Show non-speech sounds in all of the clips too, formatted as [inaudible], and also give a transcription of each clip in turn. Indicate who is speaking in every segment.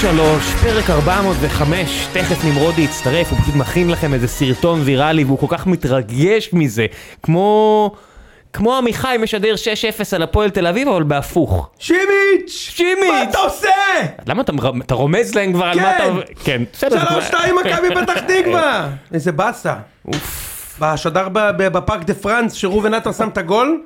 Speaker 1: 3, פרק 405, תכף נמרודי יצטרף, הוא פשוט מכין לכם איזה סרטון ויראלי והוא כל כך מתרגש מזה, כמו... כמו עמיחי משדר 6-0 על הפועל תל אביב, אבל בהפוך.
Speaker 2: שימיץ'!
Speaker 1: שימיץ'!
Speaker 2: מה אתה עושה?
Speaker 1: למה אתה, מר- אתה רומז להם כבר על מה אתה...
Speaker 2: כן.
Speaker 1: כן, בסדר.
Speaker 2: שלוש
Speaker 1: זה-
Speaker 2: שתיים מכבי פתח תקווה! איזה באסה. בשדר ב- ב- בפארק דה פרנס, שראובן עטר שם את הגול,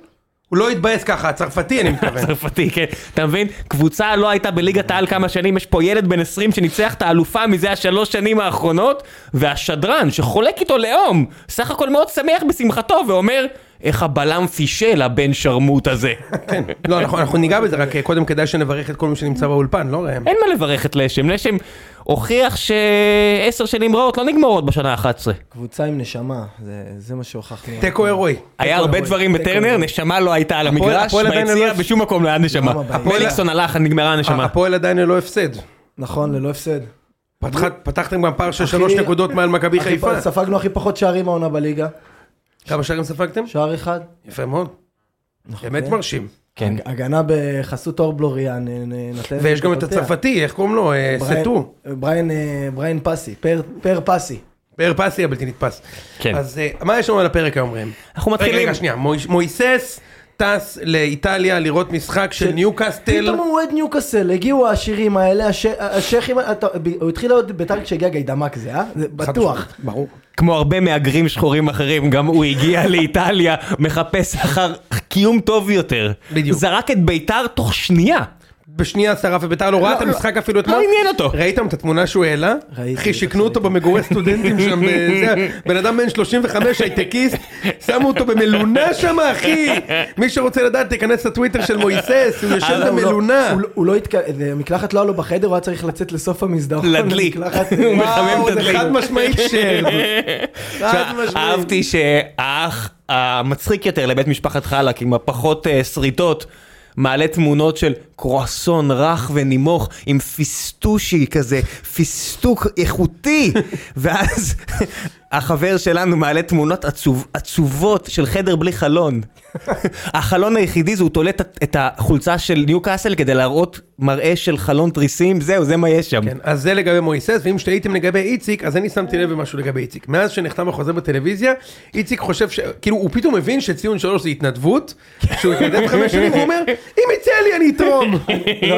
Speaker 2: הוא לא התבאס ככה, הצרפתי אני
Speaker 1: [laughs]
Speaker 2: מתכוון.
Speaker 1: צרפתי, כן. אתה מבין? קבוצה לא הייתה בליגת העל כמה שנים, יש פה ילד בן 20 שניצח את האלופה מזה השלוש שנים האחרונות, והשדרן שחולק איתו לאום, סך הכל מאוד שמח בשמחתו, ואומר, איך הבלם פישל הבן שרמוט הזה.
Speaker 2: כן. לא, אנחנו אנחנו ניגע בזה, רק אה, קודם כדאי שנברך את כל מי שנמצא באולפן, לא ראם.
Speaker 1: אין מה לברך את לשם, לשם הוכיח שעשר שנים רעות לא נגמרות בשנה ה-11.
Speaker 3: קבוצה עם נשמה, זה, זה מה שהוכחנו.
Speaker 2: תיקו אירועי.
Speaker 1: היה הרבה דברים בטרנר, נשמה לא הייתה על
Speaker 2: הפועל-
Speaker 1: המגרש,
Speaker 2: הפועל עדיין
Speaker 1: ביציע,
Speaker 2: לא-
Speaker 1: בשום מקום לא היה נשמה.
Speaker 3: הבעיה?
Speaker 2: הפועל-
Speaker 1: מליקסון הלך, נגמרה הנשמה.
Speaker 2: הפועל עדיין ללא הפסד.
Speaker 3: נכון, ללא הפסד.
Speaker 2: פתחת- פתחתם גם פער של
Speaker 3: הכי-
Speaker 2: שלוש נקודות מעל מכבי
Speaker 3: הכי
Speaker 2: חיפה.
Speaker 3: פ- ספגנו הכי פחות שערים העונה בליגה.
Speaker 2: כמה שערים ספגתם?
Speaker 3: שער אחד. נכון,
Speaker 2: יפה מאוד. באמת מרשים.
Speaker 1: כן.
Speaker 3: הג- הגנה בחסות אור בלוריאן. אה, נ- נתן
Speaker 2: ויש גם את
Speaker 3: להתפתח.
Speaker 2: הצרפתי, איך קוראים לו? אה,
Speaker 3: בריין-
Speaker 2: סטו.
Speaker 3: בריין, אה, בריין פסי, פר, פר פסי.
Speaker 2: באר פסי הבלתי נתפס.
Speaker 1: כן.
Speaker 2: אז אה, מה יש לנו על הפרק היום ראם?
Speaker 1: אנחנו
Speaker 2: רגע,
Speaker 1: מתחילים.
Speaker 2: רגע, שנייה. מויש- מויסס טס לאיטליה לראות משחק של
Speaker 3: של-
Speaker 2: ניוקאסטל.
Speaker 3: פתאום הוא אוהד ניוקאסל, הגיעו העשירים האלה, הש- השייחים, אתה- ב- הוא התחיל להיות בית"ר כשהגיע גיידמק זה, אה? זה בטוח.
Speaker 2: ברור.
Speaker 1: כמו הרבה מהגרים שחורים אחרים, גם הוא [laughs] הגיע לאיטליה, מחפש אחר קיום טוב יותר.
Speaker 2: בדיוק.
Speaker 1: זרק את ביתר תוך שנייה.
Speaker 2: בשנייה שרף את ביתר לא ראה את המשחק אפילו אתמול.
Speaker 1: עניין אותו.
Speaker 2: ראיתם את התמונה שהוא העלה?
Speaker 3: ראיתי,
Speaker 2: אחי, שיכנו
Speaker 3: ראיתי.
Speaker 2: אותו במגורי סטודנטים שם. בזה. בן אדם בן 35 הייטקיסט, שמו אותו במלונה שם אחי. מי שרוצה לדעת תיכנס לטוויטר של מויסס, הוא יושב
Speaker 3: אה, הוא לא-
Speaker 2: במלונה.
Speaker 3: הוא לא- הוא לא התק... זה מקלחת לא היה לו בחדר, הוא היה צריך לצאת לסוף המסדרון.
Speaker 1: לדלי.
Speaker 2: [laughs]
Speaker 3: המקלחת-
Speaker 1: הוא מחמם
Speaker 2: וואו,
Speaker 1: את
Speaker 2: זה
Speaker 1: הדלק.
Speaker 2: חד משמעית
Speaker 1: [laughs]
Speaker 2: של. חד
Speaker 1: עכשיו,
Speaker 2: משמעית.
Speaker 1: אהבתי שהאח המצחיק יותר לבית משפחת חלק, עם הפחות אה, שריטות, מעלה תמונות של קרואסון רך ונימוך, עם פיסטושי כזה, פיסטוק איכותי, [laughs] ואז החבר שלנו מעלה תמונות עצוב, עצובות של חדר בלי חלון. [laughs] החלון היחידי זה הוא תולה את ה- את החולצה של ניוקאסל כדי להראות מראה של חלון תריסים, זהו, זה מה יש שם.
Speaker 2: כן, אז זה לגבי מויסס, ואם שתהיתם לגבי איציק, אז אני שמתי לב למשהו לגבי איציק. מאז שנחתם החוזה בטלוויזיה, איציק חושב ש... כאילו, הוא פתאום מבין שציון שלוש זה התנדבות, שהוא התנדב חמש שנים, הוא אומר, אם יצא לי אני אתרום.
Speaker 3: לא,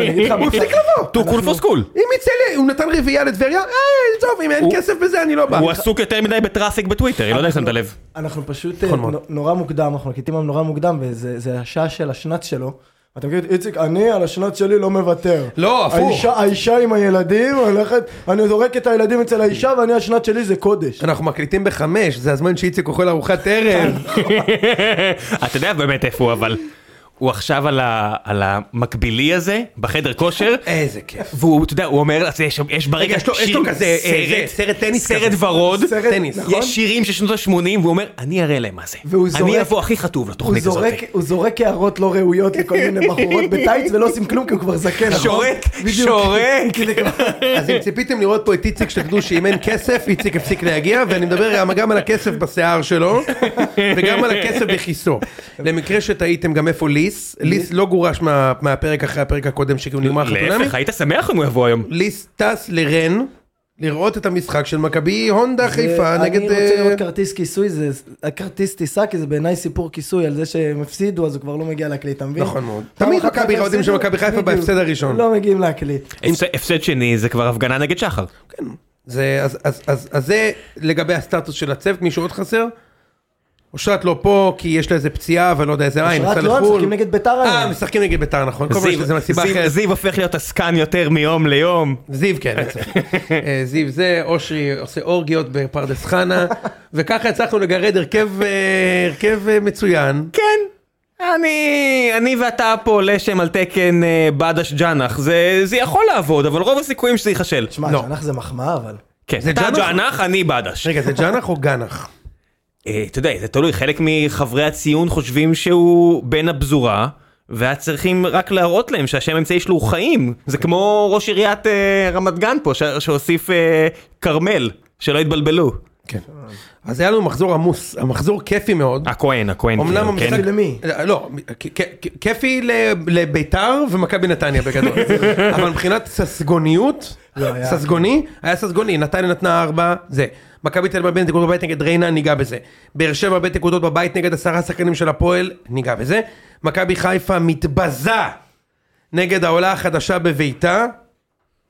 Speaker 3: אני אגיד לך,
Speaker 2: הוא הפסיק לבוא.
Speaker 1: טו קול פוסקול.
Speaker 2: אם יצא לי, הוא נתן רביעייה לטבריה, אה, עזוב, אם אין כסף בזה אני לא בא.
Speaker 1: הוא עסוק יותר מדי בטראפיק בטוויטר, אני לא יודע אם שמת לב.
Speaker 3: אנחנו פשוט
Speaker 2: נכון
Speaker 3: אה,
Speaker 2: מאוד.
Speaker 3: נו- נורא מוקדם, אנחנו מקליטים היום נורא מוקדם, וזה זה השעה של השנץ שלו. אתה מכיר, את איציק, אני על השנץ שלי לא מוותר.
Speaker 2: לא, הפוך.
Speaker 3: האישה- האישה עם הילדים הולכת, אני זורק את הילדים אצל האישה, ואני השנץ שלי זה קודש.
Speaker 2: אנחנו מקליטים בחמש, זה הזמן שאיציק אוכל ארוחת ערב.
Speaker 3: כן.
Speaker 1: אתה יודע באמת איפה הוא אבל. הוא עכשיו על, ה, על המקבילי הזה, בחדר כושר,
Speaker 2: איזה כיף.
Speaker 1: והוא, אתה יודע, הוא אומר, "אז יש, יש ברגע
Speaker 2: יש לו- יש לו כזה, אה,
Speaker 1: סרט,
Speaker 2: זה, סרט טניס
Speaker 1: סרט
Speaker 2: כזה.
Speaker 1: ורוד,
Speaker 3: סרט-
Speaker 2: טניס.
Speaker 3: נכון?
Speaker 1: יש שירים של שנות ה-80, והוא אומר, אני אראה להם מה זה.
Speaker 3: והוא
Speaker 1: אני
Speaker 3: זורק-
Speaker 1: אבוא הכי חטוב
Speaker 3: הוא
Speaker 1: לתוכנית הזאת.
Speaker 3: זורק, הוא זורק הערות לא ראויות לכל מיני בחורות בטייץ ולא עושים כלום כי הוא כבר זקן. נכון?
Speaker 1: שורק,
Speaker 3: בדיוק.
Speaker 1: שורק.
Speaker 3: כי זה כבר-
Speaker 2: אז אם ציפיתם לראות פה את איציק, שתדעו שאם אין כסף, איציק הפסיק להגיע, ואני מדבר גם- גם על הכסף בשיער שלו, וגם על הכסף בכיסו. למקרה שתהיתם גם איפה ליס, ליס לא גורש מה- מהפרק אחרי הפרק הקודם, שכאילו נגמר חתונמי,
Speaker 1: להפך, היית שמח אם הוא יבוא היום.
Speaker 2: ליס טס לרן, לראות את המשחק של מכבי הונדה חיפה נגד...
Speaker 3: אני רוצה
Speaker 2: אה,
Speaker 3: לראות כרטיס כיסוי, זה כרטיס טיסה, כי זה בעיניי סיפור כיסוי על זה שהם הפסידו, אז הוא כבר לא מגיע להקליט, אתה מבין?
Speaker 2: נכון מאוד.
Speaker 3: פעם
Speaker 2: תמיד
Speaker 3: אחת
Speaker 2: מכבי
Speaker 3: חיפה
Speaker 2: יודעים
Speaker 3: הפסידו,
Speaker 2: שמכבי חיפה
Speaker 3: בדיוק.
Speaker 2: בהפסד הראשון.
Speaker 3: לא מגיעים להקליט.
Speaker 1: הפסד שני זה כבר הפגנה נגד שחר.
Speaker 2: זה, אז, אז, אז, אז זה לגבי הסטטוס של הצוות, מישהו עוד חסר? אושרת לא פה כי יש לה איזה פציעה אבל לא יודע איזה עין,
Speaker 3: אושרת
Speaker 2: נסעה
Speaker 3: לא, הם
Speaker 2: לחו"ל.
Speaker 3: משחקים נגד ביתר
Speaker 2: אה,
Speaker 3: היום.
Speaker 2: משחקים נגד ביתר נכון, כל פעם יש לזה
Speaker 1: זיו,
Speaker 2: מסיבה
Speaker 1: זיו-
Speaker 2: אחרת.
Speaker 1: זיו הופך להיות עסקן יותר מיום ליום.
Speaker 2: זיו כן, אין ספק. אה, זיו זה, אושרי עושה אורגיות בפרדס חנה, וככה הצלחנו לגרד הרכב, אה, הרכב אה, מצוין.
Speaker 1: כן. אני, אני ואתה פה לשם על תקן אה, בדש ג'אנח, זה, זה יכול לעבוד, אבל רוב הסיכויים שזה ייכשל.
Speaker 3: שמע,
Speaker 2: לא.
Speaker 3: ג'נח זה מחמאה, אבל...
Speaker 1: כן,
Speaker 2: זה
Speaker 1: אתה
Speaker 2: ג'אנח?
Speaker 1: ג'אנח, אה, אני בדש.
Speaker 2: רגע, זה ג'אנח או גנח?
Speaker 1: אה, אתה יודע, זה תלוי, חלק מחברי הציון חושבים שהוא בן הפזורה, ואז צריכים רק להראות להם שהשם האמצעי שלו הוא חיים. זה כמו ראש עיריית אה, רמת גן פה, ש- שהוסיף אה, כרמל, שלא יתבלבלו.
Speaker 2: כן. אז היה לנו מחזור עמוס, המחזור כיפי מאוד.
Speaker 1: הכהן, הכהן.
Speaker 2: אמנם
Speaker 1: כאילו, כן?
Speaker 2: המשחק...
Speaker 3: למי?
Speaker 2: לא, כ- כ-
Speaker 3: [laughs]
Speaker 2: כיפי ל- לביתר ומכבי נתניה בגדול. אבל מבחינת ססגוניות,
Speaker 3: לא היה.
Speaker 2: ססגוני, היה ססגוני, נתניה נתנה ארבע, זה. מכבי תל אביב בין נקודות בבית נגד ריינה, ניגע בזה. באר שבע בין נקודות בבית נגד עשרה שחקנים של הפועל, ניגע בזה. מכבי חיפה מתבזה נגד העולה החדשה בביתה,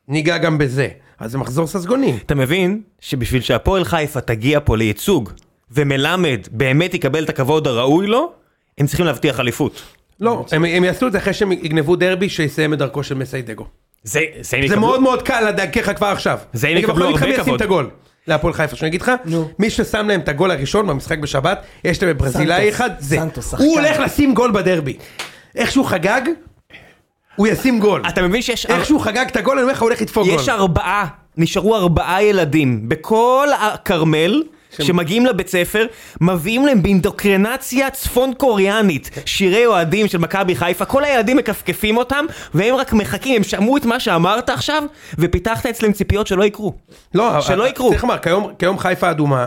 Speaker 2: ניגע גם בזה. אז זה מחזור ססגוני.
Speaker 1: אתה מבין שבשביל שהפועל חיפה תגיע פה לייצוג, ומלמד באמת יקבל את הכבוד הראוי לו, הם צריכים להבטיח אליפות.
Speaker 2: לא, הם, הם יעשו את זה אחרי שהם יגנבו דרבי שיסיים את דרכו של מסיידגו.
Speaker 1: זה, זה,
Speaker 2: זה מאוד מאוד קל לדרכך כבר עכשיו.
Speaker 1: זה הם
Speaker 2: אני גם
Speaker 1: יקבלו
Speaker 2: יכול להגיד
Speaker 1: הרבה
Speaker 2: לך מי ישים
Speaker 1: כבוד.
Speaker 2: את הגול. להפועל חיפה, שאני אגיד לך,
Speaker 3: נו.
Speaker 2: מי ששם להם את הגול הראשון במשחק בשבת, יש להם ברזילאי
Speaker 3: סנטוס,
Speaker 2: אחד, זה.
Speaker 3: סנטוס, שחקן.
Speaker 2: הוא הולך לשים גול בדרבי. איך שהוא חגג, הוא ישים גול.
Speaker 1: אתה מבין שיש
Speaker 2: איך שהוא חגג את הגול, אני אומר לך, הוא הולך לדפוק גול.
Speaker 1: יש ארבעה, נשארו ארבעה ילדים בכל הכרמל. שמגיעים לבית ספר, מביאים להם באינדוקרנציה צפון קוריאנית שירי אוהדים של מכבי חיפה, כל הילדים מכפכפים אותם, והם רק מחכים, הם שמעו את מה שאמרת עכשיו, ופיתחת אצלם ציפיות שלא יקרו.
Speaker 2: לא,
Speaker 1: שלא
Speaker 2: אבל-
Speaker 1: יקרו.
Speaker 2: צריך לומר, כיום- כיום חיפה אדומה,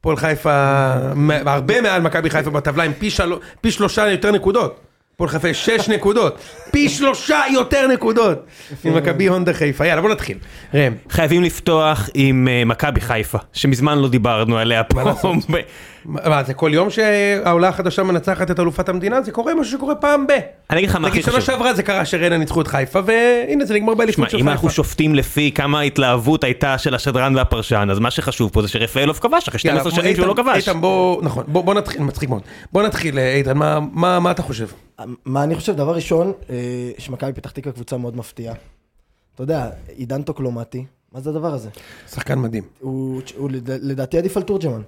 Speaker 2: הפועל חיפה מ- הרבה מעל מכבי חיפה בטבלה עם פי של- פי שלושה יותר נקודות. הפועל חיפה יש שש נקודות, פי שלושה יותר נקודות. ממכבי הונדה חיפה, יאללה בוא נתחיל. ראם,
Speaker 1: חייבים לפתוח עם אה, מכבי חיפה, שמזמן לא דיברנו עליה פה. ב-
Speaker 2: מה מה, זה כל יום שהעולה החדשה מנצחת את אלופת המדינה? זה קורה משהו שקורה פעם ב.
Speaker 1: [laughs] אני אגיד לך מה הכי
Speaker 2: נגיד שנה
Speaker 1: חשוב.
Speaker 2: שעברה זה קרה שריינה ניצחו את חיפה, והנה זה נגמר
Speaker 1: תשמע,
Speaker 2: באליפות של
Speaker 1: אם אנחנו
Speaker 2: חיפה.
Speaker 1: שופטים לפי כמה ההתלהבות הייתה של השדרן והפרשן, אז מה שחשוב פה זה שרפאלוב כבש אחרי
Speaker 2: יאללה,
Speaker 1: 12 שנים שהוא לא
Speaker 2: איתן-
Speaker 1: כבש.
Speaker 2: איתן בוא, נכון, בוא בוא נתחיל, מצחיק מאוד. בוא נתחיל אה, איתן, מה- מה מה אתה חושב?
Speaker 3: אה, מה אני חושב, דבר ראשון, אה, שמכבי פתח תקווה קבוצה מאוד מפתיעה. אתה יודע, עידן טוקלומטי, מה זה הדבר הזה?
Speaker 2: שחקן מדהים.
Speaker 3: הוא הוא לד- לדעתי עדיף על תורג'מן.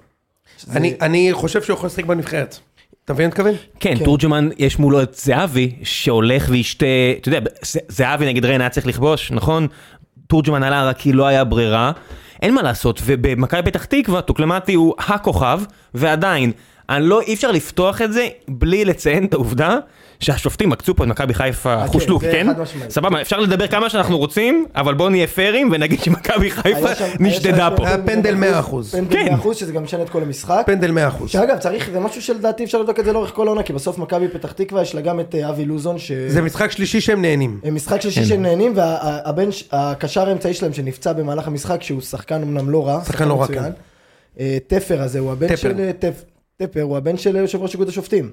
Speaker 3: שזה-
Speaker 2: אני, אני חושב שהוא יכול לשחק בנבחרת. אתה מבין מה אני מתכוון?
Speaker 1: כן,
Speaker 3: כן.
Speaker 1: תורג'מן, יש מולו את זהבי, שהולך וישתה, אתה יודע, ז- זהבי נגד ריינה היה צריך לכבוש, נכון? תורג'מן עלה רק כי לא היה ברירה, אין מה לעשות, ובמכבי פתח תקווה, טוקלמטי הוא הכוכב, ועדיין, אני לא, אי אפשר לפתוח את זה בלי לציין את העובדה שהשופטים עקצו פה את מכבי חיפה
Speaker 3: כן,
Speaker 1: חושלוק,
Speaker 3: זה
Speaker 1: כן?
Speaker 3: חד משמעית.
Speaker 1: סבבה, אפשר לדבר כמה שאנחנו רוצים, אבל בואו נהיה פיירים ונגיד שמכבי חיפה
Speaker 3: [laughs] היה שם- היה
Speaker 1: נשדדה
Speaker 3: שם-
Speaker 1: פה.
Speaker 2: היה פנדל 100%.
Speaker 3: פנדל
Speaker 1: כן.
Speaker 3: 100%, שזה גם משנה את כל המשחק.
Speaker 2: פנדל 100%.
Speaker 3: שאגב, צריך, זה משהו שלדעתי אפשר לבדוק את זה לאורך כל העונה, כי בסוף מכבי פתח תקווה יש לה גם את אה, אבי לוזון, ש...
Speaker 2: זה משחק שלישי שהם נהנים.
Speaker 3: הם משחק שלישי שהם נהנים, והבן, הקשר האמצעי שלהם שנפצע במהלך המשחק, שהוא שחקן אמנם לא רע,
Speaker 2: שחקן לא רע,
Speaker 3: מצוין. אה, תפר הזה, הוא הבן
Speaker 2: טפר.
Speaker 3: של... טפ- טפר, הוא הבן של יושב ראש איגוד השופטים.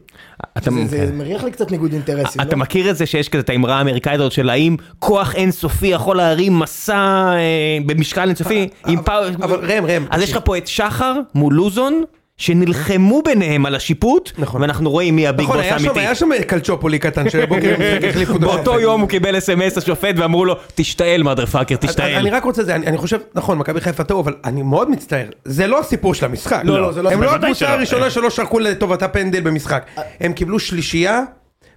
Speaker 1: אתה-
Speaker 3: זה-
Speaker 1: כן.
Speaker 3: זה מריח לי קצת ניגוד אינטרסים,
Speaker 1: אתה
Speaker 3: לא?
Speaker 1: מכיר את זה שיש כזה את האמרה האמריקאית הזאת של האם כוח אינסופי יכול להרים מסע אה, במשקל אינסופי עם פאוור...
Speaker 2: אה, אבל ראם, ראם,
Speaker 1: אז יש
Speaker 2: תקשיב.
Speaker 1: לך פה את שחר מול לוזון, שנלחמו ביניהם על השיפוט,
Speaker 2: נכון.
Speaker 1: ואנחנו רואים מי הביג
Speaker 2: נכון,
Speaker 1: בוס
Speaker 2: היה שם, היה
Speaker 1: האמיתי.
Speaker 2: שם קלצ'ופולי קטן שבבוקר המשחק החליפו אותו.
Speaker 1: באותו יום הוא קיבל אס.אם.אס השופט ואמרו לו, תשתעל מאדר פאקר,
Speaker 2: אני אני
Speaker 1: תשתעל.
Speaker 2: רק רוצה זה, אני אני חושב, נכון, מכבי חיפה טוב, אבל אני מאוד מצטער, זה לא הסיפור של המשחק.
Speaker 1: לא, לא, זה לא
Speaker 2: הם לא
Speaker 1: הסיפור.
Speaker 2: הקבוצה
Speaker 1: בוודאי
Speaker 2: הראשונה שלא שרקו לטובתה פנדל במשחק.
Speaker 3: אה.
Speaker 2: הם קיבלו שלישייה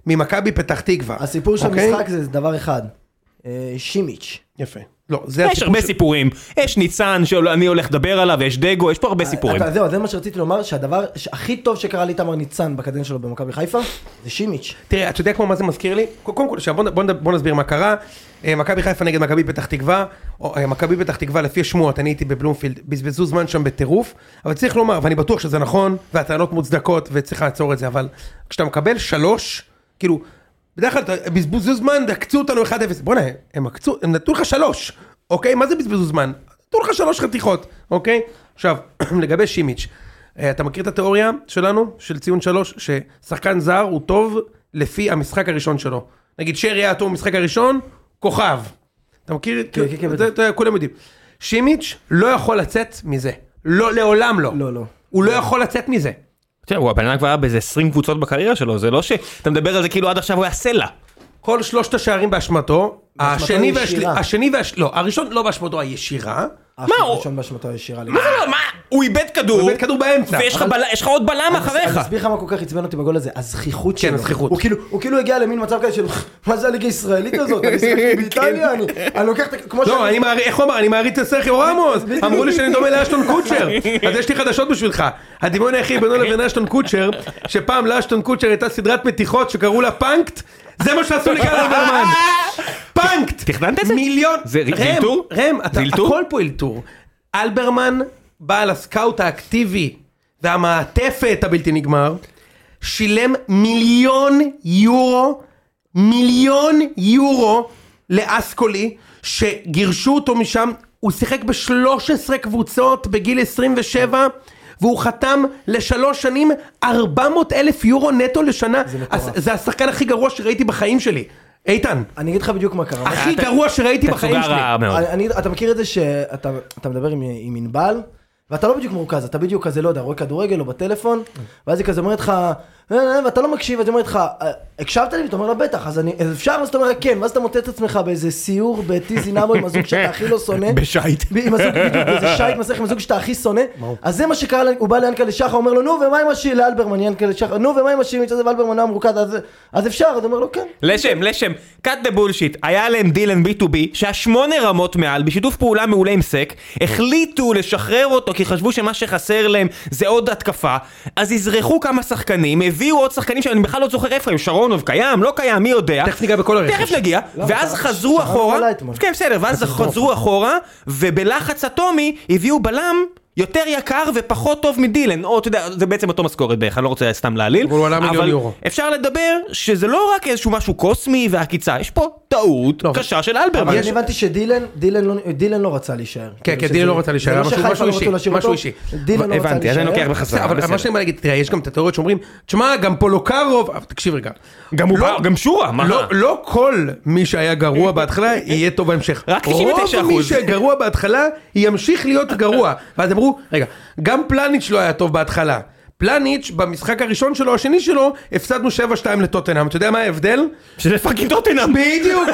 Speaker 2: ממכבי פתח תקווה.
Speaker 3: הסיפור של
Speaker 2: אוקיי?
Speaker 3: המשחק זה דבר אחד, אה, שימיץ'.
Speaker 2: יפה. לא, זה
Speaker 1: אה, יש
Speaker 2: הסיפור.
Speaker 1: הרבה
Speaker 2: של-
Speaker 1: סיפורים, יש ניצן שאני הולך לדבר עליו, יש דגו, יש פה
Speaker 2: אה,
Speaker 1: הרבה סיפורים.
Speaker 3: אתה- זהו, זה מה שרציתי לומר, שהדבר הכי טוב שקרה לאיתמר ניצן בקדנציה שלו במכבי חיפה, זה שימיץ'.
Speaker 2: תראה, אתה יודע כמו מה זה מזכיר לי? קודם כל, עכשיו בוא, נ- בוא, נ- בוא נסביר מה קרה. אה, מכבי חיפה נגד מכבי פתח תקווה, או, אה, מכבי פתח תקווה לפי השמועות, אני הייתי בבלומפילד, בזבזו זמן שם בטירוף, אבל צריך לומר, ואני בטוח שזה נכון, והטענות מוצדקות, וצריך לעצור את זה, אבל כשאתה מקבל שלוש, כאילו, בדרך כלל אתה- בזבזו זמן, עקצו אותנו 1-0, בוא'נה, הם עקצו, הם נתנו לך שלוש, אוקיי? מה זה בזבזו זמן? נתנו לך שלוש חתיכות, אוקיי? עכשיו, [clears throat] לגבי שימיץ', אה, אתה מכיר את התיאוריה שלנו, של ציון שלוש, ששחקן זר הוא טוב לפי המשחק הראשון שלו. נגיד שרי היה טוב במשחק הראשון, כוכב. אתה מכיר?
Speaker 3: כן, כן, כן,
Speaker 2: זה- זה- כולם יודעים. שימיץ' לא יכול לצאת מזה. לא, לעולם לא.
Speaker 3: לא, לא.
Speaker 2: הוא לא יכול לצאת מזה.
Speaker 1: תראה, הוא הבן אדם כבר היה באיזה 20 קבוצות בקריירה שלו, זה לא שאתה מדבר על זה כאילו עד עכשיו הוא היה סלע.
Speaker 2: כל שלושת השערים באשמתו,
Speaker 3: באשמתו
Speaker 2: השני והשלישי,
Speaker 3: הישירה.
Speaker 2: השני והש... לא, הראשון לא באשמתו הישירה,
Speaker 3: מה
Speaker 1: הוא-
Speaker 3: הוא? הראשון באשמתו הישירה.
Speaker 1: מה זה לא? מה? הוא איבד כדור.
Speaker 2: הוא איבד כדור באמצע.
Speaker 1: ויש לך
Speaker 3: אבל-
Speaker 1: בל- יש לך עוד בלם
Speaker 3: אני
Speaker 1: אחריך.
Speaker 3: אסביר לך מה כל כך עצבן אותי בגול הזה, הזכיחות שלו.
Speaker 2: כן, הזכיחות.
Speaker 3: הוא כאילו, הוא כאילו הגיע למין מצב כזה של, מה זה הליגה הישראלית הזאת? אני שיחקתי באיטליה, אני אני לוקח את... ה- כמו
Speaker 2: לא, אני מעריץ, איך הוא אמר? אני מעריץ את סרחיו
Speaker 3: [laughs]
Speaker 2: רמוס.
Speaker 3: בדיוק.
Speaker 2: אמרו לי שאני דומה לאשטון קוצ'ר. אז יש לי חדשות בשבילך. הדמיון היחיד בינו לבין
Speaker 1: אוקיי.
Speaker 2: אשטון קוצ'ר, שפעם לאשטון קוצ'ר הייתה סדרת מתיחות שקראו לה פאנקט, זה מה שעשו לגל אלברמן.
Speaker 1: [laughs]
Speaker 2: פאנקט.
Speaker 1: תכננת את זה?
Speaker 2: מיליון.
Speaker 1: זה ר- זה
Speaker 2: ראם,
Speaker 1: אלתור?
Speaker 2: ראם, אתה-
Speaker 1: זה אלתור?
Speaker 2: הכל פה אלתור. אלברמן, בעל הסקאוט האקטיבי והמעטפת הבלתי נגמר, שילם מיליון יורו, מיליון יורו לאסקולי, שגירשו אותו משם, הוא שיחק ב-13 קבוצות בגיל 27, והוא חתם לשלוש שנים 400 אלף יורו נטו לשנה.
Speaker 3: זה מטורף.
Speaker 2: אז- זה השחקן הכי גרוע שראיתי בחיים שלי. איתן,
Speaker 3: אני אגיד לך בדיוק מה קרה.
Speaker 2: הכי גרוע שראיתי בחיים
Speaker 1: תצוגה
Speaker 2: שלי.
Speaker 1: רעה מאוד.
Speaker 3: אני, אתה מכיר את זה שאתה אתה מדבר עם, עם ענבל, ואתה לא בדיוק מורכז, אתה בדיוק כזה, לא יודע, רואה כדורגל או בטלפון, ואז היא כזה אומרת לך, "אה, אה", ואתה לא מקשיב, אז היא אומרת לך, "אה, הקשבת לי? אתה אומר לה, בטח, אז אני, אז אפשר? אז אתה אומר לה, כן, ואז אתה מוטט את עצמך באיזה סיור בטיזי נאמו עם הזוג שאתה הכי לא שונא.
Speaker 1: [laughs] בשייט.
Speaker 3: ב- עם הזוג, בדיוק, באיזה שייט מסך עם הזוג שאתה הכי שונא. אז זה מה שקרה, לה- הוא בא ליענקל'ה שחר, אומר לו, נו, ומה עם השיר לאלברמן, יענקל'ה שחר, נו, ומה עם השיר הזה, ואלברמן היה מרוקד, אז- אז אפשר? אז הוא אומר לו, כן.
Speaker 1: לשם, לשם, cut the bullshit, היה להם דילן B2B שהיה שמונה רמות מעל בשיתוף פעולה מעולה עם סק, החליטו לשחרר אותו כי חשבו שמה שחסר להם זה עוד התקפה, אז אזרחו כמה שחקנים, הביאו עוד שחקנים שאני בכלל לא זוכר איפה הם, שרונוב קיים, לא קיים, מי יודע.
Speaker 2: תכף ניגע בכל הרכש.
Speaker 1: תכף נגיע,
Speaker 3: לא,
Speaker 1: ואז
Speaker 3: אבל
Speaker 1: חזרו
Speaker 3: שרונוב
Speaker 1: אחורה,
Speaker 3: עלה אתמול.
Speaker 1: כן בסדר, ואז חזרו אחורה, ובלחץ אטומי הביאו בלם. יותר יקר ופחות טוב מדילן, או אתה יודע, זה בעצם אותו משכורת בערך, אני לא רוצה סתם להעליל.
Speaker 2: אבל הוא עלה מיליון
Speaker 1: אבל
Speaker 2: יורו.
Speaker 1: אפשר לדבר שזה לא רק איזשהו משהו קוסמי והקיצה, יש פה טעות
Speaker 2: לא, אבל-
Speaker 1: קשה של אלברמן.
Speaker 3: אבל אני הבנתי שדילן, דילן לא, דילן לא רצה להישאר.
Speaker 2: כן, כן, דילן לא רצה להישאר,
Speaker 3: זה
Speaker 2: משהו-
Speaker 3: שחיפה
Speaker 2: משהו
Speaker 3: לא רצו
Speaker 2: אישי,
Speaker 3: להשאיר
Speaker 2: משהו
Speaker 3: אותו,
Speaker 2: אישי.
Speaker 3: דילן לא רצה
Speaker 1: הבנתי, אז אני לוקח
Speaker 3: להישאר.
Speaker 1: בחזרה,
Speaker 2: אבל
Speaker 1: בסדר.
Speaker 2: מה שאני בא להגיד, תראה, יש גם את התיאוריות שאומרים, תשמע, גם פולוקרוב, אבל תקשיב רגע.
Speaker 1: גם הוא
Speaker 2: לא-
Speaker 1: בא- גם שורה, מה?
Speaker 2: לא- לא כל מי שהיה גרוע בהתחלה יהיה טוב בהמשך.
Speaker 1: רק
Speaker 2: רוב מי
Speaker 1: 99%.
Speaker 2: שגרוע בהתחלה ימשיך להיות גרוע. ואז אמרו, רגע, גם פלניץ' לא היה טוב בהתחלה. פלניץ', במשחק הראשון שלו, השני שלו, הפסדנו 7-2 לטוטנאם. אתה יודע מה ההבדל?
Speaker 1: שזה פאקינג טוטנאם.
Speaker 2: בדיוק,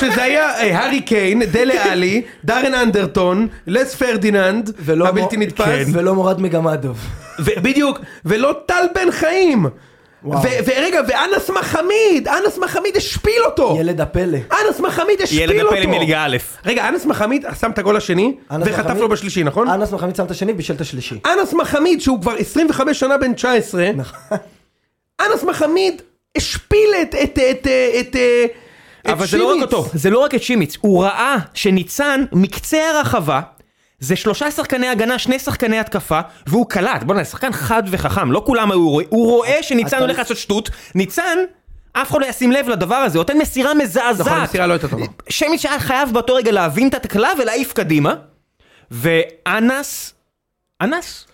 Speaker 2: שזה היה אה, הארי קיין, דלה עלי, דארן אנדרטון, לס פרדיננד,
Speaker 3: ולא
Speaker 2: הבלתי
Speaker 3: מור- כן.
Speaker 2: נתפס, נכון.
Speaker 3: ולא מורד מגמדוב.
Speaker 2: ובדיוק, ולא טל בן חיים.
Speaker 3: וואו.
Speaker 2: ו- ורגע, ואנס מחמיד, אנס מחמיד השפיל אותו.
Speaker 3: ילד הפלא.
Speaker 2: אנס מחמיד השפיל אותו.
Speaker 1: ילד הפלא מליגה א'.
Speaker 2: רגע, אנס מחמיד שם את הגול השני,
Speaker 3: אנס
Speaker 2: וחטף
Speaker 3: מחמיד-
Speaker 2: לו בשלישי, נכון?
Speaker 3: אנס מחמיד שם את השני, בישל את השלישי.
Speaker 2: אנס מחמיד, שהוא כבר 25 שנה בן 19,
Speaker 3: נכון.
Speaker 2: אנס מחמיד השפיל את... את... את... את... אה, את
Speaker 1: אבל זה לא רק
Speaker 2: שימיץ.
Speaker 1: אותו, זה לא רק את שימיץ, הוא ראה שניצן מקצה הרחבה, זה שלושה שחקני הגנה, שני שחקני התקפה, והוא קלט, בוא'נה, שחקן חד וחכם, לא כולם היו רואים, הוא רואה שניצן
Speaker 3: אתה-
Speaker 2: לא-
Speaker 1: הולך לעשות שטות, ניצן, אף אחד לא ישים לב לדבר הזה, נותן מסירה מזעזעת.
Speaker 2: נכון, המסירה לא הייתה טובה.
Speaker 1: שמיץ היה חייב באותו רגע להבין את התקלה ולהעיף קדימה, ואנס, אנס?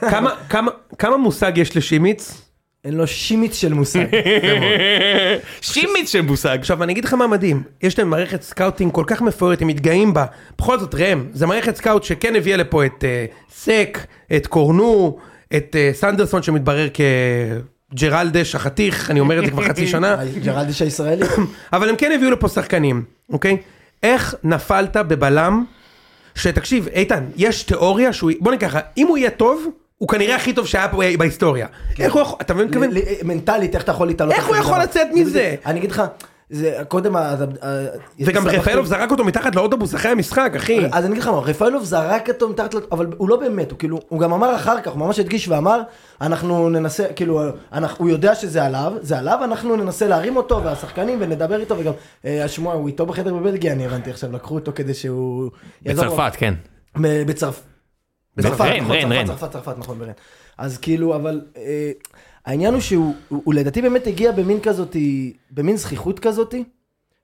Speaker 2: כמה- כמה- כמה מושג יש לשימיץ?
Speaker 3: אין לו שימיץ של מושג.
Speaker 2: [laughs]
Speaker 1: שימיץ של מושג.
Speaker 2: עכשיו אני אגיד לך מה מדהים, יש להם מערכת סקאוטינג כל כך מפוארת, הם מתגאים בה. בכל זאת ראם, זה מערכת סקאוט שכן הביאה לפה את אה, סק, את קורנו, את אה, סנדרסון שמתברר כג'רלדש החתיך, אני אומר את זה כבר חצי
Speaker 3: [laughs]
Speaker 2: שנה,
Speaker 3: ג'רלדיש הישראלי.
Speaker 2: [coughs] אבל הם כן הביאו לפה שחקנים, אוקיי? איך נפלת בבלם, שתקשיב איתן, יש תיאוריה שהוא, בוא נגיד ככה, אם הוא יהיה טוב, הוא כנראה הכי טוב שהיה פה אה, בהיסטוריה. איך הוא יכול, אתה מבין? מה אני מתכוון?
Speaker 3: ל- ל- מנטלית, איך אתה יכול להתעלות?
Speaker 2: איך
Speaker 3: על
Speaker 2: הוא
Speaker 3: זה
Speaker 2: יכול
Speaker 3: דבר?
Speaker 2: לצאת
Speaker 3: זה
Speaker 2: מזה?
Speaker 3: בדיוק. אני אגיד לך, זה קודם... ה- ה- ה-
Speaker 2: וגם
Speaker 3: הסתבכתי-
Speaker 2: רפאלוב זרק אותו מתחת לאוטובוס אחרי המשחק, אחי.
Speaker 3: אז אני אגיד לך מה, רפאלוב זרק אותו מתחת לת... אבל הוא לא באמת, הוא כאילו, הוא גם אמר אחר כך, הוא ממש הדגיש ואמר, אנחנו ננסה, כאילו, אנחנו, הוא יודע שזה עליו, זה עליו, אנחנו ננסה להרים אותו, והשחקנים, ונדבר איתו, וגם, אה, השמוע, הוא איתו בחדר בבלגיה, אני הבנתי עכשיו, לקחו אותו כדי שהוא... יעזור לו.
Speaker 1: בצרפת, כן.
Speaker 3: ב- בצרפ... בצרפת,
Speaker 1: רן,
Speaker 3: נכון,
Speaker 1: רן,
Speaker 3: צרפת,
Speaker 1: רן.
Speaker 3: צרפת, צרפת, נכון, ברן. אז כאילו, אבל אה, העניין הוא שהוא, הוא הוא לדעתי באמת הגיע במין כזאת, במין זכיחות כזאת.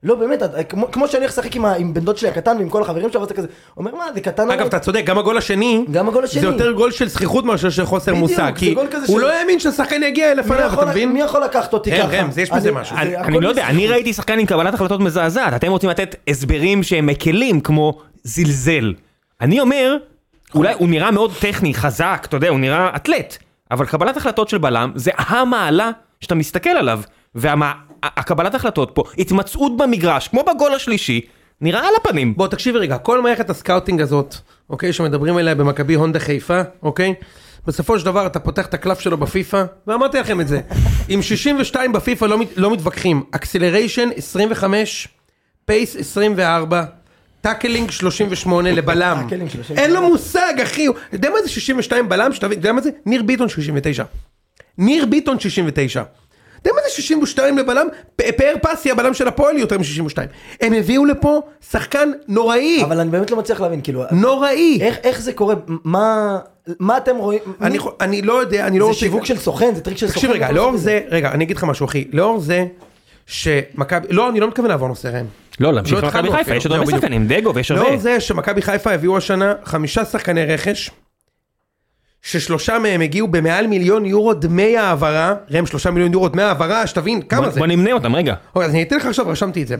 Speaker 3: לא, באמת, את- כמו, כמו שאני הולך לשחק עם, ה- עם בן דוד שלי הקטן ועם כל החברים שלו, ואתה כזה, אומר, מה, זה קטן...
Speaker 2: אגב,
Speaker 3: אבל-
Speaker 2: אתה צודק, גם הגול השני,
Speaker 3: לא. גם הגול השני.
Speaker 2: זה יותר גול של זכיחות מאשר של חוסר
Speaker 3: בדיוק,
Speaker 2: מושג,
Speaker 3: זה
Speaker 2: כי
Speaker 3: גול כזה
Speaker 2: הוא
Speaker 3: של-
Speaker 2: לא האמין שהשחקן יגיע
Speaker 3: מי
Speaker 2: לפניו,
Speaker 3: יכול-
Speaker 2: אתה מבין?
Speaker 3: מי יכול לקחת אותי
Speaker 2: רם,
Speaker 3: ככה?
Speaker 2: רם, זה- יש בזה משהו.
Speaker 3: זה-
Speaker 1: אני
Speaker 3: הכל
Speaker 1: לא יודע, אני
Speaker 3: בזכיחות.
Speaker 1: ראיתי שחקן עם קבלת החלטות מזעזעת, אתם רוצים לתת הסברים שהם מקלים כמו זלזל. אני אומר, אולי הוא נראה מאוד טכני, חזק, אתה יודע, הוא נראה אתלט, אבל קבלת החלטות של בלם זה המעלה שאתה מסתכל עליו, והקבלת החלטות פה, התמצאות במגרש, כמו בגול השלישי, נראה על הפנים.
Speaker 2: בוא תקשיב רגע, כל מערכת הסקאוטינג הזאת, אוקיי, שמדברים עליה במכבי הונדה חיפה, אוקיי? בסופו של דבר אתה פותח את הקלף שלו בפיפא, ואמרתי לכם
Speaker 3: [laughs]
Speaker 2: את זה, עם 62 בפיפא לא, מת- לא מתווכחים, אקסלריישן 25, פייס 24, טאקלינג 38 לבלם.
Speaker 3: טאקלינג 38.
Speaker 2: אין לו מושג אחי, הוא- אתה יודע מה זה 62 בלם, שאתה מבין, אתה יודע מה זה? ניר ביטון 69. ניר ביטון 69. אתה יודע מה זה 62 לבלם? פ- פאר פסי הבלם של הפועל יותר מ-62. הם הביאו לפה שחקן נוראי.
Speaker 3: אבל אני באמת לא מצליח להבין, כאילו,
Speaker 2: נוראי.
Speaker 3: איך- איך זה קורה? מה מה אתם רואים?
Speaker 2: אני חו- אני לא יודע, אני לא
Speaker 3: זה
Speaker 2: רוצה...
Speaker 3: שיווק של סוכן, זה טריק של סוכן.
Speaker 2: תקשיב רגע,
Speaker 3: אתה
Speaker 2: לאור
Speaker 3: עושה את
Speaker 2: זה, רגע, אני אגיד לך משהו אחי, לאור זה שמכבי, לא, אני לא מתכוון לעבור נושא ראם.
Speaker 1: לא, להמשיך
Speaker 2: לא
Speaker 1: עם מכבי
Speaker 2: התחלנו
Speaker 1: חיפה,
Speaker 2: אפילו.
Speaker 1: יש עוד
Speaker 2: לא,
Speaker 1: הרבה
Speaker 2: בדיוק.
Speaker 1: שחקנים, דגו ויש הרבה.
Speaker 2: לאור זה שמכבי חיפה הביאו השנה חמישה שחקני רכש, ששלושה מהם הגיעו במעל מיליון יורו דמי העברה, ראם שלושה מיליון יורו דמי העברה, שתבין
Speaker 1: בוא-
Speaker 2: כמה זה.
Speaker 1: בוא נמנה אותם, רגע.
Speaker 2: אוקיי, אז אני אתן לך עכשיו, רשמתי את זה.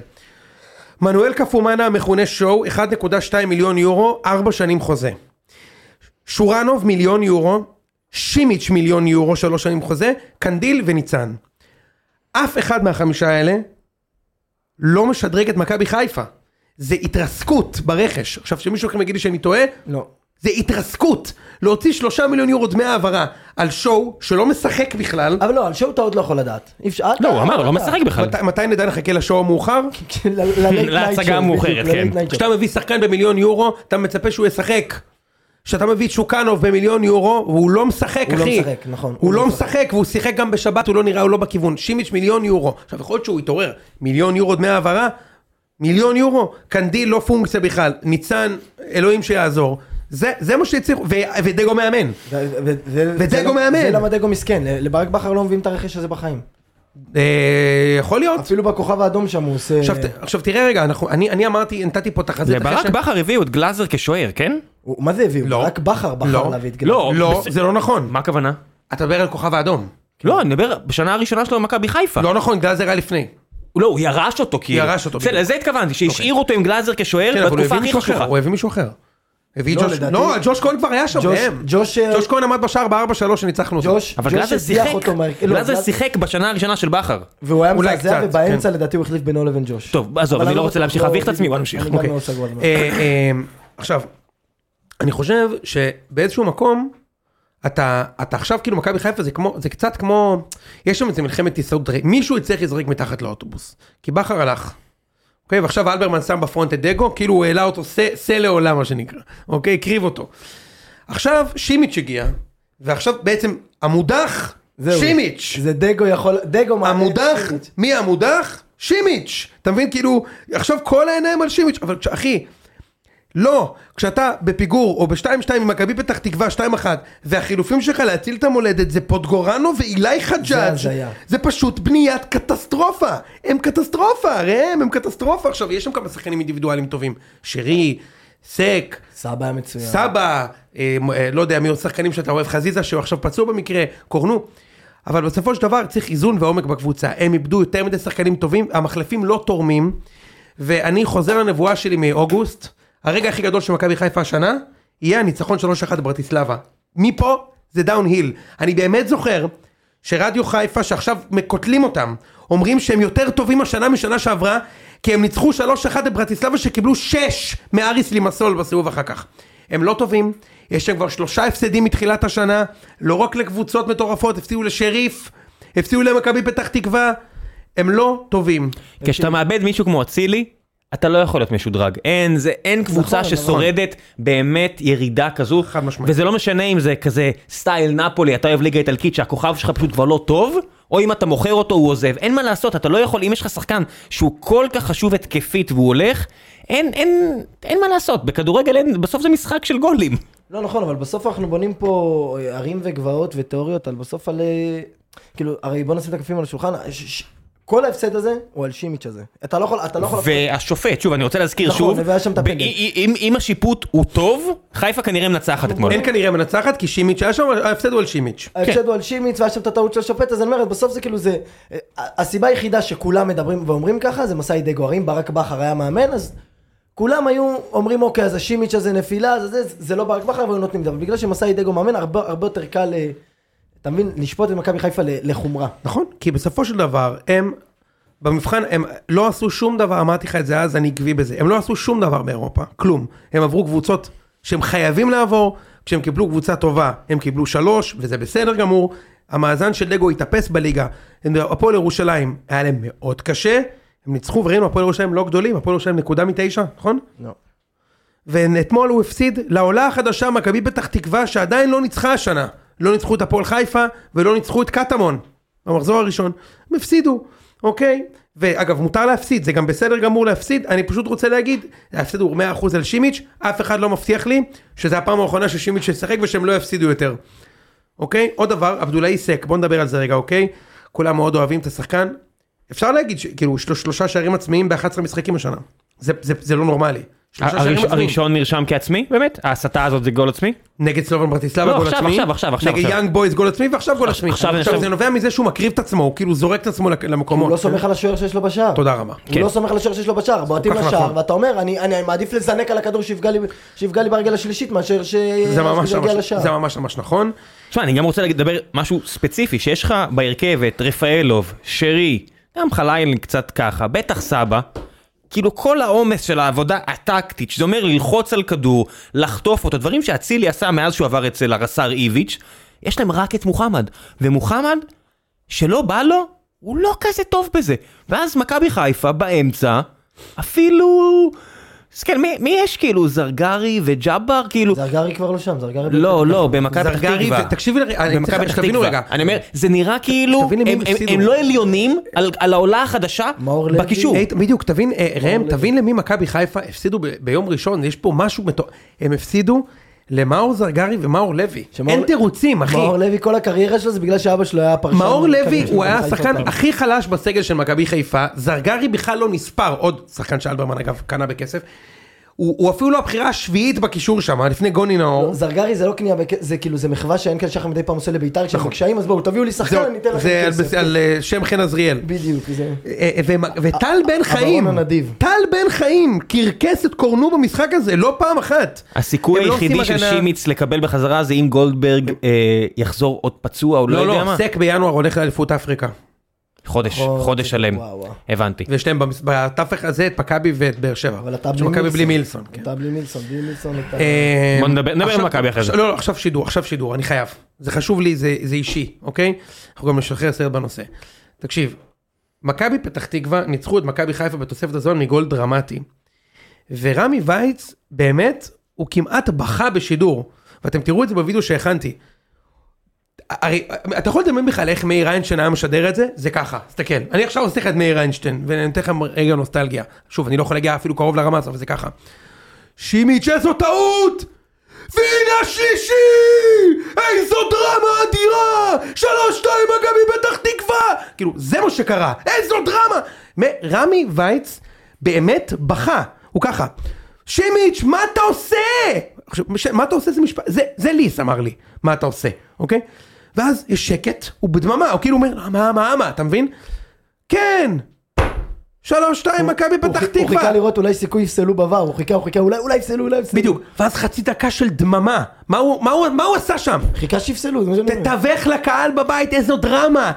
Speaker 2: מנואל קפומאנה המכונה שואו, 1.2 מיליון יורו, 4 שנים חוזה. שורנוב מיליון יורו, שימיץ' מיליון יורו, 3 שנים חוזה, קנדיל וניצן. אף אחד מהחמישה האלה לא משדרג את מכבי חיפה. זה התרסקות ברכש. עכשיו, שמישהו מכם יגיד לי שאני טועה,
Speaker 3: לא.
Speaker 2: זה התרסקות. להוציא שלושה מיליון יורו דמי העברה על שואו שלא משחק בכלל.
Speaker 3: אבל לא, על שואו אתה עוד לא יכול לדעת. אי אפשר...
Speaker 1: לא, הוא אמר, הוא לא משחק בכלל.
Speaker 2: מתי, מתי נדע נחכה לשואו המאוחר?
Speaker 3: כן, ל-
Speaker 1: [laughs]
Speaker 3: ל- late night
Speaker 1: להצגה
Speaker 3: show, בדיוק,
Speaker 1: המאוחרת,
Speaker 3: ל-
Speaker 1: כן.
Speaker 3: late night show.
Speaker 2: כשאתה מביא שחקן במיליון יורו, אתה מצפה שהוא ישחק. כשאתה מביא את שוקנוב במיליון יורו, והוא לא משחק,
Speaker 3: הוא לא
Speaker 2: אחי.
Speaker 3: משחק, נכון.
Speaker 2: הוא לא משחק, והוא שיחק גם בשבת, הוא לא נראה, הוא לא בכיוון. שימיץ' מיליון יורו. עכשיו, יכול להיות שהוא יתעורר. מיליון יורו דמי העברה? מיליון יורו? קנדיל לא פונקציה בכלל. ניצן, אלוהים שיעזור. זה, זה מה שהצליחו, ו- ודגו מאמן.
Speaker 3: ו- ו- ו-
Speaker 2: ודגו
Speaker 3: זה לא-
Speaker 2: מאמן.
Speaker 3: זה למה דגו מסכן, ל- לברק בכר לא מביאים את הרכש הזה בחיים.
Speaker 2: אה, יכול להיות.
Speaker 3: אפילו בכוכב האדום שם הוא עושה...
Speaker 2: עכשיו, ת- עכשיו תראה רגע, אנחנו, אני, אני אמרתי, נתתי פה תחזית. אחרי
Speaker 1: לברק
Speaker 2: ש-
Speaker 1: בכר הביאו את גלאזר כשוער, כן?
Speaker 3: הוא- מה זה הביאו?
Speaker 2: לא.
Speaker 3: רק בכר בחר
Speaker 2: לא.
Speaker 3: להביא את
Speaker 1: לא.
Speaker 2: לא,
Speaker 1: בס-
Speaker 2: זה לא נכון.
Speaker 1: מה הכוונה?
Speaker 2: אתה מדבר על כוכב האדום.
Speaker 1: לא, אני מדבר, בשנה הראשונה שלו במכבי חיפה.
Speaker 2: לא נכון, גלאזר היה לפני.
Speaker 1: לא, הוא ירש אותו כאילו.
Speaker 2: ירש אותו,
Speaker 1: בסדר,
Speaker 2: בדיוק.
Speaker 1: לזה התכוונתי, שהשאיר אותו עם גלאזר
Speaker 2: כן,
Speaker 1: כשוער
Speaker 2: אבל הוא
Speaker 1: בתקופה
Speaker 2: הביא
Speaker 1: הכי
Speaker 2: מישהו אחר,
Speaker 1: חשוכה.
Speaker 2: הוא הביא מישהו אחר. הביא את
Speaker 3: לא,
Speaker 2: ג'וש,
Speaker 3: לדעתי-
Speaker 2: לא, ג'וש כהן כבר היה שם,
Speaker 3: ג'וש-
Speaker 2: ראם.
Speaker 3: ג'וש, אה,
Speaker 2: ג'וש כהן עמד בשער ב-4-3 שניצחנו אותו.
Speaker 3: ג'וש,
Speaker 1: אבל
Speaker 3: ג'וש
Speaker 1: גלאזר
Speaker 3: הזניח
Speaker 1: שיחק,
Speaker 3: אותו מהר- לא,
Speaker 1: גלאזר
Speaker 3: גלאזר-
Speaker 1: שיחק בשנה הראשונה של בכר.
Speaker 3: והוא היה
Speaker 2: אולי
Speaker 3: מזעזע
Speaker 2: קצת,
Speaker 3: ובאמצע לדעתי הוא החליף בינו לבין ג'וש.
Speaker 1: כן. טוב, עזוב,
Speaker 3: אבל
Speaker 1: אני לא רוצה להמשיך להביך את עצמי, בוא נמשיך.
Speaker 3: אני
Speaker 1: אוקיי.
Speaker 3: גם מאוד סגור על זה.
Speaker 2: אה, אה, עכשיו, אני חושב שבאיזשהו מקום, אתה אתה עכשיו כאילו מכבי חיפה זה כמו, זה קצת כמו, יש שם איזה מלחמת הישרדות, הרי מישהו יצטרך להזריק מתחת לאוטובוס, כי בכר הלך. אוקיי, ועכשיו אלברמן שם בפרונט את דגו, כאילו הוא העלה אותו שא- שא לעולם מה שנקרא, אוקיי, הקריב אותו. עכשיו שימיץ' הגיע, ועכשיו בעצם המודח,
Speaker 3: זהו.
Speaker 2: שימיץ'.
Speaker 3: זה דגו יכול, דגו מעלה את
Speaker 2: המודח,
Speaker 3: לא שימיץ'.
Speaker 2: מי המודח? שימיץ'. אתה מבין? כאילו, עכשיו כל העיניים על שימיץ', אבל כש- אחי, לא, כשאתה בפיגור או ב-2-2 עם מכבי פתח תקווה 2-1, והחילופים שלך להציל את המולדת זה פוטגורנו ואילי חג'אג',
Speaker 3: הזיה.
Speaker 2: זה פשוט בניית קטסטרופה. הם קטסטרופה, ראם, הם קטסטרופה. עכשיו, יש שם כמה שחקנים אינדיבידואלים טובים. שרי, סק,
Speaker 3: סבא היה מצוין.
Speaker 2: סבא, אה, מ- אה, לא יודע מי עוד שחקנים שאתה אוהב, חזיזה שהוא עכשיו פצוע במקרה, קורנו. אבל בסופו של דבר צריך איזון ועומק בקבוצה. הם איבדו יותר מדי שחקנים טובים, המחלפים לא תורמים. ואני חוזר לנבואה שלי מאוגוסט, הרגע הכי גדול של מכבי חיפה השנה, יהיה הניצחון 3-1 ברטיסלבה. מפה זה דאון היל. אני באמת זוכר שרדיו חיפה שעכשיו מקוטלים אותם, אומרים שהם יותר טובים השנה משנה שעברה, כי הם ניצחו 3-1 בברטיסלבה שקיבלו 6 מאריס לימסול בסיבוב אחר כך. הם לא טובים, יש להם כבר שלושה הפסדים מתחילת השנה, לא רק לקבוצות מטורפות, הפסידו לשריף, הפסידו למכבי פתח תקווה, הם לא טובים.
Speaker 1: כשאתה מאבד מישהו כמו אצילי, אתה לא יכול להיות משודרג. אין, זה, אין קבוצה
Speaker 3: נכון,
Speaker 1: ששורדת באמת ירידה כזו.
Speaker 2: חד משמעית.
Speaker 1: וזה לא משנה אם זה כזה סטייל נפולי, אתה אוהב ליגה איטלקית שהכוכב שלך פשוט כבר לא טוב, או אם אתה מוכר אותו הוא עוזב. אין מה לעשות, אתה לא יכול, אם יש לך שחקן שהוא כל כך חשוב התקפית והוא הולך, אין, אין, אין מה לעשות. בכדורגל אין, בסוף זה משחק של גולים.
Speaker 3: לא נכון, אבל בסוף אנחנו בונים פה ערים וגבעות ותיאוריות על בסוף על... אה, כאילו, הרי בוא נשים את הקלפים על השולחן, ש- ש- כל ההפסד הזה הוא על שימיץ' הזה. אתה לא יכול, אתה לא יכול...
Speaker 1: והשופט, שוב, אני רוצה להזכיר
Speaker 3: נכון,
Speaker 1: שוב,
Speaker 3: והיה שם את
Speaker 1: ב-
Speaker 3: הפנדל.
Speaker 1: אם- אם- אם השיפוט הוא טוב, חיפה כנראה מנצחת אתמול.
Speaker 2: אין כנראה מנצחת, כי שימיץ' היה שם, ההפסד הוא על שימיץ'.
Speaker 3: ההפסד הוא על שימיץ והיה שם את הטעות של השופט, אז אני אומר, בסוף זה כאילו זה... אה, הסיבה היחידה שכולם מדברים ואומרים ככה זה מסאי דגו, הרי אם ברק בכר היה מאמן, אז כולם היו אומרים, אוקיי, אז השימיץ' הזה נפילה, אז זה, זה לא ברק בכר, אבל היו נותנים את זה. אבל בגלל שמסאי דגו מאמן, הרבה, הרבה יותר קל, אה, אתה מבין, לשפוט את מכבי חיפה ל- לחומרה.
Speaker 2: נכון, כי בסופו של דבר הם, במבחן הם לא עשו שום דבר, אמרתי לך את זה אז, אני עקבי בזה, הם לא עשו שום דבר באירופה, כלום. הם עברו קבוצות שהם חייבים לעבור, כשהם קיבלו קבוצה טובה, הם קיבלו שלוש, וזה בסדר גמור. המאזן של דגו התאפס בליגה. הם- הפועל ירושלים, היה להם מאוד קשה, הם ניצחו, וראינו, הפועל ירושלים לא גדולים, הפועל ירושלים נקודה מתשע, נכון?
Speaker 3: לא.
Speaker 2: ואתמול הוא הפסיד לעולה החדשה מכבי פתח תקווה שעדיין לא ניצחה השנה. לא ניצחו את הפועל חיפה ולא ניצחו את קטמון במחזור הראשון. הם הפסידו, אוקיי? ואגב, מותר להפסיד, זה גם בסדר גמור להפסיד. אני פשוט רוצה להגיד, ההפסד הוא 100% על שימיץ', אף אחד לא מבטיח לי שזו הפעם האחרונה ששימיץ' ישחק ושהם לא יפסידו יותר. אוקיי? עוד דבר, עבדולאי סק, בוא נדבר על זה רגע, אוקיי? כולם מאוד אוהבים את השחקן. אפשר להגיד, ש- כאילו, של- שלושה שערים עצמיים ב-11 משחקים השנה. זה- זה זה לא נורמלי. שלושה שערים
Speaker 1: הראש-
Speaker 2: עצמיים.
Speaker 1: הראשון נרשם כעצמי, באמת? ההסתה הזאת זה גול עצמי?
Speaker 2: נגד סלובן ברטיסלבה
Speaker 1: לא,
Speaker 2: גול
Speaker 1: עכשיו,
Speaker 2: עצמי.
Speaker 1: עכשיו, עכשיו, עכשיו,
Speaker 2: נגד
Speaker 1: עכשיו.
Speaker 2: יאנג בויז גול עצמי ועכשיו גול עצמי.
Speaker 1: עכשיו אני
Speaker 2: עכשיו
Speaker 1: חושב-
Speaker 2: זה נובע מזה שהוא מקריב את עצמו, הוא כאילו זורק את עצמו לק-
Speaker 3: הוא לא
Speaker 2: למקומות.
Speaker 3: סומך על השוער שיש לו בשער.
Speaker 2: תודה רבה.
Speaker 1: כן.
Speaker 3: הוא לא סומך על השוער שיש לו בשער, בועטים
Speaker 2: כך
Speaker 3: לשער,
Speaker 2: נכון.
Speaker 3: ואתה אומר, "אני- אני אני מעדיף לזנק על הכדור שיפגע לי- שיפגע לי ברגל השלישית מאשר ש-
Speaker 2: זה ממש
Speaker 3: שיגיע
Speaker 2: ממש-
Speaker 3: לשער.
Speaker 2: זה ממש ממש נכון.
Speaker 1: תשמע, אני גם רוצה לדבר משהו ספציפי, שיש לך בהרכב את רפאלוב, שרי, גם חליין קצת ככה, בטח סבא. כאילו כל העומס של העבודה הטקטית, שזה אומר ללחוץ על כדור, לחטוף אותו, דברים שאצילי עשה מאז שהוא עבר אצל הרס"ר איביץ', יש להם רק את מוחמד. ומוחמד, שלא בא לו, הוא לא כזה טוב בזה. ואז מכבי חיפה באמצע, אפילו... אז כן, מי, מי יש כאילו? זרגרי וג'אבר? כאילו...
Speaker 3: זרגרי כבר לא שם, זרגרי...
Speaker 1: לא, לא, במכבי פתח
Speaker 2: זרגרי,
Speaker 1: תקווה.
Speaker 2: ו- תקשיבי, רגע, אני
Speaker 1: במכבי
Speaker 2: צריך-
Speaker 1: פתח
Speaker 2: שתבינו
Speaker 1: תקווה.
Speaker 2: רגע.
Speaker 1: אני אומר, זה נראה כאילו,
Speaker 2: שתבין למי
Speaker 1: הם-
Speaker 2: הם
Speaker 1: הם-
Speaker 2: הפסידו.
Speaker 1: הם לא עליונים על- על העולה החדשה
Speaker 3: מאור לוי.
Speaker 1: בקישור.
Speaker 2: איתן, בדיוק, תבין, אה,
Speaker 3: לא
Speaker 2: ראם, תבין למי מכבי חיפה הפסידו ב- ביום ראשון, יש פה משהו מטורף. הם הפסידו למאור זרגרי ומאור לוי.
Speaker 3: שמאור-
Speaker 2: אין תירוצים, אחי.
Speaker 3: מאור לוי, כל הקריירה שלו זה בגלל שאבא שלו היה פרשן.
Speaker 2: מאור לוי
Speaker 3: כדורגל
Speaker 2: הוא היה
Speaker 3: בחיפה
Speaker 2: השחקן
Speaker 3: פעם.
Speaker 2: הכי חלש בסגל של מכבי חיפה, זרגרי בכלל לא נספר, עוד שחקן שאלברמן אגב קנה בכסף. הוא הוא אפילו לא הבחירה השביעית בקישור שם, אה, לפני גוני נאור.
Speaker 3: זרגרי זה לא קנייה, בכ- זה כאילו, זה מחווה שאין כאן שחר מדי פעם עושה לביתר כשהם בקשיים, אז בואו תביאו לי שחקן,
Speaker 2: נכון. זהו,
Speaker 3: אני אתן לכם
Speaker 2: זה על בס-
Speaker 3: כסף. כן.
Speaker 2: על אה, שם חן עזריאל.
Speaker 3: בדיוק, זה...
Speaker 2: אה, אה, ו- וטל בן חיים,
Speaker 3: הנדיב.
Speaker 2: טל בן חיים קרקס את קורנו במשחק הזה, לא פעם אחת.
Speaker 1: הסיכוי
Speaker 2: הם לא עושים
Speaker 1: היחידי של
Speaker 2: הגנה-
Speaker 1: שימיץ לקבל בחזרה זה אם גולדברג אה, יחזור עוד פצוע או לא
Speaker 2: לא,
Speaker 1: יודע
Speaker 2: לא,
Speaker 1: מה.
Speaker 2: סק בינואר הולך לאליפות אפריקה.
Speaker 1: חודש,
Speaker 3: חודש,
Speaker 1: חודש שלם.
Speaker 3: אה, וואו, וואו.
Speaker 1: הבנתי.
Speaker 2: ושתיהם במס- בתווך הזה את מכבי ואת באר שבע.
Speaker 3: אבל אתה בלי
Speaker 2: שמכבי בלי
Speaker 3: מילסון.
Speaker 2: מילסון. כן.
Speaker 3: אתה בלי מילסון, בלי מילסון. אתה-
Speaker 2: אה,
Speaker 1: בוא נדבר- נדבר
Speaker 2: עכשיו-
Speaker 1: על מכבי אחרי זה.
Speaker 2: לא, לא, עכשיו שידור, עכשיו שידור, אני חייב. זה חשוב לי, זה זה אישי, אוקיי? אנחנו גם נשחרר סרט בנושא. תקשיב, מכבי פתח תקווה ניצחו את מכבי חיפה בתוספת הזמן מגול דרמטי. ורמי וייץ, באמת, הוא כמעט בכה בשידור. ואתם תראו את זה בווידאו שהכנתי. הרי אתה יכול לדמיין בכלל איך מאיר איינשטיין היה משדר את זה? זה ככה, תסתכל. אני עכשיו עושה לך את מאיר איינשטיין, ואני נותן לכם רגע נוסטלגיה. שוב, אני לא יכול להגיע אפילו קרוב לרמה הזאת, אבל זה ככה. שימיץ' איזו טעות! והנה השלישי! איזו דרמה אדירה! שלוש שתיים מכבי פתח תקווה! כאילו, זה מה שקרה! איזו דרמה! מ- רמי וייץ באמת בכה, הוא ככה. שימיץ', מה אתה עושה? עכשיו, ש- מה אתה עושה זה משפט, זה, זה ליס אמר לי, מה אתה עושה, אוקיי? ואז יש שקט, הוא בדממה, הוא כאילו אומר, מה, מה, מה, אתה מבין? כן! שלוש שתיים מכבי
Speaker 3: הוא-
Speaker 2: פתח
Speaker 3: הוא-
Speaker 2: תקווה!
Speaker 3: הוא חיכה לראות אולי סיכוי יפסלו בVAR, הוא חיכה, הוא חיכה, אולי אולי יפסלו, אולי יפסלו.
Speaker 2: בדיוק, ואז חצי דקה של דממה, מה הוא, מה הוא, מה הוא עשה שם?
Speaker 3: חיכה שיפסלו, זה מה שאני אומר.
Speaker 2: תתווך לקהל בבית איזו דרמה.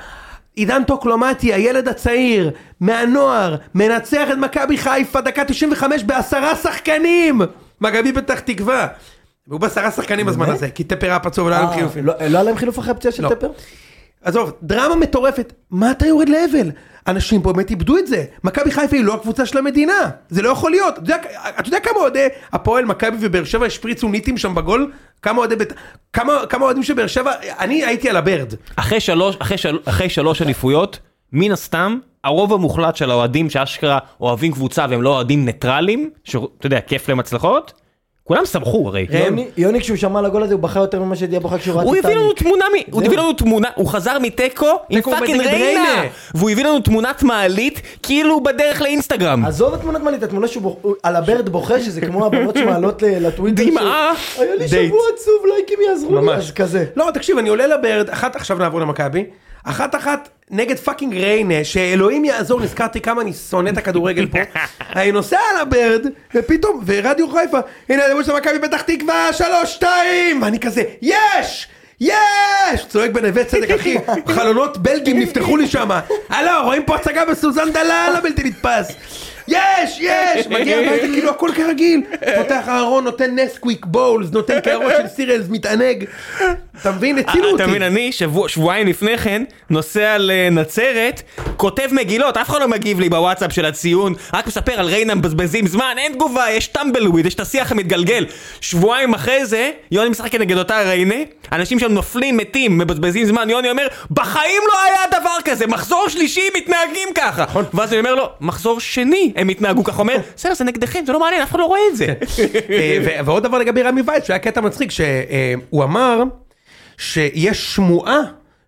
Speaker 2: עידן טוקלומטי, הילד הצעיר, מהנוער, מנצח את מכבי חיפה, דקה 95 בעשרה שחקנים! מכבי פתח תקווה. והוא בעשרה שחקנים בזמן הזה, כי טפר היה פצוע ולא היה לו
Speaker 3: אה,
Speaker 2: חילופים.
Speaker 3: לא לא היה להם חילוף אחרי הפציעה של
Speaker 2: לא.
Speaker 3: טפר?
Speaker 2: עזוב, דרמה מטורפת, מה אתה יורד להבל? אנשים פה באמת איבדו את זה. מכבי חיפה היא לא הקבוצה של המדינה, זה לא יכול להיות. אתה יודע, אתה יודע כמה אוהדי הפועל, מכבי ובאר שבע השפריצו ניטים שם בגול? כמה אוהדי בית... כמה כמה אוהדים של באר שבע? אני הייתי על הברד.
Speaker 1: אחרי שלוש- אחרי של- אחרי שלוש אליפויות, מן הסתם, הרוב המוחלט של האוהדים שאשכרה אוהבים קבוצה והם לא אוהדים ניטרלים, שאתה יודע, כיף להם הצלחות, כולם שמחו הרי.
Speaker 3: יוני- יוני כשהוא שמע על הגול הזה הוא בכה יותר ממה שדיע בוכה כשהוא ראה
Speaker 1: הוא הביא לנו תמונה, מ- הוא
Speaker 3: זהו.
Speaker 1: הביא לנו תמונה, הוא חזר מתיקו עם
Speaker 2: תיקו
Speaker 1: פאקינג
Speaker 2: נגד
Speaker 1: ריינה,
Speaker 2: ריינה.
Speaker 1: והוא הביא לנו תמונת מעלית כאילו הוא בדרך לאינסטגרם.
Speaker 3: עזוב את תמונת מעלית, התמונה שהוא בוח- הוא- על הברד בוכה, שזה כמו הבנות שמעלות ל- לטוויטר.
Speaker 1: דמעה,
Speaker 3: שהוא, היה לי
Speaker 1: דייט."
Speaker 3: שבוע עצוב, לייקים יעזרו לי, אז כזה.
Speaker 2: לא, תקשיב, אני עולה לברד, אחת עכשיו נעבור למכבי, אחת אחת נגד פאקינג ריינה, שאלוהים יעזור, נזכרתי כמה אני שונא את הכדורגל
Speaker 3: [laughs]
Speaker 2: פה. אני נוסע על הברד, ופתאום, ורדיו חיפה, הנה הדמות של מכבי פתח תקווה, שלוש, שתיים, ואני כזה, יש! יש! צועק בנווה צדק,
Speaker 3: [laughs]
Speaker 2: אחי, חלונות בלגים נפתחו לי שם. הלו, רואים פה הצגה בסוזן דלל, בלתי נתפס. יש! יש! מגיע מה זה כאילו הכל כרגיל. פותח אהרון, נותן נסקוויק בולס, נותן קערות של סירלס, מתענג. אתה מבין? הצילו
Speaker 1: אה,
Speaker 2: אותי.
Speaker 1: אתה מבין, אני שבוע- שבועיים לפני כן נוסע לנצרת, כותב מגילות, אף אחד לא מגיב לי בוואטסאפ של הציון, רק מספר על ריינה מבזבזים זמן, אין תגובה, יש טמבלוויד, יש את השיח המתגלגל. שבועיים אחרי זה, יוני משחק נגד אותה ריינה, אנשים שם נופלים, מתים, מבזבזים זמן, יוני אומר, בחיים לא היה דבר כזה, מחזור שלישי מתנהגים ככה. ואז אני אומר לו, מחזור שני הם התנהגו ככה, הוא אומר, בסדר, זה נגדכם, זה לא מעניין, אף אחד לא רואה את זה.
Speaker 2: אה, ו- ועוד דבר לגבי רמי וייץ, שהיה קטע מצחיק, שהוא אמר אה, שיש שמועה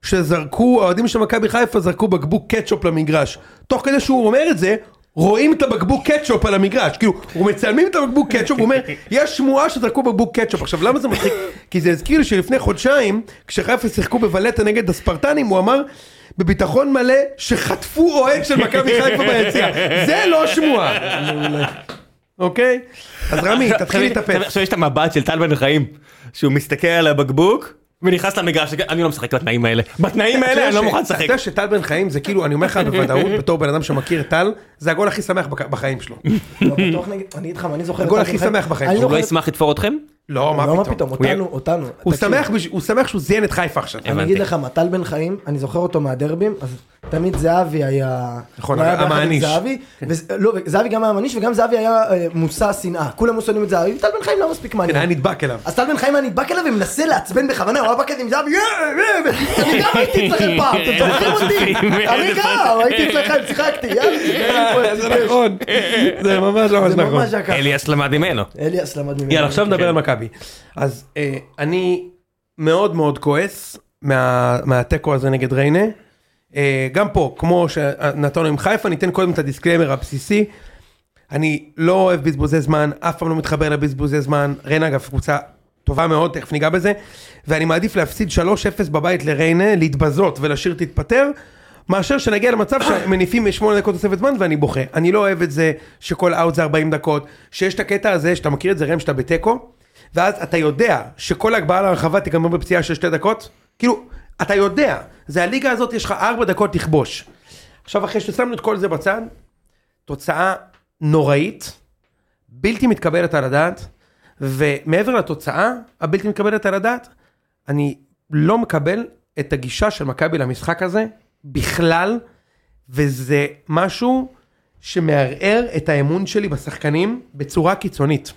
Speaker 2: שזרקו, האוהדים של מכבי חיפה זרקו בקבוק קטשופ למגרש. תוך כדי שהוא אומר את זה, רואים את הבקבוק קטשופ על המגרש. כאילו, הוא מצלמים את הבקבוק קטשופ, הוא אומר, יש שמועה שזרקו בקבוק קטשופ. עכשיו, למה זה מצחיק? כי זה הזכיר לי שלפני חודשיים, כשחיפה שיחקו בוולטה נגד הספרטנים, הוא אמר... בביטחון מלא שחטפו אוהד של מכבי חיפה ביציע, זה לא שמועה, אוקיי? אז רמי, תתחיל להתאפס.
Speaker 1: עכשיו יש את המבט של טל בן חיים, שהוא מסתכל על הבקבוק ונכנס למגרש, אני לא משחק בתנאים האלה. בתנאים
Speaker 2: אתה
Speaker 1: [laughs] האלה
Speaker 2: יודע
Speaker 1: אני לא
Speaker 2: ש-
Speaker 1: מוכן לשחק.
Speaker 2: אתה יודע שטל בן חיים זה כאילו, אני אומר לך בוודאות, בתור בן אדם שמכיר את טל, זה הגול הכי שמח בק- בחיים שלו.
Speaker 3: לא, בטוח נגיד- אני איתך, אבל אני זוכר... את
Speaker 2: הגול
Speaker 3: טל בן
Speaker 2: הכי
Speaker 3: חיים.
Speaker 2: שמח בחיים
Speaker 3: אני
Speaker 2: שלו.
Speaker 1: הוא לא
Speaker 3: זוכר-
Speaker 1: ישמח לתפור אתכם?
Speaker 2: לא,
Speaker 3: לא,
Speaker 2: מה פתאום.
Speaker 1: הוא יהיה-
Speaker 3: אותנו, אותנו.
Speaker 2: הוא
Speaker 3: תקשיב,
Speaker 2: שמח בש- הוא שמח שהוא זיין את חיפה עכשיו.
Speaker 1: הבנתי.
Speaker 3: אני אגיד לך מה, טל בן חיים, אני זוכר אותו מהדרבים, אז תמיד זהבי היה...
Speaker 2: נכון,
Speaker 3: הוא היה ביחד עם
Speaker 2: המעניש.
Speaker 3: זהבי, וזה- לא, זהבי גם היה מעניש, וגם זהבי היה אה, מושא שנאה. כולם שונאים את זהבי, וטל בן חיים לא מספיק
Speaker 2: כן, היה
Speaker 3: מעניין.
Speaker 2: נדבק אליו.
Speaker 3: אז טל בן חיים היה נדבק אליו ומנסה לעצבן בכוונה, הוא היה בקטע עם זהבי, "יא, יא, יא". אני גם הייתי אצלכם פעם, אתם זוכרים אותי? אני גם, הייתי אצלכם, שיחקתי, יאללה. לא-
Speaker 2: זה נכון. זה ממש ממש
Speaker 3: זה
Speaker 2: נכון.
Speaker 3: ממש היה ככה.
Speaker 1: אליאס למד ממנו.
Speaker 3: אליאס למד ממנו.
Speaker 2: יאללה, עכשיו
Speaker 1: כן.
Speaker 2: נדבר על מכבי. אז אה, אני מאוד מאוד כועס מה- מהתיקו הזה נגד ריינה. אה, גם פה, כמו שנתנו עם חיפה, ניתן קודם את הדיסקליימר הבסיסי. אני לא אוהב בזבוזי זמן, אף פעם לא מתחבר לבזבוזי זמן. ריינה אגב קבוצה טובה מאוד, תכף ניגע בזה. ואני מעדיף להפסיד 3-0 בבית לריינה, להתבזות ולשיר תתפטר. מאשר שנגיע למצב שמניפים 8 דקות תוספת זמן ואני בוכה. אני לא אוהב את זה שכל אאוט זה 40 דקות, שיש את הקטע הזה, שאתה מכיר את זה ראם, שאתה בתיקו, ואז אתה יודע שכל הגבהה להרחבה תיגמר בפציעה של 2 דקות, כאילו, אתה יודע, זה הליגה הזאת, יש לך 4 דקות לכבוש. עכשיו אחרי ששמנו את כל זה בצד, תוצאה נוראית, בלתי מתקבלת על הדעת, ומעבר לתוצאה הבלתי מתקבלת על הדעת, אני לא מקבל את הגישה של מכבי למשחק הזה בכלל, וזה משהו שמערער את האמון שלי בשחקנים בצורה קיצונית.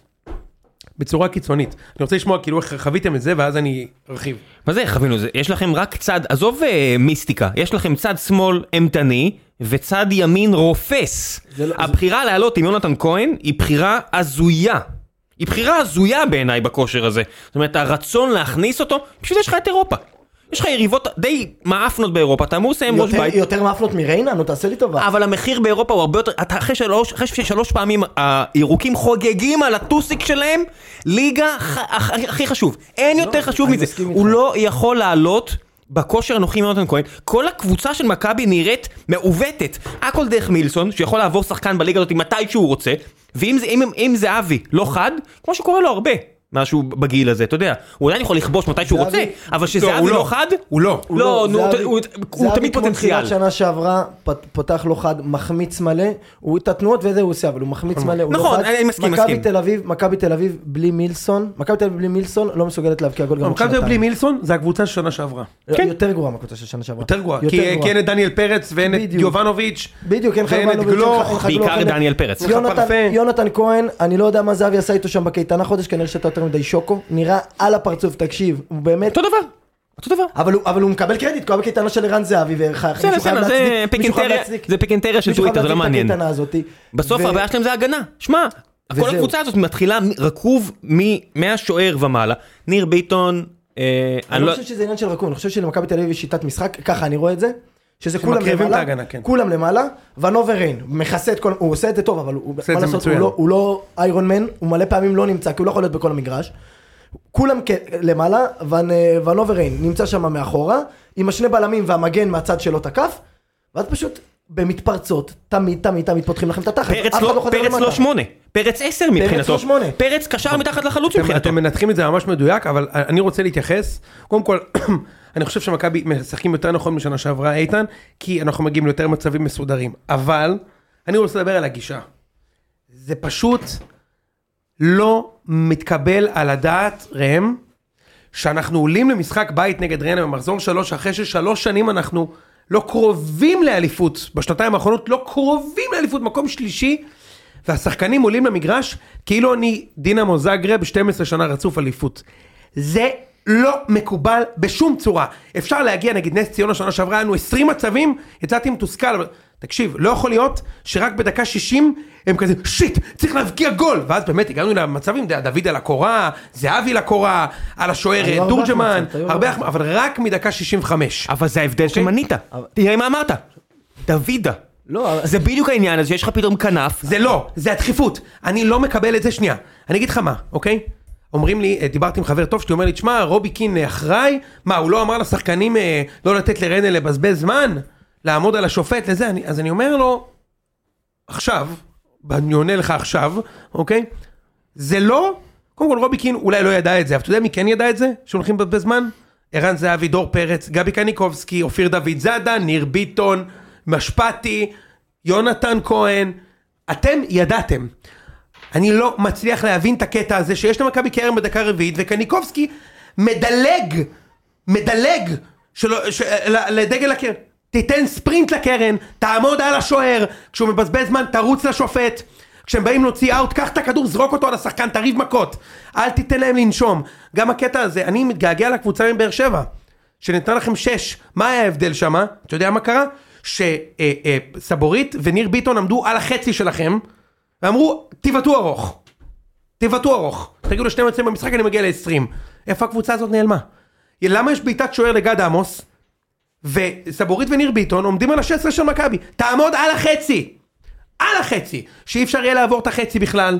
Speaker 2: בצורה קיצונית. אני רוצה לשמוע כאילו איך חוויתם את זה, ואז אני ארחיב.
Speaker 1: מה זה חווינו את זה? יש לכם רק צד, עזוב אה, מיסטיקה, יש לכם צד שמאל אימתני וצד ימין רופס.
Speaker 3: זה לא-
Speaker 1: הבחירה לעלות עם יונתן כהן היא בחירה הזויה. היא בחירה הזויה בעיניי בכושר הזה. זאת אומרת, הרצון להכניס אותו, בשביל זה יש לך את אירופה. יש לך יריבות די מעפנות באירופה, אתה אמור לסיים ראש
Speaker 3: יותר-
Speaker 1: בית.
Speaker 3: יותר מאפנות מריינה? נו תעשה לי טובה.
Speaker 1: אבל המחיר באירופה הוא הרבה יותר, אתה אחרי שלוש, אחרי ששלוש פעמים הירוקים חוגגים על הטוסיק שלהם, ליגה ח- הכ- הכי חשוב, אין יותר חשוב
Speaker 3: אני
Speaker 1: מזה,
Speaker 3: מסכים איתך.
Speaker 1: הוא לא יכול לעלות. בכושר הנוכחי עם יונתן כהן, כל הקבוצה של מכבי נראית מעוותת. הכל דרך מילסון, שיכול לעבור שחקן בליגה הזאת מתי שהוא רוצה, ואם זה, אם, אם זה אבי לא חד, כמו שקורה לו הרבה, משהו בגיל הזה, אתה יודע. הוא עדיין יכול לכבוש מתי שהוא
Speaker 3: זהבי-
Speaker 1: רוצה, אבל
Speaker 2: לא,
Speaker 1: כשזהבי
Speaker 2: הוא
Speaker 1: לא,
Speaker 2: לא.
Speaker 1: חד,
Speaker 2: הוא לא.
Speaker 1: הוא לא, נו,
Speaker 3: זהבי-
Speaker 1: הוא- הוא
Speaker 3: זהבי
Speaker 1: תמיד
Speaker 3: כמו
Speaker 1: פוטנציאל.
Speaker 3: תחילת שנה שעברה, פת- פותח לא חד, מחמיץ מלא, הוא את התנועות וזה הוא עושה, אבל הוא מחמיץ מלא. הוא לא
Speaker 1: נכון,
Speaker 3: חד.
Speaker 1: אני- אני מסכים, מסכים.
Speaker 3: מכבי תל אביב, מכבי תל אביב בלי מילסון, מכבי תל אביב בלי מילסון לא מסוגלת להבקיע גול גם עוד
Speaker 2: מכבי תל אביב בלי
Speaker 3: שנתיים.
Speaker 2: מילסון זה הקבוצה של שנה שעברה.
Speaker 1: כן.
Speaker 3: לא, יותר כן, גרועה מהקבוצה של שנה שעברה.
Speaker 2: יותר גרועה. כי כי אין את דניאל פרץ ואין את
Speaker 3: בדיוק.
Speaker 2: יובנוביץ'.
Speaker 3: בדיוק, אין לך
Speaker 2: ואין את
Speaker 3: יובנוביץ',
Speaker 2: גלוך.
Speaker 3: אין לך גלוך,
Speaker 1: בעיקר
Speaker 3: אין-
Speaker 1: דניאל פרץ.
Speaker 3: כן, יונתן-
Speaker 2: פרפה.
Speaker 3: יונתן כהן, אני לא יודע מה זהבי עשה איתו שם בקייטנה חודש, כנראה שאתה יותר מדי שוקו, נראה על הפרצוף, תקשיב, הוא באמת...
Speaker 1: אותו דבר, אותו דבר.
Speaker 3: אבל הוא, אבל הוא מקבל קרדיט, כל הקייטנה של ערן זהבי, וחייב
Speaker 1: בסדר, בסדר, זה פיקנטריה, זה פיקנטריה של טוויטר, זה לא מעניין.
Speaker 3: הקייטנה הזאת.
Speaker 1: בסוף
Speaker 3: ו-
Speaker 1: הבעיה שלהם זה הגנה. שמע, כל
Speaker 3: וזהו.
Speaker 1: הקבוצה הזאת מתחילה מ- רקוב מ- מהשוער ומעלה. ניר ביטון, אה,
Speaker 3: אני לא חושב שזה עניין של רקום, אני חושב שלמכבי תל אביב יש שיטת משחק, ככה אני רואה את זה, שזה כולם
Speaker 2: שמקריבים את
Speaker 3: למעלה,
Speaker 2: ההגנה, כן.
Speaker 3: כולם למעלה, ונובר ריין, מכסה את כל, הוא עושה את זה טוב, אבל הוא,
Speaker 2: עושה את
Speaker 3: מה
Speaker 2: זה
Speaker 3: לעשות, הוא
Speaker 2: מצוין.
Speaker 3: לא- הוא לא איירון מן, הוא מלא פעמים לא נמצא, כי הוא לא יכול להיות בכל המגרש. כולם כ- למעלה, ון- ונובר ריין נמצא שם מאחורה, עם השני בלמים והמגן מהצד שלא תקף, ואז פשוט במתפרצות, תמיד תמיד תמיד פותחים לכם את התחת. אף
Speaker 1: פרץ
Speaker 3: אחד
Speaker 1: לא
Speaker 3: חוזר
Speaker 1: פרץ
Speaker 3: למטה.
Speaker 1: לא שמונה, פרץ עשר מבחינתו.
Speaker 3: לא שמונה.
Speaker 1: פרץ קשר מתחת לחלוץ
Speaker 2: אתם,
Speaker 1: מבחינתו.
Speaker 2: אתם מנתחים את זה ממש מדויק, אבל אני רוצה להתייחס. קודם כל, [clears throat] אני חושב שמכבי משחקים יותר נכון משנה שעברה, איתן, כי אנחנו מגיעים ליותר מצבים מסודרים. אבל, אני רוצה לדבר על הגישה. זה פשוט לא מתקבל על הדעת, ראם, שאנחנו עולים למשחק בית נגד ריינה במחזור שלוש, אחרי ששלוש שנים אנחנו לא קרובים לאליפות, בשנתיים האחרונות לא קרובים לאליפות, מקום שלישי, והשחקנים עולים למגרש כאילו אני דינמו זאגרב 12 שנה רצוף אליפות. זה לא מקובל בשום צורה. אפשר להגיע נגיד נס ציונה שנה שעברה, היה לנו 20 מצבים, יצאתי מתוסכל, אבל תקשיב, לא יכול להיות שרק בדקה 60 הם כזה, שיט, צריך להבקיע גול! ואז באמת הגענו למצבים, ד- דוד על הקורה, זהבי לקורה, על
Speaker 3: היו
Speaker 2: השוער
Speaker 3: הרבה
Speaker 2: אה, תורג'מן,
Speaker 3: החמצות, היו הרבה
Speaker 2: הרבה, החמצ- אבל רק מדקה 65.
Speaker 1: אבל זה ההבדל
Speaker 3: אוקיי.
Speaker 1: שמנית. תראה מה אמרת. דוידה.
Speaker 3: לא, אבל-
Speaker 1: זה בדיוק העניין הזה שיש לך פתאום כנף.
Speaker 2: זה לא, זה הדחיפות. אני לא מקבל את זה שנייה. אני אגיד לך מה, אוקיי? אומרים לי, אה, דיברתי עם חבר טוב שלי, אומר לי, תשמע, רובי קין אה, אחראי? מה, הוא לא אמר לשחקנים אה, לא לתת לרנה לבזבז זמן? לעמוד על השופט לזה? אני, אז אני אומר לו, עכשיו, אני עונה לך עכשיו, אוקיי? זה לא, קודם כל רובי קין אולי לא ידע את זה, אבל אתה יודע מי כן ידע את זה? שהולכים לבזבז זמן? ערן זהבי, דור פרץ, גבי קניקובסקי, אופיר דוד זאדה, ניר ביטון, משפטי, יונתן כהן. אתם ידעתם. אני לא מצליח להבין את הקטע הזה שיש למכבי קרן בדקה רביעית וקניקובסקי מדלג, מדלג של, של, ל- לדגל הקרן. תיתן ספרינט לקרן, תעמוד על השוער, כשהוא מבזבז זמן תרוץ לשופט. כשהם באים להוציא אאוט, קח את הכדור, זרוק אותו על השחקן, תריב מכות. אל תיתן להם לנשום. גם הקטע הזה, אני מתגעגע לקבוצה מבאר שבע. שנתנה לכם שש, מה היה ההבדל שם? אתה יודע מה קרה? שסבורית וניר ביטון עמדו על החצי שלכם, ואמרו, תבעטו ארוך. תבעטו ארוך. תגידו לשני מצבים במשחק, אני מגיע ל-20. איפה הקבוצה הזאת נעלמה? למה יש בעיטת שוער לגד עמוס, וסבורית וניר ביטון עומדים על ה-16 של מכבי? תעמוד על החצי! על החצי! שאי אפשר יהיה לעבור את החצי בכלל,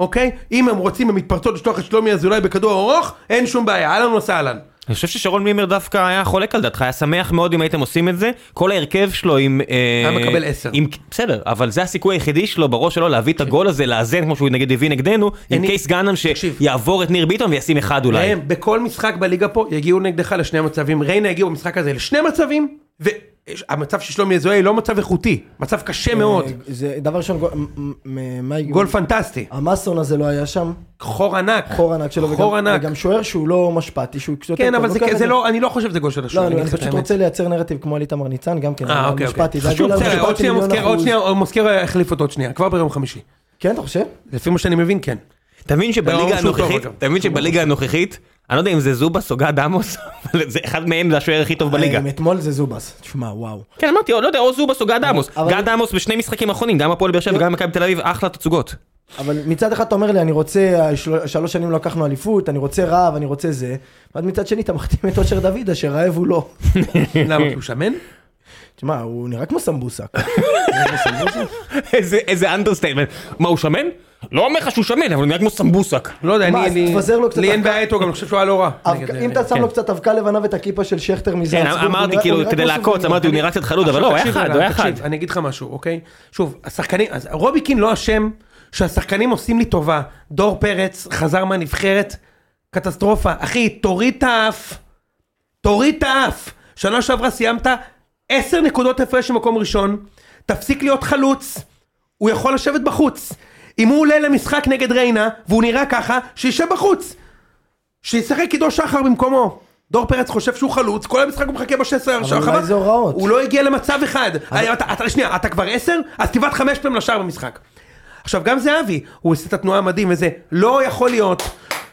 Speaker 2: אוקיי? אם הם רוצים, הם מתפרצות לשלוח את שלומי אזולאי בכדור ארוך, אין שום בעיה, אהלן וסהלן.
Speaker 1: אני חושב ששרון מימר דווקא היה חולק על דעתך, היה שמח מאוד אם הייתם עושים את זה. כל ההרכב שלו עם... היה
Speaker 2: מקבל עשר. כן.
Speaker 1: בסדר, אבל זה הסיכוי היחידי שלו בראש שלו להביא את הגול הזה, לאזן כמו שהוא נגיד הביא נגדנו, עם
Speaker 2: אני-
Speaker 1: קייס גאנם
Speaker 2: תקשיב.
Speaker 1: שיעבור את ניר ביטון וישים אחד אולי.
Speaker 2: ראם, בכל משחק בליגה פה יגיעו נגדך לשני מצבים. ריינה יגיעו במשחק הזה לשני מצבים, והמצב של שלומי אזולאי לא מצב איכותי, מצב קשה
Speaker 3: אה,
Speaker 2: מאוד.
Speaker 3: זה דבר ראשון, גול- מ- מ- מה הגיע?
Speaker 2: גול פנטסטי.
Speaker 3: המאסון הזה לא היה שם,
Speaker 2: חור ענק.
Speaker 3: חור ענק שלו,
Speaker 2: חור
Speaker 3: וגם-
Speaker 2: ענק.
Speaker 3: וגם שוער שהוא לא משפטי, שהוא קצת...
Speaker 2: כן,
Speaker 3: יותר
Speaker 2: אבל
Speaker 3: טוב,
Speaker 2: זה-
Speaker 3: ככה
Speaker 2: זה
Speaker 3: גם-
Speaker 2: לא, אני לא חושב שזה גול של השוער.
Speaker 3: לא,
Speaker 2: אני
Speaker 3: אני
Speaker 2: אגיד לך את
Speaker 3: פשוט
Speaker 2: האמת.
Speaker 3: רוצה לייצר נרטיב כמו על איתמר ניצן, גם כן,
Speaker 2: אה,
Speaker 3: אבל
Speaker 2: אוקיי,
Speaker 3: משפטי,
Speaker 2: אוקיי.
Speaker 3: זה הגול
Speaker 2: חשוב, בסדר, עוד
Speaker 3: המשפטי
Speaker 2: שנייה
Speaker 3: מיליון
Speaker 2: מוזכר, עוד
Speaker 3: אחוז.
Speaker 2: שנייה אה, מוזכר יחליף אותו עוד שנייה, כבר ביום חמישי.
Speaker 3: כן, אתה חושב?
Speaker 2: לפי מה שאני מבין, כן.
Speaker 1: אתה מבין
Speaker 2: ברור
Speaker 1: שבליגה
Speaker 2: שהוא טוב,
Speaker 1: הנוכחית,
Speaker 2: אגב.
Speaker 1: אתה מבין שבליגה הנוכחית, אני לא יודע אם זה זובס או גד עמוס, [laughs] אבל זה אחד מהם זה השוער הכי טוב בליגה.
Speaker 3: אה, אתמול זה זובס, תשמע, וואו.
Speaker 1: כן אמרתי, לא יודע, או זובס או גד עמוס.
Speaker 3: אבל-
Speaker 1: גד עמוס בשני משחקים האחרונים, גם הפועל באר
Speaker 2: לא-
Speaker 1: שבע וגם מכבי תל אביב, אחלה תצוגות.
Speaker 3: אבל מצד אחד אתה אומר לי, אני רוצה, אה, של- שלוש שנים לקחנו אליפות, אני רוצה רעב, אני רוצה זה, ואז מצד שני אתה מחתים את אושר דוידה, שרעב הוא לא.
Speaker 2: למה,
Speaker 3: [laughs]
Speaker 2: כי הוא שמן?
Speaker 3: תשמע, הוא נראה כמו סמבוסה.
Speaker 1: [laughs] איזה- איזה אנדרסטייטמנט. מה, הוא שמן? לא אומר לך שהוא שמן, אבל הוא נראה כמו סמבוסק.
Speaker 2: לא יודע,
Speaker 3: מה,
Speaker 2: אני...
Speaker 3: אז
Speaker 2: אני-
Speaker 3: תפזר לו קצת
Speaker 2: לי אין
Speaker 3: אבק-
Speaker 2: בעיה איתו, גם אני חושב שהוא היה לא רע. נגד-
Speaker 3: אם אתה שם לו קצת אבקה לבנה ואת הכיפה של שכטר מזרצבורג,
Speaker 1: כן,
Speaker 3: הוא נראה-
Speaker 1: אמרתי
Speaker 3: הוא
Speaker 1: כאילו,
Speaker 3: נראה
Speaker 1: כדי
Speaker 3: כמו
Speaker 1: לעקוץ,
Speaker 3: סוביניון.
Speaker 1: אמרתי, הוא נראה קצת חלוד, אבל לא, הוא היה
Speaker 2: עכשיו, תקשיב,
Speaker 1: חד, הוא היה חד.
Speaker 2: תקשיב, אני אגיד לך משהו, אוקיי? שוב, השחקנים, אז רובי קין לא אשם שהשחקנים עושים לי טובה. דור פרץ חזר מהנבחרת, קטסטרופה. אחי, תוריד את האף. תוריד את האף. שנה שעברה סיימת 10 נקודות הפרש ממקום ראשון. תפסיק להיות חלוץ. הוא יכול לשבת בחוץ. אם הוא עולה למשחק נגד ריינה, והוא נראה ככה, שישב בחוץ. שישחק עידו שחר במקומו. דור פרץ חושב שהוא חלוץ, כל המשחק הוא מחכה ב-16
Speaker 3: אולי זה הוראות.
Speaker 2: הוא לא הגיע למצב אחד. אני- אתה- אתה- שנייה, אתה כבר 10? אז תבעט חמש פעמים לשער במשחק. עכשיו גם זהבי, הוא עושה את התנועה המדהים וזה, לא יכול להיות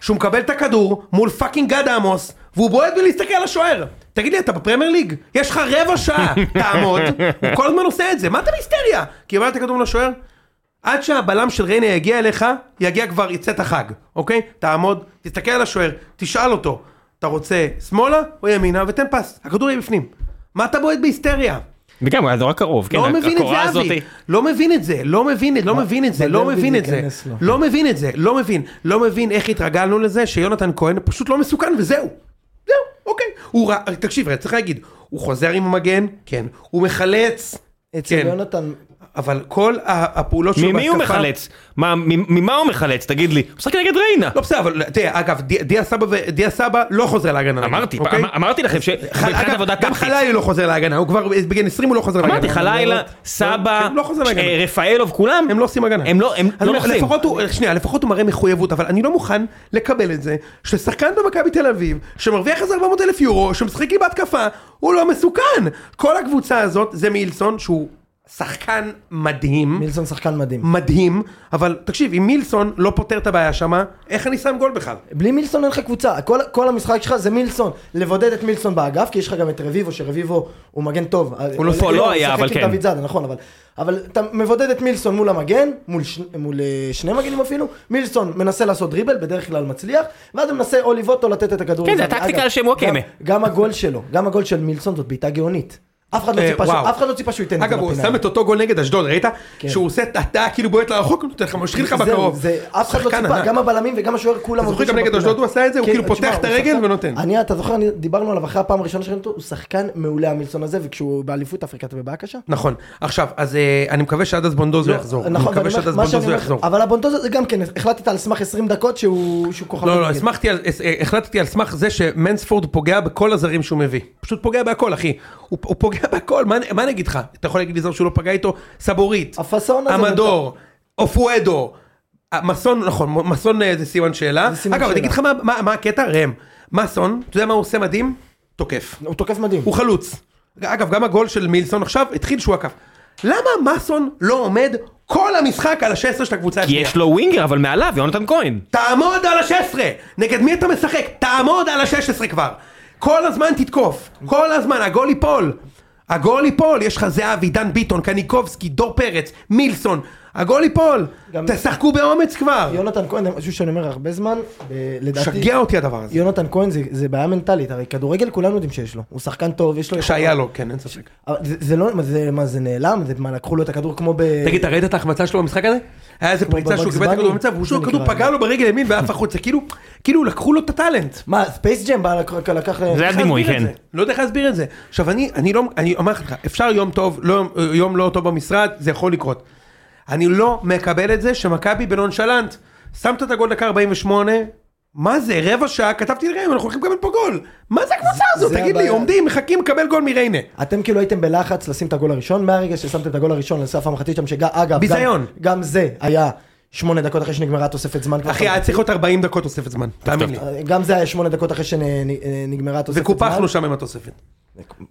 Speaker 2: שהוא מקבל את הכדור מול פאקינג גד עמוס, והוא בועט מלהסתכל על השוער. תגיד לי, אתה בפרמייר ליג? יש לך רבע שעה, תעמוד, הוא כל הזמן עושה את זה, מה אתה בהיסטריה? קיבלת כדור לשוער? עד שהבלם של ריינה יגיע אליך, יגיע כבר, יצאת החג, אוקיי? תעמוד, תסתכל על השוער, תשאל אותו, אתה רוצה שמאלה או ימינה, ותן פס, הכדור יהיה בפנים. מה אתה בועט בהיסטריה?
Speaker 1: וגם הוא היה נורא קרוב, כן,
Speaker 2: לא מבין את
Speaker 1: הקורה
Speaker 2: זה,
Speaker 1: הזאת.
Speaker 2: אבי. לא מבין את זה, לא מבין את זה, לא מבין את זה, לא
Speaker 3: בדרבי
Speaker 2: מבין את זה.
Speaker 3: ניכנס לו.
Speaker 2: לא מבין את זה, לא מבין. לא מבין איך התרגלנו לזה שיונתן כהן פשוט לא מסוכן וזהו. זהו, אוקיי. הוא רע, תקשיב, צריך להגיד, הוא חוזר עם המגן, כן. הוא מחלץ,
Speaker 3: אצל
Speaker 2: כן.
Speaker 3: יונתן,
Speaker 2: אבל כל ה- הפעולות שלו
Speaker 1: ממי הוא מחלץ? מה, מ- ממה הוא מחלץ? תגיד לי. הוא משחק נגד ריינה.
Speaker 2: לא בסדר, אבל תראה, אגב, דיה- דיה סבא ו- דיה סבא לא חוזר להגנה.
Speaker 1: אמרתי,
Speaker 2: אוקיי?
Speaker 1: אמ- אמרתי לכם
Speaker 2: חל-
Speaker 1: שמבחינת
Speaker 2: אגב,
Speaker 1: עבודה
Speaker 2: גם
Speaker 1: טקטית.
Speaker 2: חלילי לא חוזר להגנה, הוא כבר בגן 20 הוא לא חוזר להגנה.
Speaker 1: אמרתי לך, לילה, סבא,
Speaker 2: הם לא חוזרים להגנה.
Speaker 1: אה, רפאלוב, כולם,
Speaker 2: הם לא עושים הגנה.
Speaker 1: הם לא, הם
Speaker 2: אז
Speaker 1: לא
Speaker 2: אני אומר,
Speaker 1: לוחצים.
Speaker 2: לפחות הוא, אה, שנייה, לפחות הוא מראה מחויבות, אבל אני לא מוכן לקבל את זה ששחקן במכבי תל אביב, שמרוויח איזה 400 אלף יורו, שמשחק לי בהתקפה, הוא לא מסוכן. כל הקבוצה הזאת זה מילסון, שהוא שחקן מדהים,
Speaker 3: מילסון שחקן מדהים.
Speaker 2: מדהים, אבל תקשיב, אם מילסון לא פותר את הבעיה שמה, איך אני שם גול בכלל?
Speaker 3: בלי מילסון אין לך קבוצה, כל, כל המשחק שלך זה מילסון, לבודד את מילסון באגף, כי יש לך גם את רביבו, שרביבו הוא מגן טוב. אה,
Speaker 1: לא- פה לא היה, אבל
Speaker 3: משחק
Speaker 1: כן.
Speaker 3: עם דוד זאדה, נכון, אבל, אבל אתה מבודד את מילסון מול המגן, מול, ש, מול אה, שני מגנים אפילו, מילסון מנסה לעשות דריבל, בדרך כלל מצליח, ואז הוא מנסה או לבעוט או לתת את הכדור.
Speaker 1: כן, זה
Speaker 3: לזאדה.
Speaker 1: הטקטיקה
Speaker 3: אגב,
Speaker 1: שהם וואקמה.
Speaker 3: גם- גם הגול שלו, גם הגול של מילסון זאת בעיטה גאונית. אף אחד לא
Speaker 2: אה,
Speaker 3: ציפה שהוא-
Speaker 2: וואו.
Speaker 3: אף אחד לא ציפה שהוא ייתן את זה
Speaker 2: אגב, הוא
Speaker 3: לפינה.
Speaker 2: שם את אותו גול נגד אשדוד, ראית?
Speaker 3: כן.
Speaker 2: שהוא עושה את אתה כאילו בועט לרחוק, הוא נותן לך, משחיל לך
Speaker 3: זהו,
Speaker 2: בקרוב.
Speaker 3: זה- אף אחד לא
Speaker 2: שחקן
Speaker 3: ציפה,
Speaker 2: ענק.
Speaker 3: גם הבלמים וגם השוער כולם...
Speaker 2: אתה זוכר
Speaker 3: עבדו
Speaker 2: גם
Speaker 3: שם
Speaker 2: נגד
Speaker 3: בפינה.
Speaker 2: אשדוד הוא עשה את זה? הוא
Speaker 3: כן,
Speaker 2: כאילו פותח
Speaker 3: תשמע,
Speaker 2: את
Speaker 3: הוא
Speaker 2: הרגל
Speaker 3: שחקן-
Speaker 2: ונותן.
Speaker 3: אני, אתה זוכר, אני- דיברנו עליו אחרי הפעם הראשונה שראינו אותו, הוא שחקן מעולה המילסון הזה, וכשהוא באליפות אפריקה אתה בבעיה קשה.
Speaker 2: נכון, עכשיו, אז אה, אני מקווה שעד אז בונדוזו יחזור. אני
Speaker 3: לא, נכון, ואני
Speaker 2: מקווה
Speaker 3: אומר-
Speaker 2: שעד אז
Speaker 3: מה שאני
Speaker 2: בונדוזו
Speaker 3: אומר-
Speaker 2: יחזור.
Speaker 3: אבל הבונדוזו זה גם כן, החלטת על סמך 20 דקות שהוא שהוא כוכב.
Speaker 2: לא, לא,
Speaker 3: הנגד.
Speaker 2: הסמכתי על, הס- אה, החלטתי על סמך זה שמנספורד פוגע בכל הזרים שהוא מביא. פשוט פוגע בהכל, אחי. הוא, הוא פוגע בהכל, מה, מה אני אגיד לך? אתה יכול להגיד לי זר שהוא לא פגע איתו? סבורית,
Speaker 3: הפאסון הזה
Speaker 2: המדור, אופואדו, אה, מסון, נכון, מ- מסון אה, זה סימן שאלה.
Speaker 3: זה סימן
Speaker 2: אגב, אני
Speaker 3: שאלה.
Speaker 2: אגיד לך מה, מה, מה הקטע? ראם, מסון, אתה יודע מה הוא עושה מדהים? תוקף.
Speaker 3: הוא תוקף מדהים.
Speaker 2: הוא חלוץ. אגב, גם הגול של מילסון עכשיו התחיל שהוא עקף. למה מסון לא עומד כל המשחק על ה-16 של הקבוצה
Speaker 1: כי
Speaker 2: השנייה?
Speaker 1: יש לו ווינגר, אבל מעליו, יונתן כהן.
Speaker 2: תעמוד על ה-16! נגד מי אתה משחק? תעמוד על ה-16 כבר! כל הזמן תתקוף! כל הזמן, הגול ייפול! הגול ייפול! יש לך זהבי, דן ביטון, קניקובסקי, דור פרץ, מילסון, הגול ייפול!
Speaker 3: גם-
Speaker 2: תשחקו באומץ כבר!
Speaker 3: יונתן כהן, זה משהו שאני אומר הרבה זמן, ב- לדעתי...
Speaker 2: שגע אותי הדבר הזה.
Speaker 3: יונתן כהן זה- זה בעיה מנטלית, הרי כדורגל כולנו יודעים שיש לו, הוא שחקן טוב, יש לו...
Speaker 2: שהיה לו, כן, אין ספק.
Speaker 3: אבל זה זה לא, מה זה- מה זה נעלם? זה מה, לקחו לו את הכדור כמו ב...
Speaker 2: תגיד, אתה ראית את ההחמצה שלו במשחק הזה? היה איזה פריצה שהוא
Speaker 3: בבקס
Speaker 2: קיבל את הכדור
Speaker 3: בני,
Speaker 2: במצב, והוא
Speaker 3: זה
Speaker 2: שוב הכדור
Speaker 3: נקרא.
Speaker 2: פגע לו ברגל ימין ועף החוצה, כאילו, כאילו לקחו לו את הטאלנט.
Speaker 3: מה, ספייס ג'ם בא לק- לקח...
Speaker 1: זה
Speaker 2: איך
Speaker 1: הדימוי,
Speaker 2: להסביר
Speaker 1: כן.
Speaker 2: את זה? לא יודע איך להסביר את זה. עכשיו אני, אני לא, אני אומר לך, אפשר יום טוב, לא, יום- יום לא טוב במשרד, זה יכול לקרות. אני לא מקבל את זה שמכבי בנונשלנט, שמת את הגול דקה 48, מה זה, רבע שעה, כתבתי לראם, אנחנו הולכים לקבל פה גול. מה זה הקבוצה הזאת?
Speaker 3: זה
Speaker 2: תגיד לי,
Speaker 3: הבעיה.
Speaker 2: עומדים, מחכים לקבל גול מריינה.
Speaker 3: אתם כאילו הייתם בלחץ לשים את הגול הראשון, מהרגע ששמתם את הגול הראשון לסף המחצית שם, שגם, אגב, גם-
Speaker 2: ביזיון.
Speaker 3: גם זה היה שמונה דקות אחרי שנגמרה תוספת זמן. כבר
Speaker 2: אחי, היה צריך להיות 40 דקות תוספת זמן, תאמין לי.
Speaker 3: גם זה היה שמונה דקות אחרי שנגמרה תוספת זמן.
Speaker 2: וקופחנו שם עם התוספת.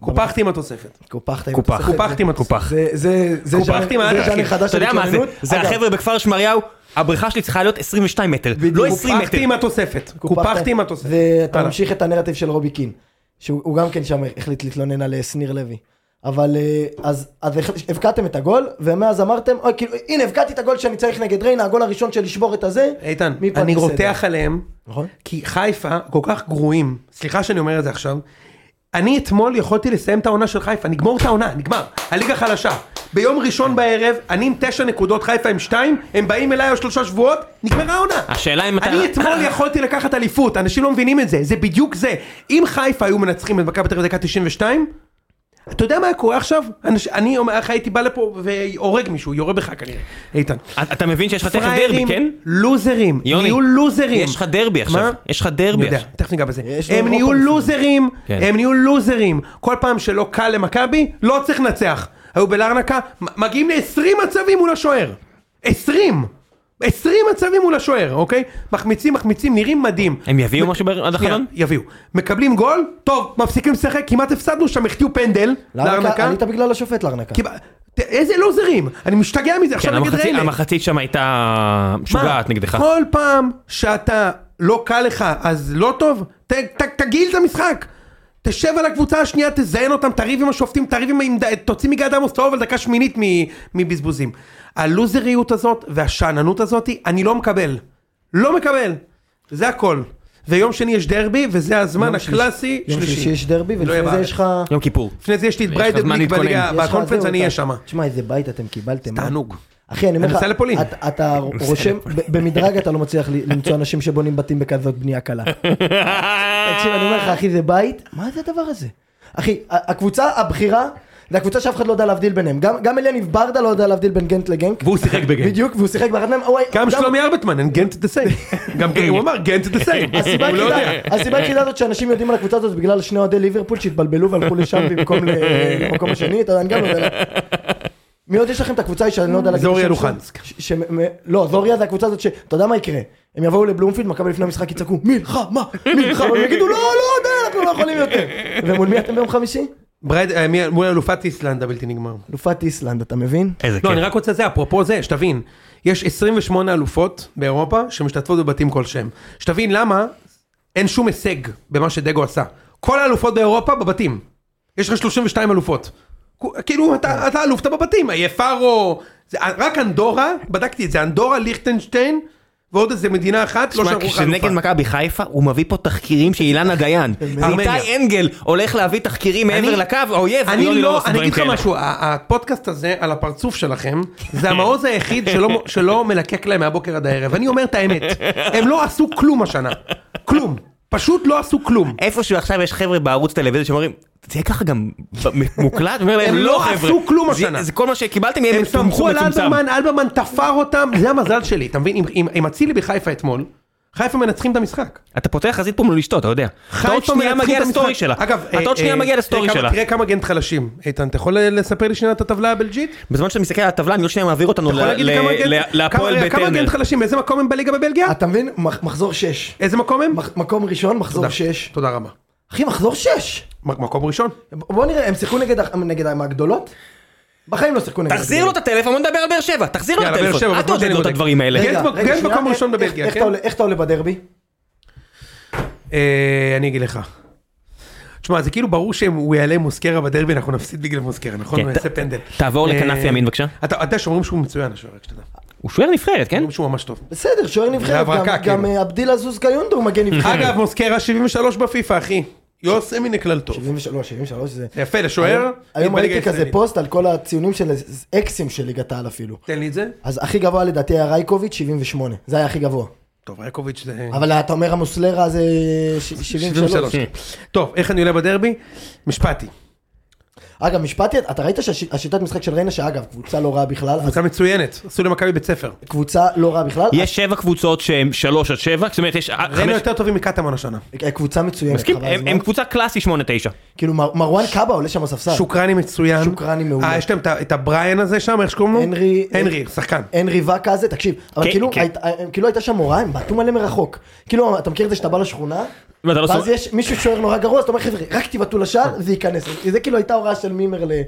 Speaker 2: קופחתי עם התוספת.
Speaker 3: קופחת. עם
Speaker 1: קופח.
Speaker 3: התוספת.
Speaker 2: קופחתי עם התוספת.
Speaker 3: זה- זה זה
Speaker 2: קופחתי
Speaker 3: ז'אנר-
Speaker 2: מהלך,
Speaker 3: זה
Speaker 2: אחי.
Speaker 3: ז'אנר חדש
Speaker 1: אתה
Speaker 3: של
Speaker 1: יודע מה זה?
Speaker 3: התלוננות.
Speaker 1: זה
Speaker 3: אגב,
Speaker 1: החבר'ה בכפר שמריהו, הבריכה שלי צריכה להיות 22 מטר, לא 20 מטר.
Speaker 2: קופחתי עם התוספת. קופחתי עם התוספת.
Speaker 3: ואתה
Speaker 2: הלאה.
Speaker 3: ממשיך את הנרטיב של רובי קין, שהוא הוא גם כן שם החליט להתלונן על אה, שניר לוי. אבל אה, אז, אז החל- הבקעתם את הגול, ומאז אמרתם, אוי, כאילו, הנה הבקעתי את הגול שאני צריך נגד ריינה, הגול הראשון של לשבור את הזה.
Speaker 2: איתן,
Speaker 3: מפה
Speaker 2: אני
Speaker 3: בסדר.
Speaker 2: רותח עליהם,
Speaker 3: נכון.
Speaker 2: כי חיפה כל כך גרועים, סליחה שאני אומר את זה עכשיו, אני אתמול יכולתי לסיים את העונה של חיפה, נגמור את העונה, נגמר, הליגה חלשה. ביום ראשון בערב, אני עם תשע נקודות, חיפה עם שתיים, הם באים אליי עוד שלושה שבועות, נגמרה העונה.
Speaker 1: השאלה אם אתה-
Speaker 2: אני
Speaker 1: [coughs]
Speaker 2: אתמול יכולתי לקחת אליפות, אנשים לא מבינים את זה, זה בדיוק זה. אם חיפה היו מנצחים את מכבי תל אביב בדקה 92, אתה יודע מה היה קורה עכשיו? אנש- אני אומר לך, הייתי בא לפה והורג מישהו, יורה בך כנראה. איתן.
Speaker 1: אתה- אתה מבין שיש לך תכף דרבי, כן?
Speaker 2: לוזרים,
Speaker 1: יוני,
Speaker 2: נהיו לוזרים.
Speaker 1: יש לך דרבי עכשיו,
Speaker 2: מה?
Speaker 1: יש לך דרבי
Speaker 2: אני יודע,
Speaker 1: עכשיו.
Speaker 2: תכף ניגע בזה.
Speaker 3: יש לו
Speaker 2: הם
Speaker 3: אירופה
Speaker 2: נהיו
Speaker 3: לפני.
Speaker 2: לוזרים,
Speaker 1: כן.
Speaker 2: הם נהיו לוזרים. כל פעם שלא קל למכבי, לא צריך לנצח. היו בלרנקה, מ- מגיעים ל-20 מצבים מול השוער. 20! 20 מצבים מול השוער, אוקיי? מחמיצים, מחמיצים, נראים מדהים.
Speaker 1: הם יביאו משהו בערב- עד
Speaker 2: שנייה,
Speaker 1: החלון?
Speaker 2: יביאו. מקבלים גול, טוב, מפסיקים לשחק, כמעט הפסדנו שם, החטיאו פנדל.
Speaker 3: לארנקה? עלית בגלל השופט לארנקה.
Speaker 2: כמעט- ת- איזה לוזרים, אני משתגע מזה,
Speaker 1: כן,
Speaker 2: עכשיו נגד
Speaker 1: המחצית-
Speaker 2: ריינה.
Speaker 1: המחצית שם הייתה משוגעת
Speaker 2: מה?
Speaker 1: נגדך.
Speaker 2: כל פעם שאתה לא קל לך אז לא טוב, ת, ת, תגעיל את המשחק. תשב על הקבוצה השנייה, תזיין אותם, תריב עם השופטים, תריב עם... עם ד- תוציא מגד עמוס צהוב על דקה שמינית מ- מבזבוזים. הלוזריות הזאת והשאננות הזאת, אני לא מקבל. לא מקבל. זה הכל. ויום שני יש דרבי, וזה הזמן
Speaker 3: יום
Speaker 2: הקלאסי
Speaker 3: יום שלישי יש דרבי,
Speaker 2: לא יהיה
Speaker 3: ולפני זה
Speaker 2: בארץ.
Speaker 3: יש לך...
Speaker 1: יום כיפור.
Speaker 2: לפני זה יש לי את
Speaker 1: לך זמן
Speaker 2: בריידבליק
Speaker 1: להתכונן.
Speaker 2: בליגה,
Speaker 3: יש לך-
Speaker 2: בקונפרנס
Speaker 3: זהו,
Speaker 2: אני אהיה
Speaker 3: אתה-
Speaker 2: שם.
Speaker 3: תשמע איזה בית אתם קיבלתם. מה?
Speaker 2: תענוג.
Speaker 3: אחי אני אומר לך,
Speaker 2: אני נוסע לפולין. [laughs]
Speaker 3: אתה- אתה רושם, ב- במדרג אתה לא מצליח ל- למצוא אנשים שבונים בתים בכזאת בנייה קלה. תקשיב, אני אומר לך, אחי, זה בית, מה זה הדבר הזה? אחי, ה- הקבוצה הבכירה, זה הקבוצה שאף אחד לא יודע להבדיל ביניהם. גם גם אליניב ברדה לא יודע להבדיל בין גנט לגנק.
Speaker 2: [laughs] והוא שיחק בגנט.
Speaker 3: בדיוק, והוא שיחק באחת מהם. אוי,
Speaker 2: גם שלומי ארבטמן, הם גנט דה סיים. גם כן, הוא אמר גנט דה סיים. [laughs]
Speaker 3: הסיבה
Speaker 2: הוא לא
Speaker 3: היחידה-
Speaker 2: יודע.
Speaker 3: הסיבה היחידה הזאת שאנשים יודעים על הקבוצה הזאת זה בגלל שני אוהדי ליברפול שהתבלבלו
Speaker 2: [laughs]
Speaker 3: והלכו לשם במקום ל- למקום השני, אתה יודע, אני גם לא יודע. מי עוד יש לכם את הקבוצה שאני לא יודע להגיד
Speaker 2: זוריה
Speaker 3: את השם
Speaker 2: לוחנסק.
Speaker 3: שלה? ש- שמ- מ- לא, זוריה זה הקבוצה הזאת ש... אתה יודע מה יקרה? הם יבואו לבלומפילד, מכבי לפני המשחק יצעקו מלחמה, מלחמה, והם יגידו לא, לא, די, אנחנו לא יכולים יותר. ומול מי אתם ביום חמישי?
Speaker 2: ברייד- אה, מי- מול אלופת איסלנד הבלתי נגמר.
Speaker 3: אלופת איסלנד, אתה מבין?
Speaker 1: [laughs] איזה
Speaker 2: לא, אני רק רוצה זה, אפרופו זה, שתבין, יש 28 אלופות באירופה שמשתתפות בבתים כלשהם. שתבין למה אין שום הישג במה שדגו עשה. כל האלופות באירופה בבתים. יש לך 32 אלופות. כו- כאילו, אתה אתה אלוף, אתה בבתים, איי פארו, זה- אה, רק אנדורה, בדקתי את זה, אנדורה, ליכטנשטיין, ועוד איזה מדינה אחת, לא
Speaker 1: תשמע,
Speaker 2: שלחו לך
Speaker 1: כשנגד
Speaker 2: אלופה.
Speaker 1: מכבי חיפה, הוא מביא פה תחקירים של אילנה
Speaker 2: [laughs]
Speaker 1: דיין.
Speaker 2: ארמניה.
Speaker 1: איתי אנגל הולך להביא תחקירים
Speaker 2: אני-
Speaker 1: מעבר לקו, האויב,
Speaker 2: אני
Speaker 1: יוני
Speaker 2: לא,
Speaker 1: עושה
Speaker 2: אני
Speaker 1: דברים
Speaker 2: אגיד לך
Speaker 1: כאלה.
Speaker 2: משהו, ה- הפודקאסט הזה על הפרצוף שלכם, זה המעוז היחיד שלא- שלא מלקק להם מהבוקר עד הערב. אני אומר את האמת, הם לא עשו כלום השנה. כלום. פשוט לא עשו כלום.
Speaker 1: איפשהו עכשיו יש חבר'ה בערוץ טלוויזיה שאומרים, זה יהיה ככה גם ב- [laughs] מוקלט? אומר להם,
Speaker 2: הם
Speaker 1: לא
Speaker 2: לא
Speaker 1: חבר'ה.
Speaker 2: עשו כלום
Speaker 1: זה-
Speaker 2: השנה."
Speaker 1: זה כל מה שקיבלתם, יהיה
Speaker 2: הם סמכו על
Speaker 1: מצומצם.
Speaker 2: אלברמן, אלברמן תפר אותם, זה המזל שלי, אתה מבין? אם- אם- אם אצילי בחיפה אתמול, חיפה מנצחים את המשחק.
Speaker 1: אתה פותח חזית פה מול אשתו, אתה יודע. אתה עוד
Speaker 2: חיפה
Speaker 1: שנייה
Speaker 2: מנצחים
Speaker 1: מגיע
Speaker 2: את המשחק.
Speaker 1: לסטורי שלה.
Speaker 2: אגב,
Speaker 1: אתה
Speaker 2: אה,
Speaker 1: עוד שנייה
Speaker 2: אה,
Speaker 1: מגיע לסטורי
Speaker 2: תראה כמה-
Speaker 1: שלה.
Speaker 2: תראה כמה גנט חלשים. איתן, אתה יכול לספר לי שנייה את הטבלה הבלג'ית?
Speaker 1: בזמן שאתה מסתכל על הטבלה, אני עוד שנייה מעביר אותנו
Speaker 2: אתה יכול
Speaker 1: ל-
Speaker 2: להגיד לי
Speaker 1: ל-
Speaker 2: כמה גנט-
Speaker 1: ל- להפועל
Speaker 2: כמה-
Speaker 1: בית
Speaker 2: כמה
Speaker 1: ארנר.
Speaker 2: גנט חלשים? איזה מקום הם בליגה בבלגיה?
Speaker 3: אתה מבין? מח- מחזור 6.
Speaker 2: איזה מקום הם?
Speaker 3: מקום ראשון, מחזור
Speaker 2: תודה.
Speaker 3: 6.
Speaker 2: תודה רבה.
Speaker 3: אחי, מחזור 6!
Speaker 2: מק- מקום ראשון.
Speaker 3: בוא נראה, הם שיחקו נגד הח- נגד הגדולות? בחיים לא שיחקו נגד
Speaker 1: תחזיר לו את הטלפון, בוא נדבר על באר שבע. תחזיר לו את
Speaker 2: יאללה, באר
Speaker 1: הטלפון,
Speaker 2: שבע,
Speaker 1: אל
Speaker 2: בזמן
Speaker 1: תעודד
Speaker 2: שאני
Speaker 1: לו את
Speaker 2: בודק.
Speaker 1: הדברים האלה.
Speaker 2: כן. גנט
Speaker 3: רגע,
Speaker 2: גנט
Speaker 3: שנייה,
Speaker 2: מקום ראשון
Speaker 3: איך-
Speaker 2: בבלגיה,
Speaker 3: איך
Speaker 2: כן?
Speaker 3: אתה עולה- איך אתה עולה בדרבי?
Speaker 2: אה, אני אגיד לך. תשמע, זה כאילו ברור שהוא יעלה מוסקרה בדרבי, אנחנו נפסיד בגלל מוסקרה, נכון?
Speaker 1: כן,
Speaker 2: הוא יעשה
Speaker 1: ת-
Speaker 2: פנדל.
Speaker 1: תעבור לכנף
Speaker 2: אה,
Speaker 1: ימין, בבקשה.
Speaker 2: אתה אתה יודע שאומרים שהוא מצוין השוער, רק שתדע.
Speaker 1: הוא שוער נבחרת, כן?
Speaker 2: אומרים שהוא ממש טוב.
Speaker 3: בסדר, שוער נבחרת,
Speaker 2: הברקה,
Speaker 3: גם-
Speaker 2: כאילו.
Speaker 3: גם אה, עבדילה זוסקה יונדור מגן נבחרת.
Speaker 2: אגב, מוסקרה 73 בפיפא, אחי. יוסי מן הכלל טוב.
Speaker 3: 73, 73 זה...
Speaker 2: יפה, לשוער.
Speaker 3: היום
Speaker 2: בליגה
Speaker 3: ראיתי כזה
Speaker 2: הישראלית.
Speaker 3: פוסט על כל הציונים של אקסים של ליגת העל אפילו.
Speaker 2: תן לי את זה.
Speaker 3: אז הכי גבוה לדעתי היה רייקוביץ' 78, זה היה הכי גבוה.
Speaker 2: טוב, רייקוביץ' זה...
Speaker 3: אבל אתה אומר המוסלרה זה ש- 73.
Speaker 1: כן.
Speaker 2: טוב, איך אני עולה בדרבי? משפטי.
Speaker 3: אגב, משפטי, אתה ראית שהשיטת משחק של ריינה, שאגב, קבוצה לא רעה בכלל, אז
Speaker 2: קבוצה מצוינת, עשו למכבי בית ספר.
Speaker 3: קבוצה לא רעה בכלל,
Speaker 1: יש שבע קבוצות שהן שלוש עד שבע, זאת אומרת יש אה,
Speaker 2: ראינו
Speaker 1: חמש...
Speaker 2: יותר טובים מקטמון השנה.
Speaker 3: אז אה, קבוצה מצוינת,
Speaker 1: מסכים,
Speaker 3: חבל
Speaker 1: הם-
Speaker 3: הזמן.
Speaker 2: לא.
Speaker 1: הם קבוצה קלאסי שמונה תשע.
Speaker 2: כן,
Speaker 3: כאילו מר- מרואן קאבה עולה שם בספסל.
Speaker 2: שוקרני מצוין.
Speaker 3: אה. שוקרני מעולה.
Speaker 2: אה, יש להם את ה- את הבריאן הזה שם, איך שקוראים לו?
Speaker 3: הנרי- לא,
Speaker 2: הנרי, שחקן.
Speaker 3: הנרי ואקה הזה, תקשיב, אבל
Speaker 1: כן,
Speaker 3: כאילו,
Speaker 1: כן.
Speaker 3: היית- הם- כאילו הייתה שם מורה, הם בעטו מלא מרחוק. כאילו, אתה מכיר את זה שאתה בא לשכונה,
Speaker 1: ואתה לא אה.
Speaker 3: ואז
Speaker 1: שם-
Speaker 3: יש מישהו שוער נורא גרוע, אז אתה אומר חבר'ה, רק תבעטו לשער, זה ייכנס. זה כאילו הייתה הוראה של מימר ל-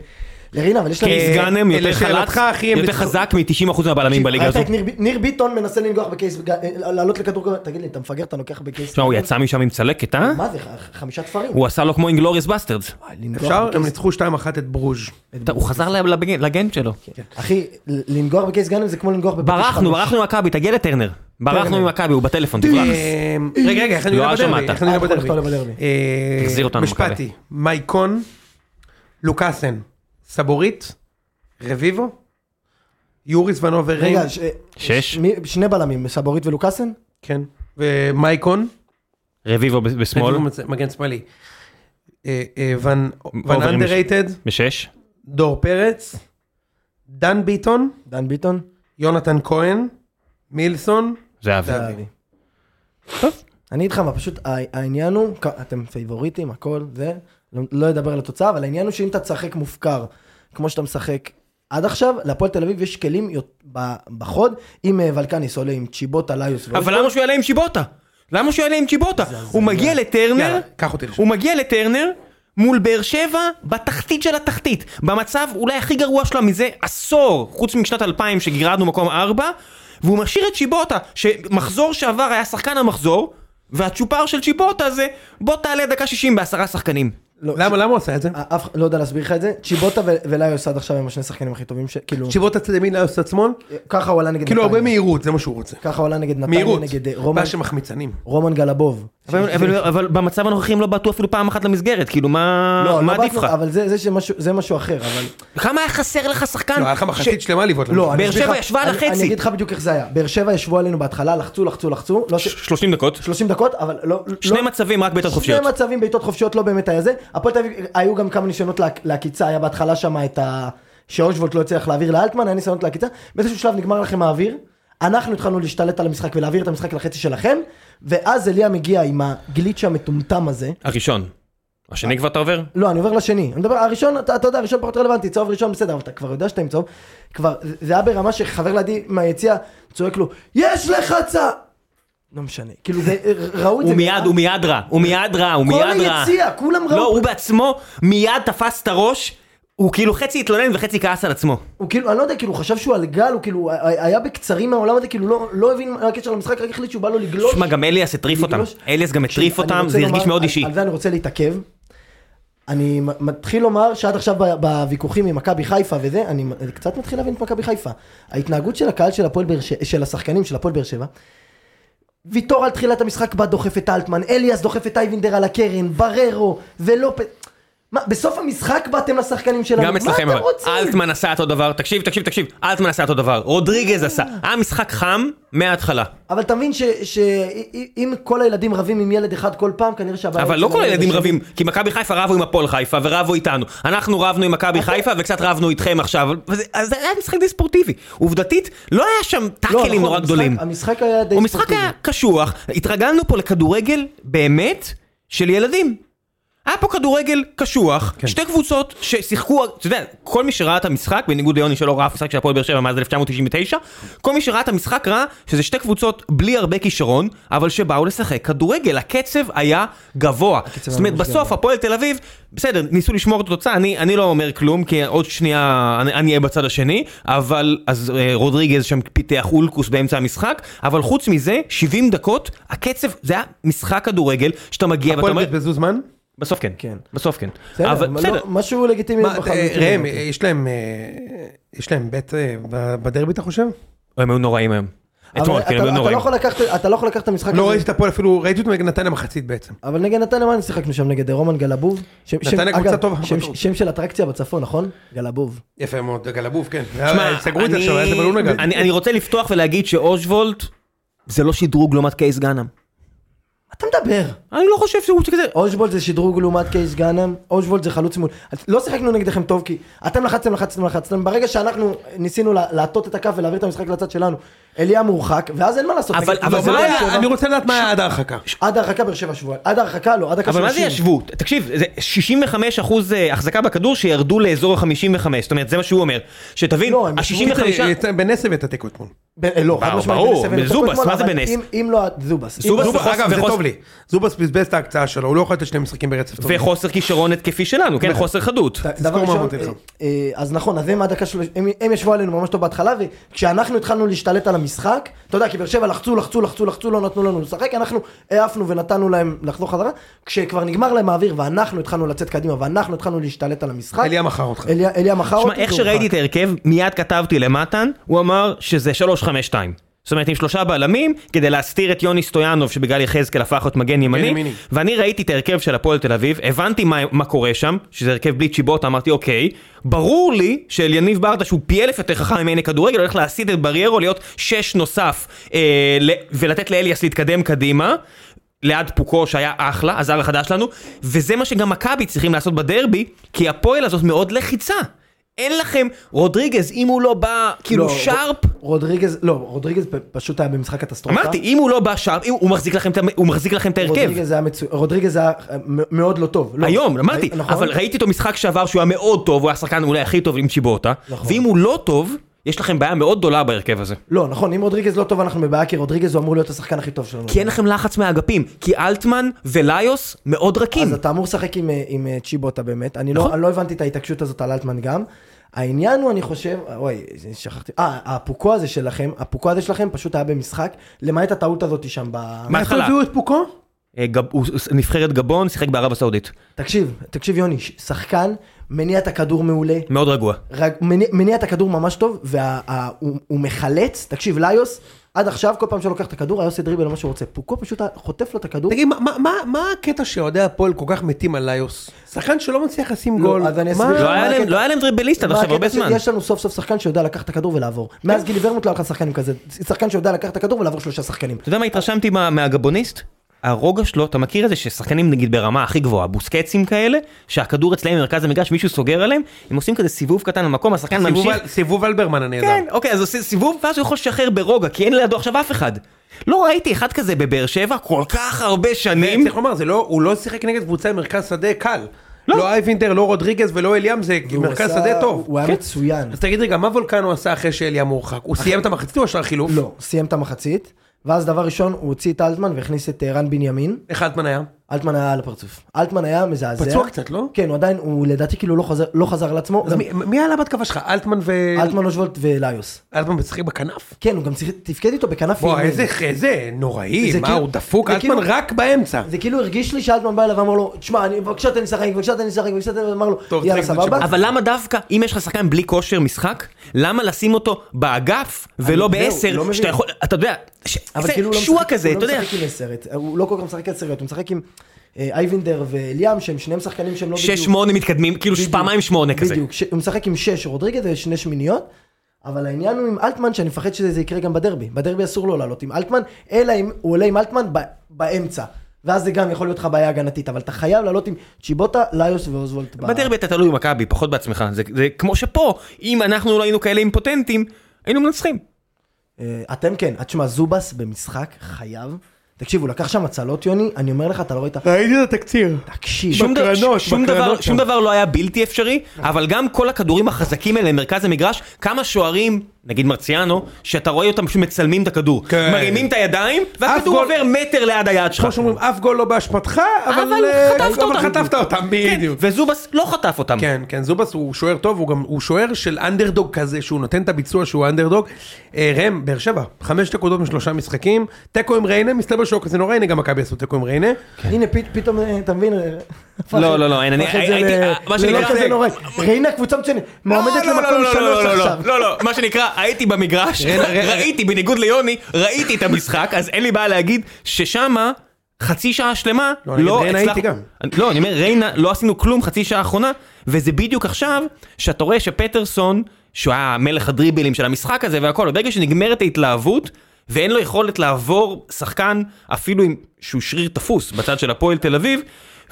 Speaker 3: לרינה, אבל יש אה, להם...
Speaker 1: קייס גאנם יותר
Speaker 2: לשאלתך,
Speaker 1: חלץ,
Speaker 2: אחי, הם
Speaker 1: יותר
Speaker 2: בצחוק.
Speaker 1: חזק מ-90% מהבלמים בליגה
Speaker 3: ראית
Speaker 1: הזו.
Speaker 3: את ניר ב- ניר ביטון מנסה לנגוח בקייס, ג- אה, לעלות לכדור גובה, תגיד לי, אתה מפגר, אתה לוקח בקייס...
Speaker 1: תשמע, הוא יצא משם עם צלקת, אה?
Speaker 3: מה זה, ח- חמישה תפרים?
Speaker 1: הוא עשה לו כמו אינגלוריאס בסטרדס.
Speaker 3: וואי, לנגוח
Speaker 2: אפשר?
Speaker 3: בקייס-
Speaker 2: הם ניצחו 2-1 את ברוז'.
Speaker 1: אתה- הוא חזר ל- לבג- לגן שלו.
Speaker 3: אחי, ל- לנגוח בקייס גאנם זה כמו לנגוח בפטיש
Speaker 1: ברחנו,
Speaker 3: חמש.
Speaker 1: ברחנו ממכבי, תגיע לטרנר. ברחנו ממכבי, הוא בטלפון, תברח.
Speaker 2: אה, רגע, רגע, איך אני
Speaker 1: לא
Speaker 2: עולה בדרבי?
Speaker 1: שמעת.
Speaker 2: איך אני
Speaker 3: אה,
Speaker 2: עולה
Speaker 3: אתה יכול
Speaker 2: בדרבי?
Speaker 3: לכתוב לבדרבי.
Speaker 2: אה,
Speaker 1: תחזיר אותנו,
Speaker 2: משפטי, מייקון, לוקאסן, סבורית, רביבו, יוריס ונוברים,
Speaker 3: רגע, ש-
Speaker 1: שש.
Speaker 3: מי- שני בלמים, סבורית ולוקאסן?
Speaker 2: כן, ומייקון,
Speaker 1: רביבו ב- בשמאל,
Speaker 2: רביבו מצ- מגן שמאלי, אה, אה, ון
Speaker 1: עוברים לש-
Speaker 2: אנדררייטד,
Speaker 1: בשש.
Speaker 2: דור פרץ, דן ביטון,
Speaker 3: דן ביטון?
Speaker 2: יונתן כהן, מילסון,
Speaker 1: זהבי.
Speaker 3: זהבי. אני איתך, מה פשוט ה- העניין הוא, כ- אתם פייבוריטים, הכל, זה, לא- לא אדבר על התוצאה, אבל העניין הוא שאם אתה תשחק מופקר, כמו שאתה משחק עד עכשיו, להפועל תל אביב יש כלים יות- ב- בחוד, אם אה, ולקניס עולה עם צ'יבוטה, ליוס ואוסטר.
Speaker 1: אבל למה שהוא יעלה עם צ'יבוטה? למה שהוא יעלה עם צ'יבוטה? הוא מגיע לטרנר,
Speaker 2: יאללה, קח אותי לשם.
Speaker 1: הוא מגיע לטרנר מול באר שבע בתחתית של התחתית. במצב אולי הכי גרוע שלה מזה עשור, חוץ משנת 2000 שגירדנו מקום 4, והוא משאיר את צ'יבוטה, שמחזור שעבר היה שחקן המחזור, והצ'ופר של צ'יבוטה זה בוא תעלה דקה 60 בעשרה שחקנים.
Speaker 3: לא,
Speaker 2: למה למה הוא עשה את זה?
Speaker 3: אה, אף לא יודע להסביר לך את זה, צ'יבוטה ו- וליוס עד עכשיו הם השני השחקנים הכי טובים, ש- כאילו,
Speaker 2: תשיבות הצד ימין לצד שמאל,
Speaker 3: ככה הוא עלה נגד
Speaker 2: כאילו הרבה
Speaker 3: נתניה,
Speaker 2: מהירות, זה מה שהוא רוצה,
Speaker 3: ככה הוא עלה נגד נתניה,
Speaker 2: מהירות,
Speaker 3: אה. נגד אה, רומן- אה,
Speaker 2: בעיה שמחמיצנים.
Speaker 3: רומן גלבוב.
Speaker 1: אבל, אבל, אבל במצב הנוכחי הם לא בעטו אפילו פעם אחת למסגרת, כאילו מה,
Speaker 3: לא,
Speaker 1: מה
Speaker 3: לא
Speaker 1: עדיף
Speaker 3: באנו-
Speaker 1: לך?
Speaker 3: אבל זה- זה שמשהו- זה משהו אחר, אבל...
Speaker 1: כמה היה חסר לך שחקן?
Speaker 2: לא, היה לך מחצית שלמה לבעוט.
Speaker 3: לא,
Speaker 2: למסגרת.
Speaker 3: אני
Speaker 1: באר
Speaker 3: אסביר
Speaker 1: שבע
Speaker 3: לך-
Speaker 1: ישבה על
Speaker 3: אני-
Speaker 1: החצי.
Speaker 3: אני אגיד לך בדיוק איך זה היה. באר שבע ישבו עלינו בהתחלה, לחצו, לחצו, לחצו. לא ש-
Speaker 1: 30 דקות,
Speaker 3: 30 דקות, אבל לא...
Speaker 1: שני
Speaker 3: לא-
Speaker 1: מצבים רק בעיטות
Speaker 3: שני
Speaker 1: חופשיות.
Speaker 3: מצבים בעיטות חופשיות לא באמת היה זה. הפועל תל אביב, היו גם כמה ניסיונות לה- להקיצה, היה בהתחלה שם את ה... שאושבולט לא הצליח להעביר לאלטמן, היה ניסיונות להקיצה. באיזשהו שלב נגמר לכם האוויר. אנחנו התחלנו להשתלט על המשחק ולהעביר את המשחק לחצי שלכם, ואז אליה מגיע עם הגליץ' המטומטם הזה.
Speaker 1: הראשון. השני כבר אתה עובר?
Speaker 3: לא, אני עובר לשני. אני מדבר, הראשון, אתה, אתה יודע, הראשון פחות רלוונטי, צהוב ראשון בסדר, אבל אתה כבר יודע שאתה עם צהוב. כבר, זה היה ברמה שחבר לידי מהיציע צועק לו, יש לך צה! לא משנה. כאילו,
Speaker 1: [laughs]
Speaker 3: זה- ראו את זה.
Speaker 1: הוא מיד, הוא מיד רע, הוא מיד רע, הוא מיד רע.
Speaker 3: כל היציע, כולם ראו.
Speaker 1: לא, הוא בעצמו מיד תפס את הראש, הוא כאילו חצי התלונן וחצי כעס על עצמו.
Speaker 3: הוא כאילו, אני לא יודע, כאילו, הוא חשב שהוא על גל, הוא כאילו, היה בקצרים מהעולם הזה, כאילו, לא- לא הבין מה הקשר למשחק, רק החליט שהוא בא לו לגלוש.
Speaker 1: שמע, גם אליאס הטריף אותם.
Speaker 3: לגלוש.
Speaker 1: אליאס גם הטריף
Speaker 3: עכשיו, לא כאילו אני
Speaker 1: אותם,
Speaker 3: רוצה
Speaker 1: זה
Speaker 3: לומר-
Speaker 1: הרגיש מאוד
Speaker 3: על-
Speaker 1: אישי.
Speaker 3: על זה אני רוצה להתעכב. אני מ- מתחיל לומר שעד עכשיו ב- בוויכוחים עם מכבי חיפה וזה, אני מ- קצת מתחיל להבין את מכבי חיפה. ההתנהגות של הקהל של הפועל באר שבע, של השחקנים של הפועל באר שבע, ויטור על תחילת המשחק בא דוחף את אלטמן, אליאס דוחף את אייבינדר על הקרן, בררו, ולא... מה, בסוף המשחק באתם לשחקנים שלנו,
Speaker 1: גם אצלכם
Speaker 3: מה אתם
Speaker 1: אבל.
Speaker 3: רוצים?
Speaker 1: אלטמן עשה אותו דבר, תקשיב, תקשיב, תקשיב. אלטמן עשה אותו דבר, רודריגז עשה. היה משחק חם מההתחלה.
Speaker 3: אבל אתה מבין שאם כל הילדים רבים עם ילד אחד כל פעם, כנראה שהבעיה...
Speaker 1: אבל לא כל הילדים רבים, כי מכבי חיפה רבו עם הפועל חיפה ורבו איתנו. אנחנו רבנו עם מכבי חיפה וקצת רבנו איתכם עכשיו. וזה- אז זה היה משחק די ספורטיבי. עובדתית, לא היה שם טאקלים נורא גדולים.
Speaker 3: נכון, המשחק היה די
Speaker 1: הוא משחק היה קשוח, התרגלנו פה לכדורגל באמת של ילדים. היה פה כדורגל קשוח, כן. שתי קבוצות ששיחקו, אתה יודע, כל מי שראה את המשחק, בניגוד ליוני שלא ראה אף משחק של הפועל באר שבע מאז 1999, כל מי שראה את המשחק ראה שזה שתי קבוצות בלי הרבה כישרון, אבל שבאו לשחק כדורגל, הקצב היה גבוה. זאת אומרת,
Speaker 3: ממש
Speaker 1: בסוף הפועל תל אביב, בסדר, ניסו לשמור את התוצאה, אני, אני לא אומר כלום, כי עוד שנייה אני אני אהיה בצד השני, אבל אז אה, רודריגז שם פיתח אולקוס באמצע המשחק, אבל חוץ מזה, 70 דקות, הקצב, זה היה משחק כדורגל, שאתה מגיע ואתה
Speaker 2: הפועל
Speaker 1: אומר...
Speaker 2: בזבזו זמן?
Speaker 1: בסוף כן.
Speaker 3: כן.
Speaker 1: בסוף כן.
Speaker 3: בסדר,
Speaker 1: אבל
Speaker 3: מה-
Speaker 1: בסדר.
Speaker 3: לא- משהו לגיטימי.
Speaker 2: מה,
Speaker 3: בחלוטין.
Speaker 2: אה, ראם, אה, יש להם, אה, יש להם בית אה, ב- בדרבי אתה חושב?
Speaker 1: הם היו נוראים היום.
Speaker 3: אבל
Speaker 1: אתמול,
Speaker 3: אתה-
Speaker 1: כן, הם היו
Speaker 3: אתה לא
Speaker 1: נוראים.
Speaker 3: יכול לקחת- אתה לא יכול לקחת את המשחק
Speaker 2: לא
Speaker 3: הזה.
Speaker 2: ראיתי את הפועל אפילו, ראיתי אותם נגד נתניה מחצית בעצם.
Speaker 3: אבל נגד נתניה, מה אני שיחקנו שם? נגד רומן גלבוב? שם- שם-
Speaker 2: נתניה קבוצה
Speaker 3: אגב,
Speaker 2: טובה,
Speaker 3: שם-
Speaker 2: בטוח.
Speaker 3: שם של אטרקציה בצפון, נכון? גלבוב.
Speaker 2: יפה מאוד, גלבוב, כן.
Speaker 1: תשמע,
Speaker 2: אה, סגרו את זה
Speaker 1: אני-
Speaker 2: עכשיו, היה זה בלון נגד.
Speaker 1: אני אני רוצה לפתוח ולהגיד שאושוולט זה לא שדרוג לעומת קייס גאנם.
Speaker 3: אתה מדבר.
Speaker 1: אני לא חושב שהוא כזה...
Speaker 3: אושבולד זה שדרוג לעומת קייס גאנם, אושבולד זה חלוץ מול. לא שיחקנו נגדכם טוב כי אתם לחצתם, לחצתם, לחצתם, ברגע שאנחנו ניסינו לה- להטות את הכף ולהעביר את המשחק לצד שלנו, אליה מורחק, ואז אין מה לעשות.
Speaker 1: אבל-
Speaker 3: נגד-
Speaker 1: אבל
Speaker 2: לא,
Speaker 3: לא,
Speaker 1: זה
Speaker 2: מה
Speaker 1: לא
Speaker 2: היה-
Speaker 1: היה-
Speaker 2: אני רוצה לדעת מה היה עד ההרחקה.
Speaker 3: עד הרחקה באר שבע שבועיים, עד הרחקה לא, עד הקשר
Speaker 1: אבל מה זה ישבו? תקשיב, זה 65 אחוז אה, החזקה בכדור שירדו לאזור ה-55, זאת אומרת, זה מה שהוא אומר. שתבין,
Speaker 3: לא, הם
Speaker 1: ה-65...
Speaker 2: יצא- בנס הבאת את התיקו אתמול.
Speaker 3: לא, חד
Speaker 1: ברור,
Speaker 3: משמעית
Speaker 1: ברור,
Speaker 3: בנס, אבל
Speaker 1: בזובס,
Speaker 3: תקוע אתמול,
Speaker 1: מה זה
Speaker 3: אבל
Speaker 1: בנס?
Speaker 3: אם- אם לא, זובס. אם-
Speaker 1: זובס
Speaker 2: זובס,
Speaker 1: וחוס-
Speaker 2: אגב, זה
Speaker 1: וחוס-
Speaker 2: טוב לי. זובס בזבז את ההקצאה שלו, הוא לא יכול לתת שני משחקים ברצף טוב.
Speaker 1: וחוסר כישרון התקפי שלנו, כן? חוסר חדות.
Speaker 2: תזכור
Speaker 3: דבר
Speaker 2: מה
Speaker 3: ראשון,
Speaker 2: אמרתי לך.
Speaker 3: אה, אה, אז נכון, אז הם עד הקשר, הם- הם ישבו עלינו ממש טוב בהתחלה, וכשאנחנו התחלנו להשתלט על המשחק, אתה יודע, כי באר שבע לחצו, לחצו, לחצו, לחצו, לא נתנו לנו לשחק, אנחנו העפנו ונתנו להם לחזור חזרה, כשכבר נגמר להם האוויר ואנחנו התחלנו לצאת קדימה, ואנחנו התחלנו להשתלט על המשחק,
Speaker 2: אליה מכר אותך.
Speaker 3: אליה אליה מכר אותי,
Speaker 1: תשמע, איך
Speaker 3: והוא
Speaker 1: שראיתי
Speaker 3: הורחק.
Speaker 1: את ההרכב, מיד כתבתי למתן, הוא אמר שזה 3-5-2. זאת אומרת, עם שלושה בלמים, כדי להסתיר את יוני סטויאנוב, שבגלל יחזקאל הפך להיות מגן ימני.
Speaker 2: ימיני.
Speaker 1: ואני ראיתי את ההרכב של הפועל תל אביב, הבנתי מה, מה קורה שם, שזה הרכב בלי צ'יבוטה, אמרתי, אוקיי, ברור לי שאל יניב ברדה, שהוא פי אלף יותר חכם ממני כדורגל, הולך להסיט את בריירו, להיות שש נוסף, אה, ל- ולתת לאליאס להתקדם קדימה. ליד פוקו שהיה אחלה, הזר החדש שלנו, וזה מה שגם מכבי צריכים לעשות בדרבי, כי הפועל הזאת מאוד לחיצה. אין לכם, רודריגז, אם הוא לא בא כאילו
Speaker 3: לא,
Speaker 1: שרפ,
Speaker 3: רודריגז, לא, רודריגז פ- פשוט היה במשחק קטסטרופה,
Speaker 1: אמרתי, אם הוא לא בא שרפ, אם הוא הוא מחזיק לכם את המ- הוא מחזיק לכם את ההרכב.
Speaker 3: רודריגז היה מצו- רודריגז היה אה, מ- מאוד לא טוב, לא.
Speaker 1: היום, אמרתי,
Speaker 3: נכון?
Speaker 1: אבל ראיתי אותו משחק שעבר שהוא היה מאוד טוב, הוא היה שחקן אולי הכי טוב עם צ'יבוטה,
Speaker 3: נכון.
Speaker 1: ואם הוא לא טוב, יש לכם בעיה מאוד גדולה בהרכב הזה.
Speaker 3: לא, נכון, אם רודריגז לא טוב אנחנו בבעיה, כי רודריגז הוא אמור להיות השחקן הכי טוב שלנו.
Speaker 1: כי אין לכם לחץ מהאגפים, כי אלטמן וליוס מאוד רכים.
Speaker 3: אז אתה אמור לשחק עם, אה, עם אה, צ'יבוטה באמת, אני,
Speaker 1: נכון.
Speaker 3: לא, אני לא הבנתי את ההתעקשות הזאת על אלטמן גם. העניין הוא, אני חושב, אוי, זה- שכחתי, אה, הפוקו הזה שלכם, הפוקו הזה שלכם פשוט היה במשחק, למעט הטעות הזאת שם ב...
Speaker 1: מה?
Speaker 2: איפה
Speaker 1: בהתחלה.
Speaker 2: הביאו את פוקו?
Speaker 1: אה, גב- הוא- נבחרת גבון, שיחק בערב הסעודית.
Speaker 3: תקשיב, תקשיב יוני, ש- שחקן מניע את הכדור מעולה,
Speaker 1: מאוד רגוע.
Speaker 3: רג, מניע, מניע את הכדור ממש טוב, והוא וה, ה- הוא- הוא מחלץ, תקשיב, ליוס, עד עכשיו, כל פעם שהוא לוקח את הכדור, היה עושה דריבל או מה שהוא רוצה, פוקו פשוט היה חוטף לו את הכדור.
Speaker 2: תגיד, מה- מה- מה- מה הקטע שאוהדי הפועל כל כך מתים על ליוס? שחקן שלא מצליח לשים גול.
Speaker 3: אז אני
Speaker 2: מה-
Speaker 3: אסביר
Speaker 1: לא
Speaker 3: מה
Speaker 1: היה להם-
Speaker 3: הקטע?
Speaker 1: לא היה להם דריבליסט עד
Speaker 3: מה
Speaker 1: עכשיו הרבה
Speaker 3: הקטע
Speaker 1: זמן. כן.
Speaker 3: שיש לנו סוף סוף שחקן שיודע לקחת את הכדור ולעבור. מאז גילי ורמוט לא היה לך שחקן כזה. שחקן שיודע לקחת את הכדור ולעבור שלושה שחקנים.
Speaker 1: אתה יודע מה התרשמתי מה- מהגבוניסט? הרוגע שלו, אתה מכיר את זה ששחקנים נגיד ברמה הכי גבוהה, בוסקצים כאלה, שהכדור אצלהם במרכז המגרש, מישהו סוגר עליהם, הם עושים כזה סיבוב קטן במקום, השחקן
Speaker 2: סיבוב
Speaker 1: ממשיך,
Speaker 2: על- סיבוב אלברמן הנהדר.
Speaker 1: כן, אוקיי, אז עושה סיבוב, ואז הוא יכול לשחרר ברוגע, כי אין לידו עכשיו אף אחד. לא ראיתי אחד כזה בבאר שבע כל כך הרבה שנים.
Speaker 2: צריך לומר, זה לא- הוא לא שיחק נגד קבוצה עם מרכז שדה קל. לא אייבינדר, לא רודריגז ולא אליאם, זה מרכז
Speaker 3: הוא עשה-
Speaker 2: שדה טוב.
Speaker 3: הוא היה
Speaker 1: כן.
Speaker 3: מצוין.
Speaker 2: אז תגיד רגע, מה וולקנו עשה אחרי שאליאם הורחק? הוא סיים את המחצית או ישר חילוף?
Speaker 3: לא, סיים את המחצית. ואז דבר ראשון, הוא הוציא את אלטמן והכניס את אה, רן בנימין.
Speaker 2: איך אלטמן היה?
Speaker 3: אלטמן היה על הפרצוף. אלטמן היה מזעזע.
Speaker 2: פצוע קצת, לא?
Speaker 3: כן, הוא עדיין, הוא לדעתי כאילו לא חזר, לא חזר על עצמו.
Speaker 2: אז
Speaker 3: גם
Speaker 2: מי- מי עלה בהתקפה שלך? אלטמן ו...
Speaker 3: אלטמן אושוולט וליוס.
Speaker 2: אלטמן משחק בכנף?
Speaker 3: כן, הוא גם צריך- תפקד איתו בכנף
Speaker 2: בוא,
Speaker 3: ימין.
Speaker 2: איזה איזה נוראי,
Speaker 3: זה
Speaker 2: מה,
Speaker 3: כאילו-
Speaker 2: הוא דפוק?
Speaker 3: זה
Speaker 2: אלטמן
Speaker 3: כאילו-
Speaker 2: רק באמצע.
Speaker 3: זה כאילו הרגיש לי שאלטמן בא אליו ואמר לו, תשמע, אני- בבקשה תן לי לשחק, בבקשה תן לי לשחק, בבקשה תן לי, אמר לו,
Speaker 2: טוב,
Speaker 3: יאללה
Speaker 2: תשחק את
Speaker 3: סבבה.
Speaker 2: זה
Speaker 1: אבל למה דווקא, אם יש לך שחקן בלי כושר משחק, למה לשים אותו באגף ולא
Speaker 3: זהו, לא
Speaker 1: בעשר,
Speaker 3: מבין.
Speaker 1: שאתה יכול, אתה יודע, ש-
Speaker 3: אבל
Speaker 1: זה
Speaker 3: כאילו הוא לא
Speaker 1: שועה
Speaker 3: משחק-
Speaker 1: כזה,
Speaker 3: הוא
Speaker 1: אתה
Speaker 3: לא
Speaker 1: יודע,
Speaker 3: משחק עם עשרת, הוא לא כל כך משחק עשרת, הוא משחק עם אה, אייבינדר ואליאם, שהם שניהם שחקנים שהם לא בדיוק...
Speaker 1: שש שמונה מתקדמים, כאילו
Speaker 3: בדיוק.
Speaker 1: פעמיים שמונה כזה.
Speaker 3: בדיוק, ש- הוא משחק עם שש רודריגז ושני שמיניות, אבל העניין הוא עם אלטמן, שאני מפחד שזה יקרה גם בדרבי. בדרבי אסור לו לעלות עם אלטמן, אלא אם הוא עולה עם אלטמן ב- באמצע. ואז זה גם יכול להיות לך בעיה הגנתית, אבל אתה חייב לעלות עם צ'יבוטה, ליוס ואוזוולט. ב-
Speaker 1: בדרבי אתה תלוי במכבי, פחות בעצמך. זה, זה כמו שפה, אם אנחנו לא היינו כאלה אימפוטנטים, היינו מנצחים.
Speaker 3: אה, אתם כן, את שמע, זובס במשחק חייב. תקשיבו, לקח שם הצלות, יוני, אני אומר לך, אתה לא ראית...
Speaker 2: ראיתי את התקציר.
Speaker 3: תקשיב.
Speaker 1: שום, דבר-
Speaker 2: בקרנות,
Speaker 1: שום, דבר,
Speaker 2: בקרנות כן.
Speaker 1: שום
Speaker 2: שם.
Speaker 1: דבר לא היה בלתי אפשרי, אבל גם כל הכדורים החזקים האלה למרכז המגרש, כמה שוערים, נגיד מרציאנו, שאתה רואה אותם פשוט מצלמים את הכדור.
Speaker 2: כן.
Speaker 1: מרימים את הידיים,
Speaker 2: גול-
Speaker 1: והכדור עובר מטר ליד היד שלך.
Speaker 2: כמו שאומרים, אף גול לא באשמתך, אבל
Speaker 1: אבל
Speaker 2: אה,
Speaker 1: חטפת
Speaker 2: אבל
Speaker 1: אותם.
Speaker 2: חטפת אותם,
Speaker 1: כן,
Speaker 2: בדיוק.
Speaker 1: וזובס לא חטף אותם.
Speaker 2: כן, כן, זובס הוא שוער טוב, הוא גם, הוא שוער של אנדרדוג כזה, שהוא נותן את הביצוע שהוא אנדרדוג. אה, רם, באר שבע, חמש נקודות משלושה משחקים, תיקו עם ריינה, מסתבר שאוקיי, זה נורא, הנה גם מכבי עשו תיקו עם ריינה.
Speaker 3: הנה, פת- פתאום, אה, אתה מבין? אה, הפך
Speaker 1: כן. לא,
Speaker 3: את-
Speaker 1: לא, לא, אין, אני-
Speaker 3: הפך את זה
Speaker 1: הייתי-
Speaker 3: ל-
Speaker 1: אה, מה שנקרא-
Speaker 3: ללא כזה נורא. ריינה קבוצה מצוינת,
Speaker 1: לא,
Speaker 3: מועמדת
Speaker 1: לא,
Speaker 3: למקום
Speaker 1: לא, לא, לא, לא,
Speaker 3: שלוש
Speaker 1: לא,
Speaker 3: עכשיו.
Speaker 1: לא, לא, מה שנקרא, הייתי במגרש, ראיתי, בניגוד ליוני, ראיתי את המשחק, אז אין לי בעיה להגיד ששמה... חצי שעה שלמה,
Speaker 2: לא, נגד
Speaker 1: לא
Speaker 2: ריינה הייתי גם.
Speaker 1: לא, אני אומר, ריינה, לא עשינו כלום חצי שעה האחרונה, וזה בדיוק עכשיו, שאתה רואה שפטרסון, שהוא היה מלך הדריבלים של המשחק הזה והכל, ברגע שנגמרת ההתלהבות, ואין לו יכולת לעבור שחקן, אפילו עם, שהוא שריר תפוס, בצד של הפועל תל אביב,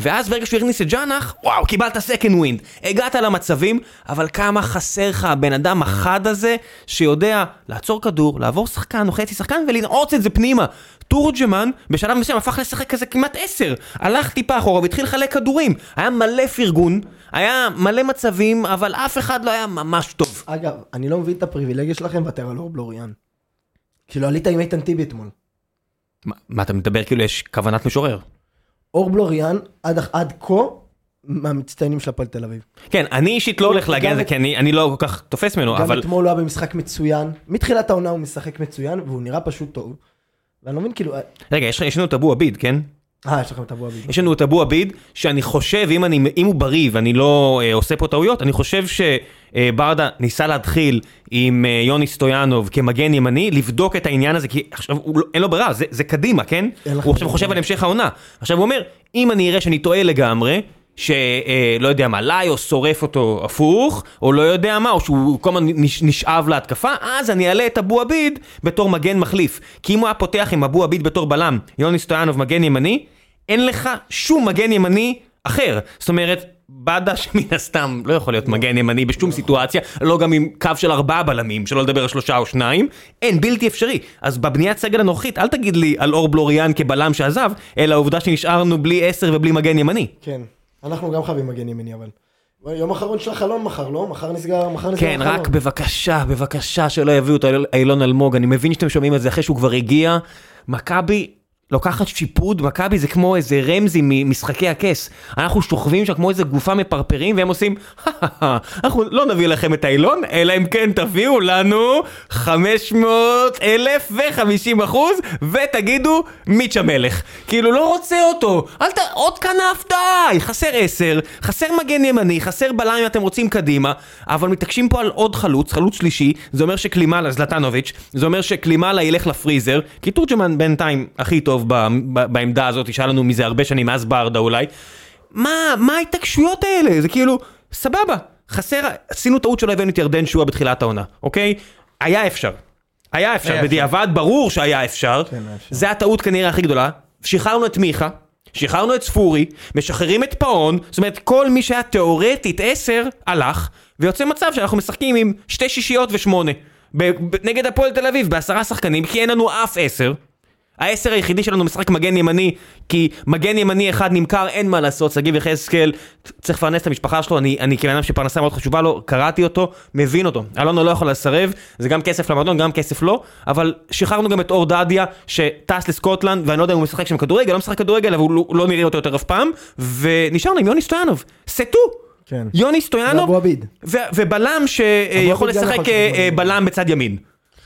Speaker 1: ואז ברגע שהוא הכניס את ג'אנח, וואו, קיבלת סקנד ווינד. הגעת למצבים, אבל כמה חסר לך הבן אדם החד הזה, שיודע לעצור כדור, לעבור שחקן או חצי שחקן ולנעוץ את זה פנימה. תורג'מן בשלב מסוים הפך לשחק כזה כמעט עשר. הלך טיפה אחורה והתחיל לחלק כדורים. היה מלא פרגון, היה מלא מצבים, אבל אף אחד לא היה ממש טוב.
Speaker 3: אגב, אני לא מבין את הפריבילגיה שלכם ואתה על אור בלוריאן. כאילו עלית עם איתן טיבי אתמול.
Speaker 1: מה, מה אתה מדבר כאילו יש כוונת משורר?
Speaker 3: אור בלוריאן עד אח- עד כה מהמצטיינים של הפועל תל אביב.
Speaker 1: כן, אני אישית לא הולך להגן על זה כי אני, אני לא כל כך תופס ממנו,
Speaker 3: גם
Speaker 1: אבל...
Speaker 3: אתמול הוא היה במשחק מצוין, מתחילת העונה הוא משחק מצוין והוא נראה פשוט טוב. ואני לא מבין כאילו, אה,
Speaker 1: רגע, יש, יש לנו את אבו עביד, כן?
Speaker 3: אה יש לכם את אבו אביב.
Speaker 1: יש לנו את אבו עביד, שאני חושב, אם, אני, אם הוא בריא ואני לא אה, עושה פה טעויות, אני חושב שברדה ניסה להתחיל עם אה, יוני סטויאנוב כמגן ימני, לבדוק את העניין הזה, כי עכשיו הוא, לא- אין לו ברירה, זה, זה קדימה, כן?
Speaker 3: אין לך
Speaker 1: הוא עכשיו
Speaker 3: ברירה.
Speaker 1: חושב על המשך העונה. עכשיו הוא אומר, אם אני אראה שאני טועה לגמרי, שלא אה, לא יודע מה, ליוס שורף אותו הפוך, או לא יודע מה, או שהוא כל הזמן נש- נשאב להתקפה, אז אני אעלה את אבו עביד בתור מגן מחליף. כי אם הוא היה פותח עם אבו עביד בתור בלם, יוני סטויאנוב מגן ימני, אין לך שום מגן ימני אחר. זאת אומרת, באדה [laughs] שמן הסתם לא יכול להיות מגן ימני בשום סיטואציה, לא גם עם קו של ארבעה בלמים, שלא לדבר על שלושה או שניים, אין, בלתי אפשרי. אז בבניית סגל הנוכחית, אל תגיד לי על אור בלוריאן כבלם שעזב, אלא העובדה שנשארנו בלי עשר ובלי מגן ימני.
Speaker 3: כן, אנחנו גם חייבים מגן ימיני אבל. יום אחרון של החלון מחר, לא? מחר נסגר, מחר נסגר
Speaker 1: כן,
Speaker 3: החלון.
Speaker 1: רק בבקשה, בבקשה שלא יביאו את איל- אילון אלמוג, אני מבין שאתם שומעים את זה אחרי שהוא כבר הגיע. מכבי לוקחת שיפוד, מכבי זה כמו איזה רמזי ממשחקי הכס. אנחנו שוכבים שם כמו איזה גופה מפרפרים, והם עושים, אנחנו לא נביא לכם את האילון, אלא אם כן תביאו לנו 500 אלף ו-50 אחוז, ותגידו, מיץ' המלך. כאילו, לא רוצה אותו, אל ת... עוד כנף, די! חסר 10, חסר מגן ימני, חסר בלם אם אתם רוצים קדימה, אבל מתעקשים פה על עוד חלוץ, חלוץ שלישי, זה אומר שקלימאלה, זלטנוביץ', זה אומר שקלימאלה ילך לפריזר, כי תורג'מן בינתיים הכי טוב ב, ב, בעמדה הזאת, שהיה לנו מזה הרבה שנים, מאז ברדה אולי. מה, מה ההתעקשויות האלה? זה כאילו, סבבה, חסר, עשינו טעות שלא הבאנו את ירדן שועה בתחילת העונה, אוקיי? היה אפשר. היה אפשר,
Speaker 2: היה אפשר.
Speaker 1: בדיעבד ברור שהיה אפשר.
Speaker 3: היה אפשר.
Speaker 1: זה הטעות כנראה הכי גדולה. שחררנו את מיכה, שחררנו את ספורי, משחררים את פאון, זאת אומרת כל מי שהיה תיאורטית 10 הלך, ויוצא מצב שאנחנו משחקים עם שתי שישיות ושמונה. ב- ב- נגד הפועל תל אביב בעשרה שחקנים, כי אין לנו אף 10. העשר היחידי שלנו משחק מגן ימני, כי מגן ימני אחד נמכר, אין מה לעשות, שגיב יחזקאל צריך לפרנס את המשפחה שלו, אני, אני כבן אדם שפרנסה מאוד חשובה לו, קראתי אותו, מבין אותו. אלונה לא יכולה לסרב, זה גם כסף למועדון, גם כסף לא, אבל שחררנו גם את אור דדיה, שטס לסקוטלנד, ואני לא יודע אם הוא משחק שם כדורגל, לא משחק כדורגל, אבל הוא לא- לא נראה אותו יותר אף פעם, ונשארנו עם יוני סטויאנוב, סטו!
Speaker 3: כן.
Speaker 1: יוני סטויאנוב,
Speaker 3: ואבו עביד.
Speaker 1: ו- ובלם שיכול
Speaker 3: עביד גם יכול
Speaker 1: לשחק
Speaker 3: לשחק
Speaker 1: אה, אה,
Speaker 3: בלם.
Speaker 1: בלם בצד ימין.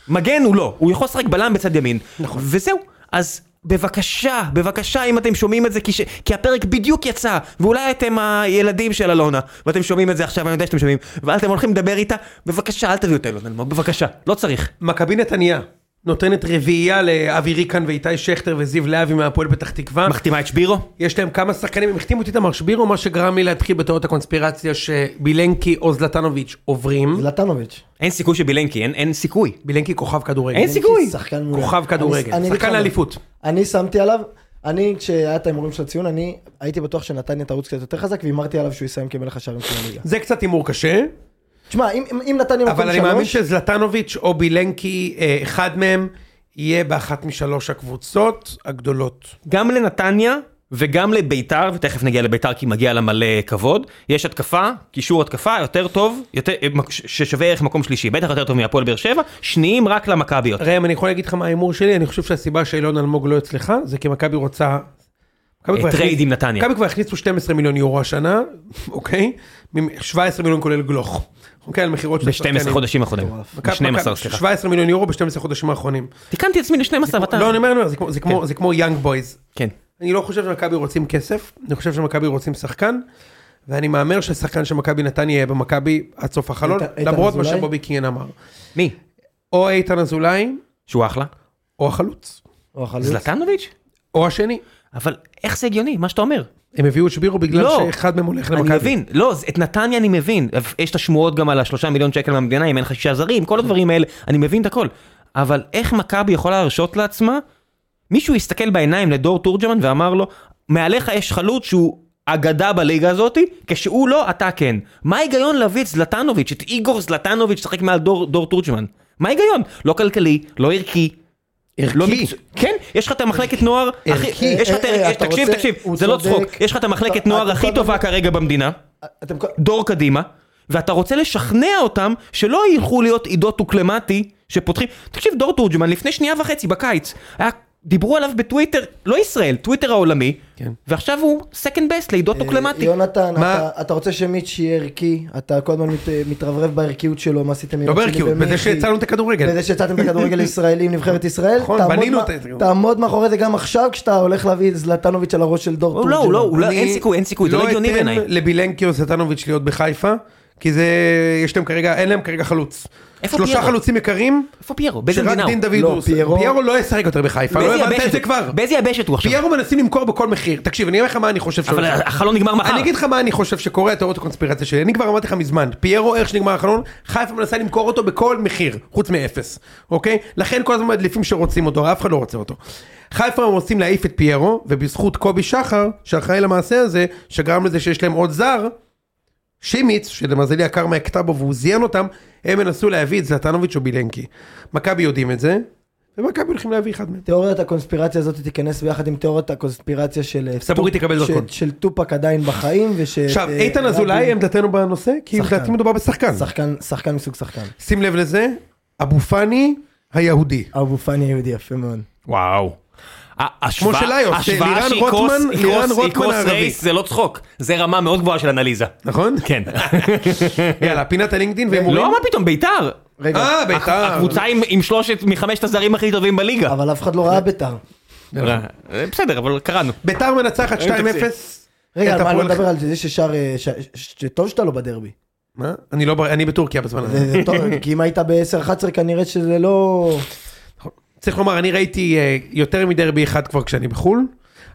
Speaker 1: מגן הוא לא, הוא יכול לשחק בלם בצד ימין. נכון. וזהו, אז בבקשה, בבקשה אם אתם שומעים את זה, כי, ש... כי הפרק בדיוק יצא, ואולי אתם הילדים של אלונה, ואתם שומעים את זה עכשיו, אני יודע שאתם שומעים, ואתם הולכים לדבר איתה, בבקשה, אל תביאו את אלון אלמוג, בבקשה, לא צריך.
Speaker 2: מכבי נתניה נותנת רביעייה לאבי ריקן ואיתי שכטר וזיו לוי מהפועל פתח תקווה.
Speaker 1: מחתימה את שבירו?
Speaker 2: יש להם כמה שחקנים, הם החתימו את איתמר שבירו, מה שגרם לי להתחיל בתיאוריות הקונספירציה שבילנקי או זלטנוביץ' עוברים.
Speaker 3: זלטנוביץ'.
Speaker 1: אין סיכוי שבילנקי, אין, אין סיכוי.
Speaker 2: בילנקי כוכב כדורגל.
Speaker 1: אין סיכוי.
Speaker 3: שחקן מעולה.
Speaker 2: כוכב
Speaker 3: אני-
Speaker 2: כדורגל,
Speaker 3: אני אגיד לך
Speaker 2: שחקן
Speaker 3: מה,
Speaker 2: לאליפות.
Speaker 3: אני שמתי עליו, אני כשהיה את ההימורים של הציון, אני הייתי בטוח שנתניה תרוץ קצת יותר חזק, והימרתי עליו שהוא יסיים כמלך השערים של הליגה.
Speaker 2: זה קצת הימור קשה,
Speaker 3: תשמע, אם- אם אם נתניה מקום שלוש...
Speaker 2: אבל אני מאמין שזלטנוביץ' או בילנקי, אה, אחד מהם, יהיה באחת משלוש הקבוצות הגדולות.
Speaker 1: גם לנתניה וגם לביתר, ותכף נגיע לביתר כי מגיע לה מלא כבוד, יש התקפה, קישור התקפה יותר טוב, יותר, אה, ש- ששווה ערך מקום שלישי, בטח יותר טוב מהפועל באר שבע, שניים רק למכביות.
Speaker 2: ראם, אני יכול להגיד לך מה ההימור שלי? אני חושב שהסיבה שאילון אלמוג לא אצלך, זה כי מכבי רוצה... מכבי כבר
Speaker 1: אה, טרייד
Speaker 2: הכניס-
Speaker 1: עם נתניה.
Speaker 2: מכבי כבר הכניסו 12 מיליון יורו השנה, [laughs] אוקיי? מ- 17 מיליון כולל גלוך. אוקיי, על מכירות של
Speaker 1: ב-12
Speaker 2: שחקנים.
Speaker 1: חודשים האחרונים,
Speaker 2: מכבי-
Speaker 1: ב-12
Speaker 2: מכבי-
Speaker 1: סליחה.
Speaker 2: 17 מיליון יורו ב-12 חודשים האחרונים.
Speaker 1: תיקנתי את עצמי ל-12 ואתה...
Speaker 2: לא, אני אומר, אני אומר, זה כמו- זה כמו- זה כמו יאנג בויז.
Speaker 1: כן.
Speaker 2: אני לא חושב שמכבי רוצים כסף, אני חושב שמכבי רוצים שחקן, ואני מהמר ששחקן של מכבי נתניה יהיה במכבי עד סוף החלון,
Speaker 3: איתן- איתן
Speaker 2: למרות מה
Speaker 3: אזולאי?
Speaker 2: שבובי קינן אמר.
Speaker 1: מי?
Speaker 2: או איתן אזולאי,
Speaker 1: שהוא אחלה?
Speaker 2: או החלוץ,
Speaker 3: או החלוץ.
Speaker 1: זלטנוביץ'?
Speaker 2: או השני.
Speaker 1: אבל איך זה הגיוני, מה שאתה אומר?
Speaker 2: הם הביאו את שבירו בגלל
Speaker 1: לא.
Speaker 2: שאחד מהם הולך למכבי.
Speaker 1: אני מבין, לא, זה- את נתניה אני מבין, יש את השמועות גם על השלושה מיליון שקל מהמדינה, אם אין לך שישה זרים, כל הדברים האלה, אני מבין את הכל. אבל איך מכבי יכולה להרשות לעצמה? מישהו הסתכל בעיניים לדור תורג'מן ואמר לו, מעליך יש חלוץ שהוא אגדה בליגה הזאתי, כשהוא לא, אתה כן. מה ההיגיון להביא את זלטנוביץ', את איגור זלטנוביץ', לשחק מעל דור, דור תורג'מן? מה ההיגיון? לא כלכלי, לא ערכי.
Speaker 2: ערכי.
Speaker 1: לא מקצוע- כן, יש לך את המחלקת נוער, הכי-
Speaker 2: ערכי.
Speaker 1: יש לך את
Speaker 3: אה, אה,
Speaker 1: ה-
Speaker 3: אתה
Speaker 1: תקשיב,
Speaker 3: רוצה-
Speaker 1: תקשיב,
Speaker 3: הוא
Speaker 1: זה לא
Speaker 3: צודק.
Speaker 1: צחוק, יש לך את המחלקת
Speaker 3: אתה-
Speaker 1: נוער
Speaker 3: אתה
Speaker 1: הכי
Speaker 3: כל
Speaker 1: טובה כרגע במדינה,
Speaker 3: אה, אתם כל-
Speaker 1: דור קדימה, ואתה רוצה לשכנע אותם שלא ילכו להיות עידו טוקלמטי שפותחים... תקשיב, דור תורג'מן לפני שנייה וחצי בקיץ, היה... דיברו עליו בטוויטר, לא ישראל, טוויטר העולמי,
Speaker 2: כן.
Speaker 1: ועכשיו הוא second best לעידו
Speaker 3: אה,
Speaker 1: טוקלמטי.
Speaker 3: יונתן,
Speaker 2: מה-
Speaker 3: אתה- אתה רוצה שמיץ' יהיה ערכי, אתה כל הזמן מת- מתרברב בערכיות שלו, מה עשיתם עם
Speaker 2: לא
Speaker 3: אצילי
Speaker 2: בערכיות,
Speaker 3: ומיכי.
Speaker 2: בזה שהצלנו את הכדורגל.
Speaker 3: בזה שהצעתם את הכדורגל הישראלי עם נבחרת ישראל,
Speaker 2: נכון,
Speaker 3: תעמוד
Speaker 2: בנינו
Speaker 3: מה-
Speaker 2: את זה.
Speaker 3: תעמוד מאחורי זה גם עכשיו כשאתה הולך להביא את זלטנוביץ' על הראש של דור
Speaker 1: הוא לא,
Speaker 3: תורג'מן.
Speaker 1: הוא לא, הוא לא,
Speaker 2: אני
Speaker 1: אין סיכוי, אין סיכוי, זה לא הגיוני בעיניי.
Speaker 2: לא אתן לבילנקי או סטנוביץ' להיות בחיפה, כי זה, יש להם כרגע, אין להם כרגע חלוץ.
Speaker 1: איפה
Speaker 2: שלושה
Speaker 1: פיירו?
Speaker 2: חלוצים יקרים,
Speaker 1: איפה פיירו? באיזה
Speaker 2: שרק
Speaker 1: מדינה הוא?
Speaker 2: דין דוד
Speaker 3: לא,
Speaker 2: הוא.
Speaker 3: פיירו-
Speaker 2: פיירו לא ישחק יותר בחיפה, לא
Speaker 1: באיזה
Speaker 2: הבנת את
Speaker 1: יבשת
Speaker 2: זה
Speaker 1: הוא?
Speaker 2: כבר.
Speaker 1: באיזה יבשת הוא עכשיו?
Speaker 2: פיירו מנסים למכור בכל מחיר. תקשיב, אני אומר לך מה אני חושב
Speaker 1: אבל
Speaker 2: שהולך.
Speaker 1: החלון נגמר מחר.
Speaker 2: אני אגיד לך מה אני חושב שקורה, התיאוריות הקונספירציה שלי. אני כבר אמרתי לך מזמן, פיירו איך שנגמר החלון, חיפה מנסה למכור אותו בכל מחיר, חוץ מאפס, אוקיי? לכן כל הזמן מדליפים שרוצים אותו, הרי אף אחד לא רוצה אותו. חיפה הם רוצים להעיף את פיירו, ובזכות קובי שחר, שאחראי למעשה הזה, שגרם לזה שיש להם עוד זר, שימיץ, שלמזלי הקרמה הכתה בו והוא זיין אותם, הם ינסו להביא את זלטנוביץ' או בילנקי. מכבי יודעים את זה, ומכבי הולכים להביא אחד מהם.
Speaker 3: תיאוריית הקונספירציה הזאת תיכנס ביחד עם תיאוריית הקונספירציה של אה,
Speaker 2: סבורית
Speaker 3: טופ-
Speaker 2: יקבל
Speaker 3: של-
Speaker 2: דרכון.
Speaker 3: של טופק עדיין בחיים וש...
Speaker 2: עכשיו,
Speaker 3: אה,
Speaker 2: איתן
Speaker 3: רבין-
Speaker 2: אזולאי עמדתנו בנושא, כי
Speaker 3: שחקן.
Speaker 2: לדעתי מדובר בשחקן.
Speaker 3: שחקן, שחקן מסוג שחקן.
Speaker 2: שים לב לזה, אבו פאני היהודי.
Speaker 3: אבו פאני יהודי יפה מאוד.
Speaker 1: וואו. ה-
Speaker 2: כמו
Speaker 1: השוואה-
Speaker 2: שליוס, לירן
Speaker 1: השוואה שהיא קרוס-
Speaker 2: רוטמן-
Speaker 1: היא
Speaker 2: לירן
Speaker 1: קרוס- היא
Speaker 2: רוטמן
Speaker 1: קרוס
Speaker 2: הערבי.
Speaker 1: רייס זה לא צחוק, זה רמה מאוד גבוהה של אנליזה.
Speaker 2: נכון?
Speaker 1: [laughs] כן.
Speaker 2: יאללה, פינת הלינקדין והימורים.
Speaker 1: לא, מה פתאום, ביתר.
Speaker 3: רגע,
Speaker 2: אה, ביתר.
Speaker 1: הקבוצה עם- עם שלושת מחמשת הזרים הכי טובים
Speaker 2: אה.
Speaker 1: בליגה. אה,
Speaker 3: אבל אף אחד לא ראה ביתר.
Speaker 1: בסדר, אבל קראנו.
Speaker 2: ביתר מנצחת 2-0.
Speaker 3: רגע,
Speaker 2: את
Speaker 3: על מה לא
Speaker 2: הפועל-
Speaker 3: נדבר על זה ששר... אה, ש- ש- שטוב שאתה לא בדרבי.
Speaker 2: מה? אני לא, בר- אני בטורקיה בזמן
Speaker 3: זה-
Speaker 2: הזה.
Speaker 3: זה טוב, [laughs] כי אם היית ב-10-11 כנראה שזה לא...
Speaker 2: צריך לומר, אני ראיתי אה, יותר מדרבי אחד כבר כשאני בחו"ל.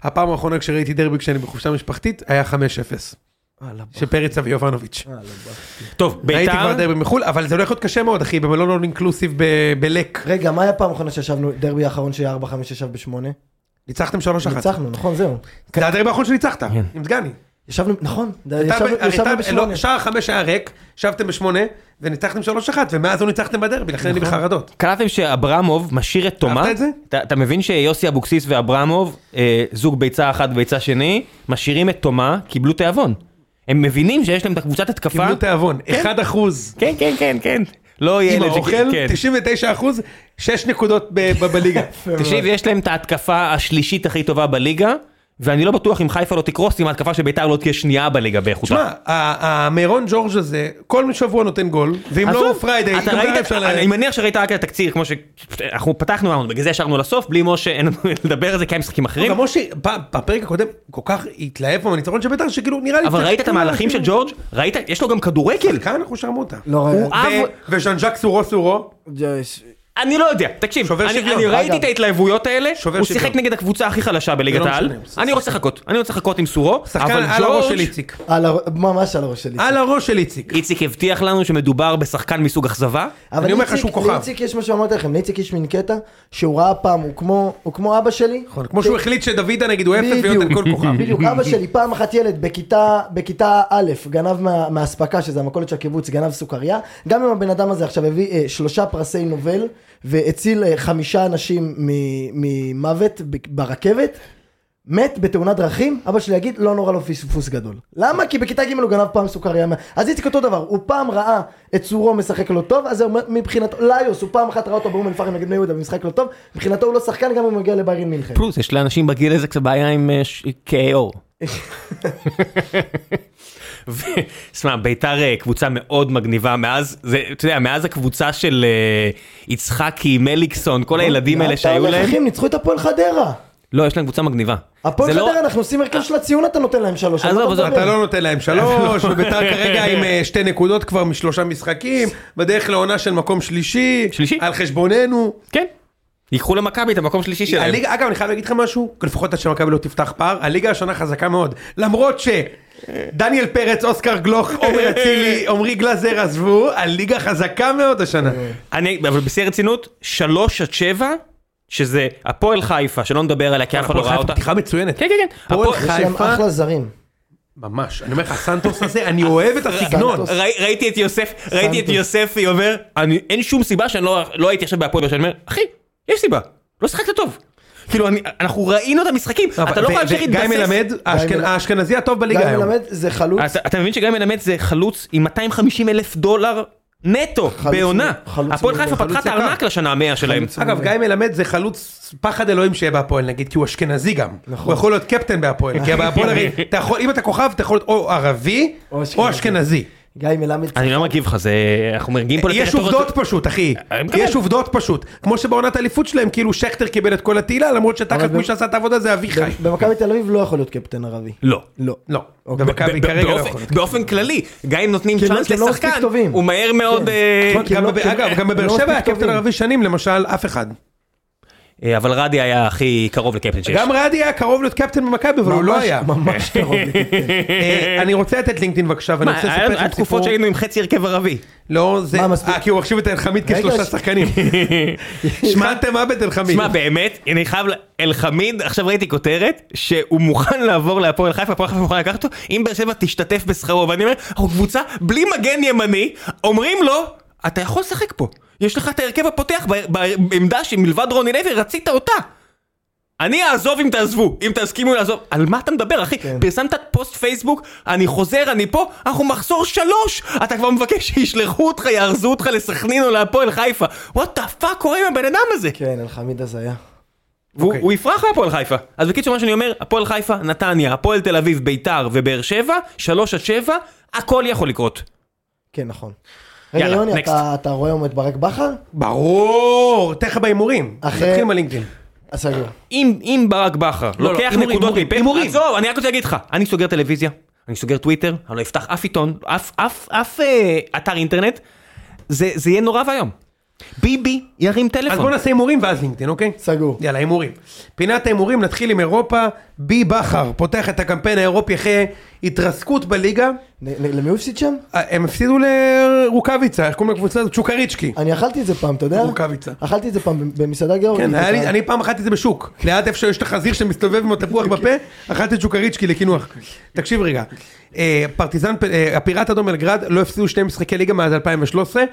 Speaker 2: הפעם האחרונה כשראיתי דרבי כשאני בחופשה משפחתית היה 5-0.
Speaker 3: וואלה, בוא.
Speaker 2: של פרץ אביובנוביץ'.
Speaker 3: וואלה, בוא.
Speaker 1: טוב,
Speaker 2: ראיתי
Speaker 1: ביתר,
Speaker 2: כבר דרבי מחו"ל, אבל זה הולך להיות קשה מאוד, אחי, במלון אול אינקלוסיב ב- בלק.
Speaker 3: רגע, מה היה פעם האחרונה שישבנו, דרבי האחרון שהיה 4-5 ישב ב-8?
Speaker 2: ניצחתם 3-1.
Speaker 3: ניצחנו, נכון, זהו.
Speaker 2: זה הדרבי האחרון שניצחת, עם דגני.
Speaker 3: ישבנו, נכון,
Speaker 2: אתה-
Speaker 3: ישבנו
Speaker 2: הרי
Speaker 3: ישבנו
Speaker 2: אתה-
Speaker 3: בשמונה.
Speaker 2: לא, שער חמש היה ריק, ישבתם בשמונה, וניצחתם שלוש אחת, ומאז לא ניצחתם בדרבי, לכן
Speaker 1: נכון.
Speaker 2: אני בחרדות.
Speaker 1: קלטתם שאברמוב משאיר את תומה?
Speaker 2: אהבת את זה?
Speaker 1: אתה, אתה מבין שיוסי אבוקסיס ואברמוב, אה, זוג ביצה אחת וביצה שני, משאירים את תומה, קיבלו תיאבון. הם מבינים שיש להם את הקבוצת התקפה.
Speaker 2: קיבלו תיאבון, 1 אחוז.
Speaker 1: כן, כן, כן, כן. לא ילד.
Speaker 2: עם
Speaker 1: שכן,
Speaker 2: האוכל,
Speaker 1: כן.
Speaker 2: 99 אחוז, 6 נקודות ב- ב-
Speaker 1: [laughs]
Speaker 2: בליגה.
Speaker 1: תקשיב, יש להם את ההתקפה השלישית הכי טובה בליגה, ואני לא בטוח אם חיפה לא תקרוס, אם ההתקפה של ביתר לא תהיה שנייה בליגה באיכותה.
Speaker 2: תשמע, ה- המרון ג'ורג' הזה, כל שבוע נותן גול, ואם לא
Speaker 1: עזוב,
Speaker 2: פריידי,
Speaker 1: אתה
Speaker 2: גם
Speaker 1: ראית-
Speaker 2: אפשר ל-
Speaker 1: אני מניח שראית רק את התקציר, כמו שאנחנו פתחנו, אמרנו, בגלל זה ישרנו לסוף, בלי משה, אין לנו לדבר על זה, כי היה משחקים אחרים.
Speaker 2: לא, גם משה, פעם- בפרק הקודם, כל כך התלהב פה מהניצחון של בית"ר, שכאילו נראה לי...
Speaker 1: אבל
Speaker 2: קצת-
Speaker 1: ראית את המהלכים של ג'ורג'? ראית? יש לו גם כדורגל.
Speaker 2: כאן אנחנו שרמוטה.
Speaker 3: לא
Speaker 1: הוא
Speaker 3: ראיתי.
Speaker 1: אב...
Speaker 2: וז'אן ז'אק סורו סורו,
Speaker 3: יש-
Speaker 1: אני לא יודע, תקשיב,
Speaker 2: שובר
Speaker 1: אני-
Speaker 2: שוויון, לא
Speaker 1: אני ראיתי
Speaker 3: אגב.
Speaker 1: את ההתלהבויות האלה,
Speaker 2: שובר
Speaker 1: הוא
Speaker 2: שוויון.
Speaker 1: שיחק נגד הקבוצה הכי חלשה בליגת
Speaker 2: זה לא
Speaker 1: העל,
Speaker 2: משנה, הוא
Speaker 1: אני רוצה לחכות, אני רוצה לחכות עם סורו,
Speaker 2: שחקן
Speaker 1: אבל
Speaker 2: על הראש של
Speaker 1: ג'ורג',
Speaker 2: איציק.
Speaker 3: על הר- ממש על הראש שלי.
Speaker 2: על הראש של איציק.
Speaker 1: איציק הבטיח לנו שמדובר בשחקן מסוג אכזבה,
Speaker 3: אבל
Speaker 2: אני אומר לך
Speaker 3: לאיציק-
Speaker 2: שהוא כוכב.
Speaker 3: לאיציק יש מה שאמרתי לכם, לאיציק יש מין קטע שהוא ראה פעם, הוא כמו- הוא כמו אבא שלי.
Speaker 2: נכון, כמו שהוא החליט שדוידה נגיד הוא אפס
Speaker 3: בדיוק.
Speaker 2: ויונתן כל כוכב. [laughs]
Speaker 3: בדיוק, אבא שלי פעם אחת ילד בכיתה, בכיתה א', גנב מה- מהאספקה, שזה המכולת של הקיבוץ, גנב סוכריה. גם אם הבן אדם הזה עכשיו הביא אה, שלושה פרסי נובל, והציל אה, חמישה אנשים מ- ממוות ב- ברכבת, מת בתאונת דרכים, אבא שלי יגיד, לא נורא לו פספוס גדול. למה? כי בכיתה ג' הוא גנב פעם סוכריה. מה- אז איציק אותו דבר, הוא פעם ראה את צורו משחק לא טוב, אז הוא אומר, מבחינתו, ליוס, הוא פעם אחת ראה אותו באום אל-פחם נגד בני יהודה במשחק לא טוב, מבחינתו הוא לא שחקן גם אם הוא מגיע לביירן מינכן.
Speaker 1: פלוס יש לאנשים בגיל הזה קצת בעיה עם אה, ש- כאי אור. ו- שמע, ביתר אה, קבוצה מאוד מגניבה מאז, זה, אתה יודע, מאז הקבוצה של אה, יצחקי, מליקסון, כל הילדים האלה שהיו
Speaker 3: אתה הולך,
Speaker 1: להם,
Speaker 3: אחי, הם ניצחו את הפועל חדרה.
Speaker 1: לא, יש להם קבוצה מגניבה.
Speaker 3: הפועל
Speaker 1: זה לא-
Speaker 3: חדרה, אנחנו עושים הרכב של הציון, אתה נותן להם שלוש. על
Speaker 1: עזוב,
Speaker 3: מה
Speaker 1: עזוב,
Speaker 3: מדבר?
Speaker 2: אתה לא נותן להם שלוש, וביתר כרגע עם אה, שתי נקודות כבר משלושה משחקים, בדרך לעונה של מקום שלישי,
Speaker 1: שלישי?
Speaker 2: על חשבוננו.
Speaker 1: כן. ייקחו למכבי את המקום שלישי שלהם.
Speaker 2: הליגה, אגב, אני חייב להגיד לך משהו, לפחות עד שמכבי לא תפתח פער, הליגה השנה חזקה מאוד, למרות ש... דניאל פרץ, אוסקר גלוך, עומר אצילי, עמרי גלאזר עזבו, הליגה חזקה מאוד השנה.
Speaker 1: אני, אבל בשיא הרצינות, שלוש עד שבע, שזה הפועל חיפה, שלא נדבר עליה כי אף אחד לא ראה אותה.
Speaker 2: פתיחה מצוינת.
Speaker 1: כן, כן, כן.
Speaker 2: הפועל
Speaker 1: הפועל-
Speaker 2: חיפה.
Speaker 3: יש להם אחלה זרים.
Speaker 2: ממש, אני אומר לך, הסנטוס הזה, אני אוהב את הסגנון.
Speaker 3: סנטוס.
Speaker 1: ראי- ראיתי את יוסף, ראיתי את
Speaker 3: סנטוס.
Speaker 1: יוספי אומר, "אני- אין שום סיבה שאני לא- לא הייתי עכשיו בהפועל, ואני אומר, אחי, יש סיבה, לא שיחקת טוב. כאילו, אני- אנחנו ראינו את המשחקים, אתה לא
Speaker 2: ו-
Speaker 1: חייב
Speaker 2: ו- גיא
Speaker 1: להתבסס.
Speaker 2: מלמד, האשכנ-
Speaker 3: מלמד.
Speaker 2: האשכנזי הטוב
Speaker 3: גיא
Speaker 2: בליגה היום.
Speaker 3: מלמד זה חלוץ.
Speaker 1: אתה אתה מבין שגיא מלמד זה חלוץ עם 250 אלף דולר נטו,
Speaker 3: חלוץ-
Speaker 1: בעונה.
Speaker 3: חלוץ
Speaker 1: הפועל
Speaker 3: מעולה,
Speaker 1: חיפה פתחה
Speaker 2: חלוץ
Speaker 1: את הארנק
Speaker 2: יקר.
Speaker 1: לשנה המאה שלהם.
Speaker 2: אגב, גיא מלמד זה חלוץ פחד אלוהים שיהיה בהפועל נגיד, כי הוא אשכנזי גם.
Speaker 3: נכון.
Speaker 2: הוא יכול להיות קפטן בהפועל,
Speaker 3: [laughs]
Speaker 2: כי בהפועל הרי, אתה יכול- אם אתה כוכב, אתה יכול להיות או ערבי,
Speaker 3: או
Speaker 2: או
Speaker 3: אשכנזי.
Speaker 2: אשכנזי.
Speaker 3: גיא מלמד.
Speaker 1: אני לא מגיב לך, זה... אנחנו מגיעים פה
Speaker 2: יש
Speaker 1: לטריטוריות-
Speaker 2: עובדות פשוט, אחי.
Speaker 1: אה, אני מקבל.
Speaker 2: יש עובדות פשוט. כמו שבעונת האליפות שלהם, כאילו שכטר קיבל את כל התהילה, למרות שתחת
Speaker 3: אבל
Speaker 2: מי
Speaker 3: ב-
Speaker 2: שעשה את העבודה זה אביחי.
Speaker 3: ב- במכבי תל אביב לא יכול להיות קפטן ערבי.
Speaker 1: לא.
Speaker 3: לא.
Speaker 2: לא,
Speaker 3: אוקיי.
Speaker 2: במכבי
Speaker 1: ב-
Speaker 2: כרגע לא כן,
Speaker 1: באופן-
Speaker 2: יכול. להיות.
Speaker 1: באופן כללי, גם אם נותנים
Speaker 3: כי הם לא-
Speaker 1: צ'אנס
Speaker 3: כי הם לא מספיק
Speaker 1: לשחקן,
Speaker 3: טובים.
Speaker 1: הוא מהר מאוד...
Speaker 3: כן.
Speaker 1: אה,
Speaker 3: נכון, כי
Speaker 2: גם
Speaker 3: לא-
Speaker 2: בב-
Speaker 3: כי-
Speaker 2: אגב, גם
Speaker 3: לא
Speaker 2: בבאר
Speaker 3: מספיק
Speaker 2: שבע היה קפטן
Speaker 3: טובים.
Speaker 2: ערבי שנים, למשל, אף אחד.
Speaker 1: אה, אבל רדי היה הכי קרוב לקפטן שיש.
Speaker 2: גם רדי היה קרוב להיות קפטן במכבי, אבל הוא לא
Speaker 3: ממש-
Speaker 2: היה.
Speaker 3: ממש קרוב לקפטן.
Speaker 2: אה, אני רוצה לתת לינקדאין בבקשה, ואני
Speaker 1: מה,
Speaker 2: רוצה
Speaker 1: היה
Speaker 2: לספר
Speaker 1: היה
Speaker 2: לכם
Speaker 1: תקופות
Speaker 2: סיפור.
Speaker 1: שהיינו עם חצי הרכב ערבי.
Speaker 2: לא, זה...
Speaker 3: מה, מספיק?
Speaker 2: אה, כי הוא מחשיב את אלחמיד
Speaker 3: רגע,
Speaker 2: כשלושה
Speaker 3: ש- [laughs]
Speaker 2: שחקנים. שמעתם מה בתלחמיד?
Speaker 1: שמע, באמת, אני חייב... ל- אלחמיד, עכשיו ראיתי כותרת, שהוא מוכן [laughs] לעבור להפועל חיפה, הפועל חיפה מוכן לקחת אותו, אם באר שבע תשתתף בשכרו, ואני אומר, אנחנו קבוצה בלי מגן ימני, אומרים לו, אתה יכול לשחק פה. יש לך את ההרכב הפותח ב- ב- בעמדה שמלבד רוני לוי, רצית אותה. אני אעזוב אם תעזבו, אם תסכימו לעזוב. על מה אתה מדבר, אחי? כן. פרסמת פוסט פייסבוק, אני חוזר, אני פה, אנחנו מחזור שלוש! אתה כבר מבקש שישלחו אותך, יארזו אותך לסכנין או להפועל חיפה. וואט דה פאק קורה עם הבן אדם הזה?
Speaker 3: כן, אלחמיד הזיה.
Speaker 1: והוא
Speaker 2: אוקיי.
Speaker 1: הוא יפרח מהפועל חיפה. אז בקיצור, מה שאני אומר, הפועל חיפה, נתניה, הפועל תל אביב, ביתר ובאר שבע, שלוש עד שבע, הכל יכול לקרות.
Speaker 3: כן, נכון. רגע,
Speaker 1: יאללה,
Speaker 3: יוני,
Speaker 1: next.
Speaker 3: אתה- אתה רואה היום את ברק בכר?
Speaker 2: ברור, תכף בהימורים.
Speaker 3: אחרי-
Speaker 2: נתחיל עם הלינקדאין.
Speaker 3: אז סגור.
Speaker 1: אם, אם ברק בכר
Speaker 2: לא,
Speaker 1: לוקח
Speaker 2: הימורים,
Speaker 1: נקודות
Speaker 2: הימורים,
Speaker 1: מפה,
Speaker 2: הימורים.
Speaker 1: עזוב, אני רק רוצה להגיד לך, אני סוגר טלוויזיה, אני סוגר טוויטר, אני לא אפתח אף עיתון, אף, אף, אף אה, אתר אינטרנט, זה, זה יהיה נורא ואיום. ביבי ירים
Speaker 2: אז בוא
Speaker 1: טלפון.
Speaker 2: נעשה הימורים ואז לינקדאין, אוקיי?
Speaker 3: נכון. סגור.
Speaker 2: יאללה, הימורים. פינת ההימורים, נתחיל עם אירופה. בי בכר פותח את הקמפיין האירופי אחרי התרסקות בליגה.
Speaker 3: נ- נ- למי הוא הפסיד שם?
Speaker 2: אה, הם הפסידו לרוקאביצה, איך קוראים לקבוצה הזאת? צ'וקריצ'קי.
Speaker 3: אני אכלתי את זה פעם, אתה יודע?
Speaker 2: רוקאביצה.
Speaker 3: אכלתי את זה פעם במסעדה גאורגית.
Speaker 2: כן, היה לי- אני פעם אכלתי את זה בשוק. ליד איפה שיש את החזיר שמסתובב עם התפוח בפה, אכלתי צ'וקריצ'קי לקינוח. תקשיב רגע, אה, פרטיזן, פ- אה, הפיראט האדום אלגרד לא הפסידו שני משחקי ליגה מאז 2013,